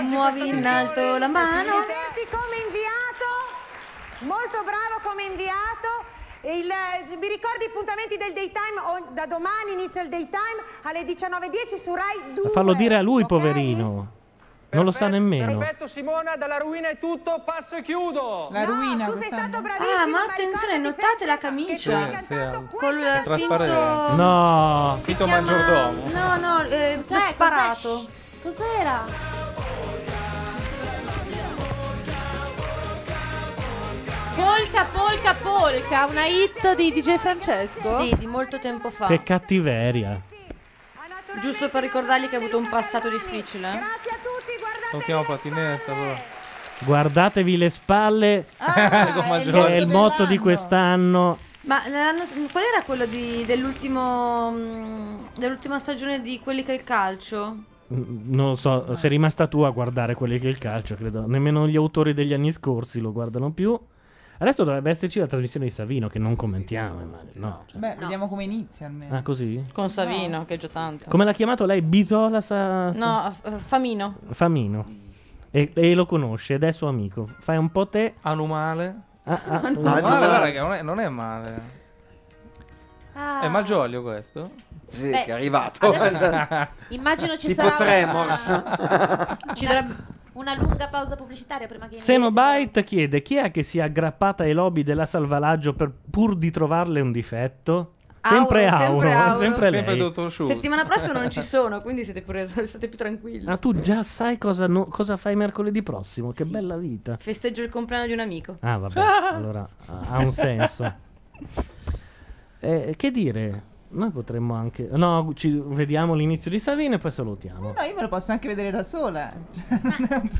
S9: Muovi in alto la mano.
S8: Divertiti come inviato, molto bravo come inviato. E il, eh, mi ricordi i puntamenti del daytime? O- da domani inizia il daytime alle 19.10 su Rai 2.
S1: Fallo dire a lui, poverino. Non lo sa nemmeno.
S16: Perfetto Simona, dalla ruina è tutto, passo e chiudo.
S15: La ruina
S8: Tu sei stato bravissimo.
S9: Ah, ma attenzione, notate la camicia. Con il finto.
S1: No,
S7: Fito Maggiordomo.
S9: No, no, eh, l'ho sparato.
S10: Cos'era? Polca, polca, polca, una hit di DJ Francesco?
S9: Sì, di molto tempo fa.
S1: Che cattiveria.
S9: Giusto per ricordargli che ha avuto un passato difficile.
S4: Ah,
S7: Lo chiamo patinetta, allora.
S1: Guardatevi le spalle, che è il motto di quest'anno.
S9: Ma nell'anno- qual era quello di- dell'ultimo, mm, dell'ultima stagione di quelli che è il calcio?
S1: Mm, Non lo so, sei rimasta tu a guardare quelli che è il calcio, credo. Nemmeno gli autori degli anni scorsi lo guardano più. Adesso dovrebbe esserci la trasmissione di Savino, che non commentiamo, immagino. No, cioè-
S15: Beh, vediamo come inizia almeno.
S1: Ah, così?
S9: Con Savino, che già tanto.
S1: Come l'ha chiamato lei? Bisola Sa-
S9: No, eh, Famino.
S1: Famino. E, e lo conosce ed è suo amico. Fai un po' te.
S30: Anumale.
S1: Ah, ah,
S30: No,
S1: ah,
S30: guarda,
S1: ah.
S30: guarda che non è, non è male.
S1: Eh,
S30: È Malgioglio questo?
S4: Sì,
S10: Ah. Beh,
S4: che è arrivato.
S10: adesso- Immagino ci
S4: tipo
S10: sarà
S4: Tremors.
S10: Una,
S9: Ci
S10: una- una lunga pausa pubblicitaria prima che
S1: Xenobite chiede chi è che si è aggrappata ai lobby della salvalaggio per, pur di trovarle un difetto? Sempre Auro,
S9: sempre
S1: è
S9: Auro.
S1: sempre lei.
S9: Settimana prossima non ci sono, quindi siete pure state più tranquilli.
S1: Ah, tu già sai cosa, no- cosa fai mercoledì prossimo? Che bella vita.
S9: Festeggio il compleanno di un amico.
S1: Ah, vabbè, allora ha ha un senso. Eh, che dire? Noi potremmo anche... No, ci vediamo l'inizio di Savino e poi salutiamo.
S15: No, io me lo posso anche vedere da sola.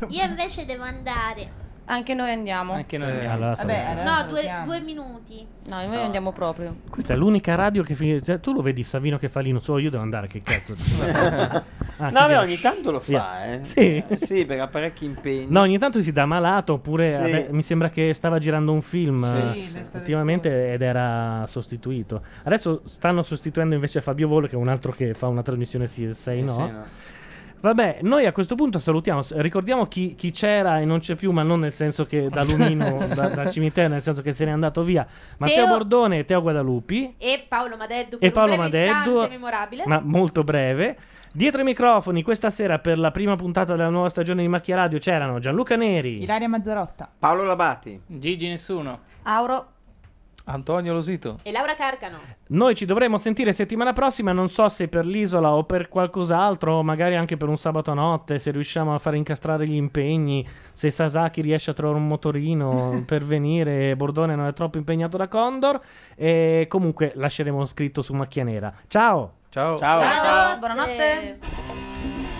S31: Io invece devo andare.
S9: Anche noi andiamo.
S1: Anche noi Sì, andiamo. Eh, allora
S15: ecco.
S1: salutiamo.
S31: No, due, due minuti.
S9: No, noi andiamo proprio.
S1: Questa è l'unica radio che finisce... cioè, tu lo vedi Savino che fa lì, non so, io devo andare, che cazzo... Ah,
S7: Ah,
S4: no, beh, ogni tanto lo fa,
S1: Via.
S4: eh.
S1: Sì.
S4: Eh, sì, perché ha parecchi impegni.
S1: No, ogni tanto si dà malato oppure
S4: Sì.
S1: ade- mi sembra che stava girando un film
S4: Sì,
S1: eh,
S4: l'estate
S1: ultimamente ed era sostituito. Adesso stanno sostituendo invece Fabio Volo che è un altro che fa una trasmissione sì, sei
S4: Eh,
S1: no.
S4: sì, no.
S1: Vabbè, noi a questo punto salutiamo, S- ricordiamo chi, chi c'era e non c'è più, ma non nel senso che da Lumino, da, dal cimitero, nel senso che se n'è andato via. Matteo
S10: Teo-
S1: Bordone e Teo Guadalupi
S10: E Paolo Madeddu per
S1: e Paolo
S10: un breve
S1: Madeddu,
S10: istante memorabile.
S1: ma molto breve. Dietro i microfoni, questa sera per la prima puntata della nuova stagione di Macchia Radio c'erano Gianluca Neri,
S15: Ilaria Mazzarotta,
S1: Paolo Labati.
S32: Gigi nessuno.
S9: Auro.
S1: Antonio Losito.
S10: E Laura Carcano.
S1: Noi ci dovremo sentire settimana prossima, non so se per l'isola o per qualcos'altro, o magari anche per un sabato notte, se riusciamo a far incastrare gli impegni, se Sasaki riesce a trovare un motorino per venire, Bordone non è troppo impegnato da Condor, e comunque lasceremo scritto su Macchia Nera. Ciao!
S30: Ciao!
S9: Ciao, buonanotte.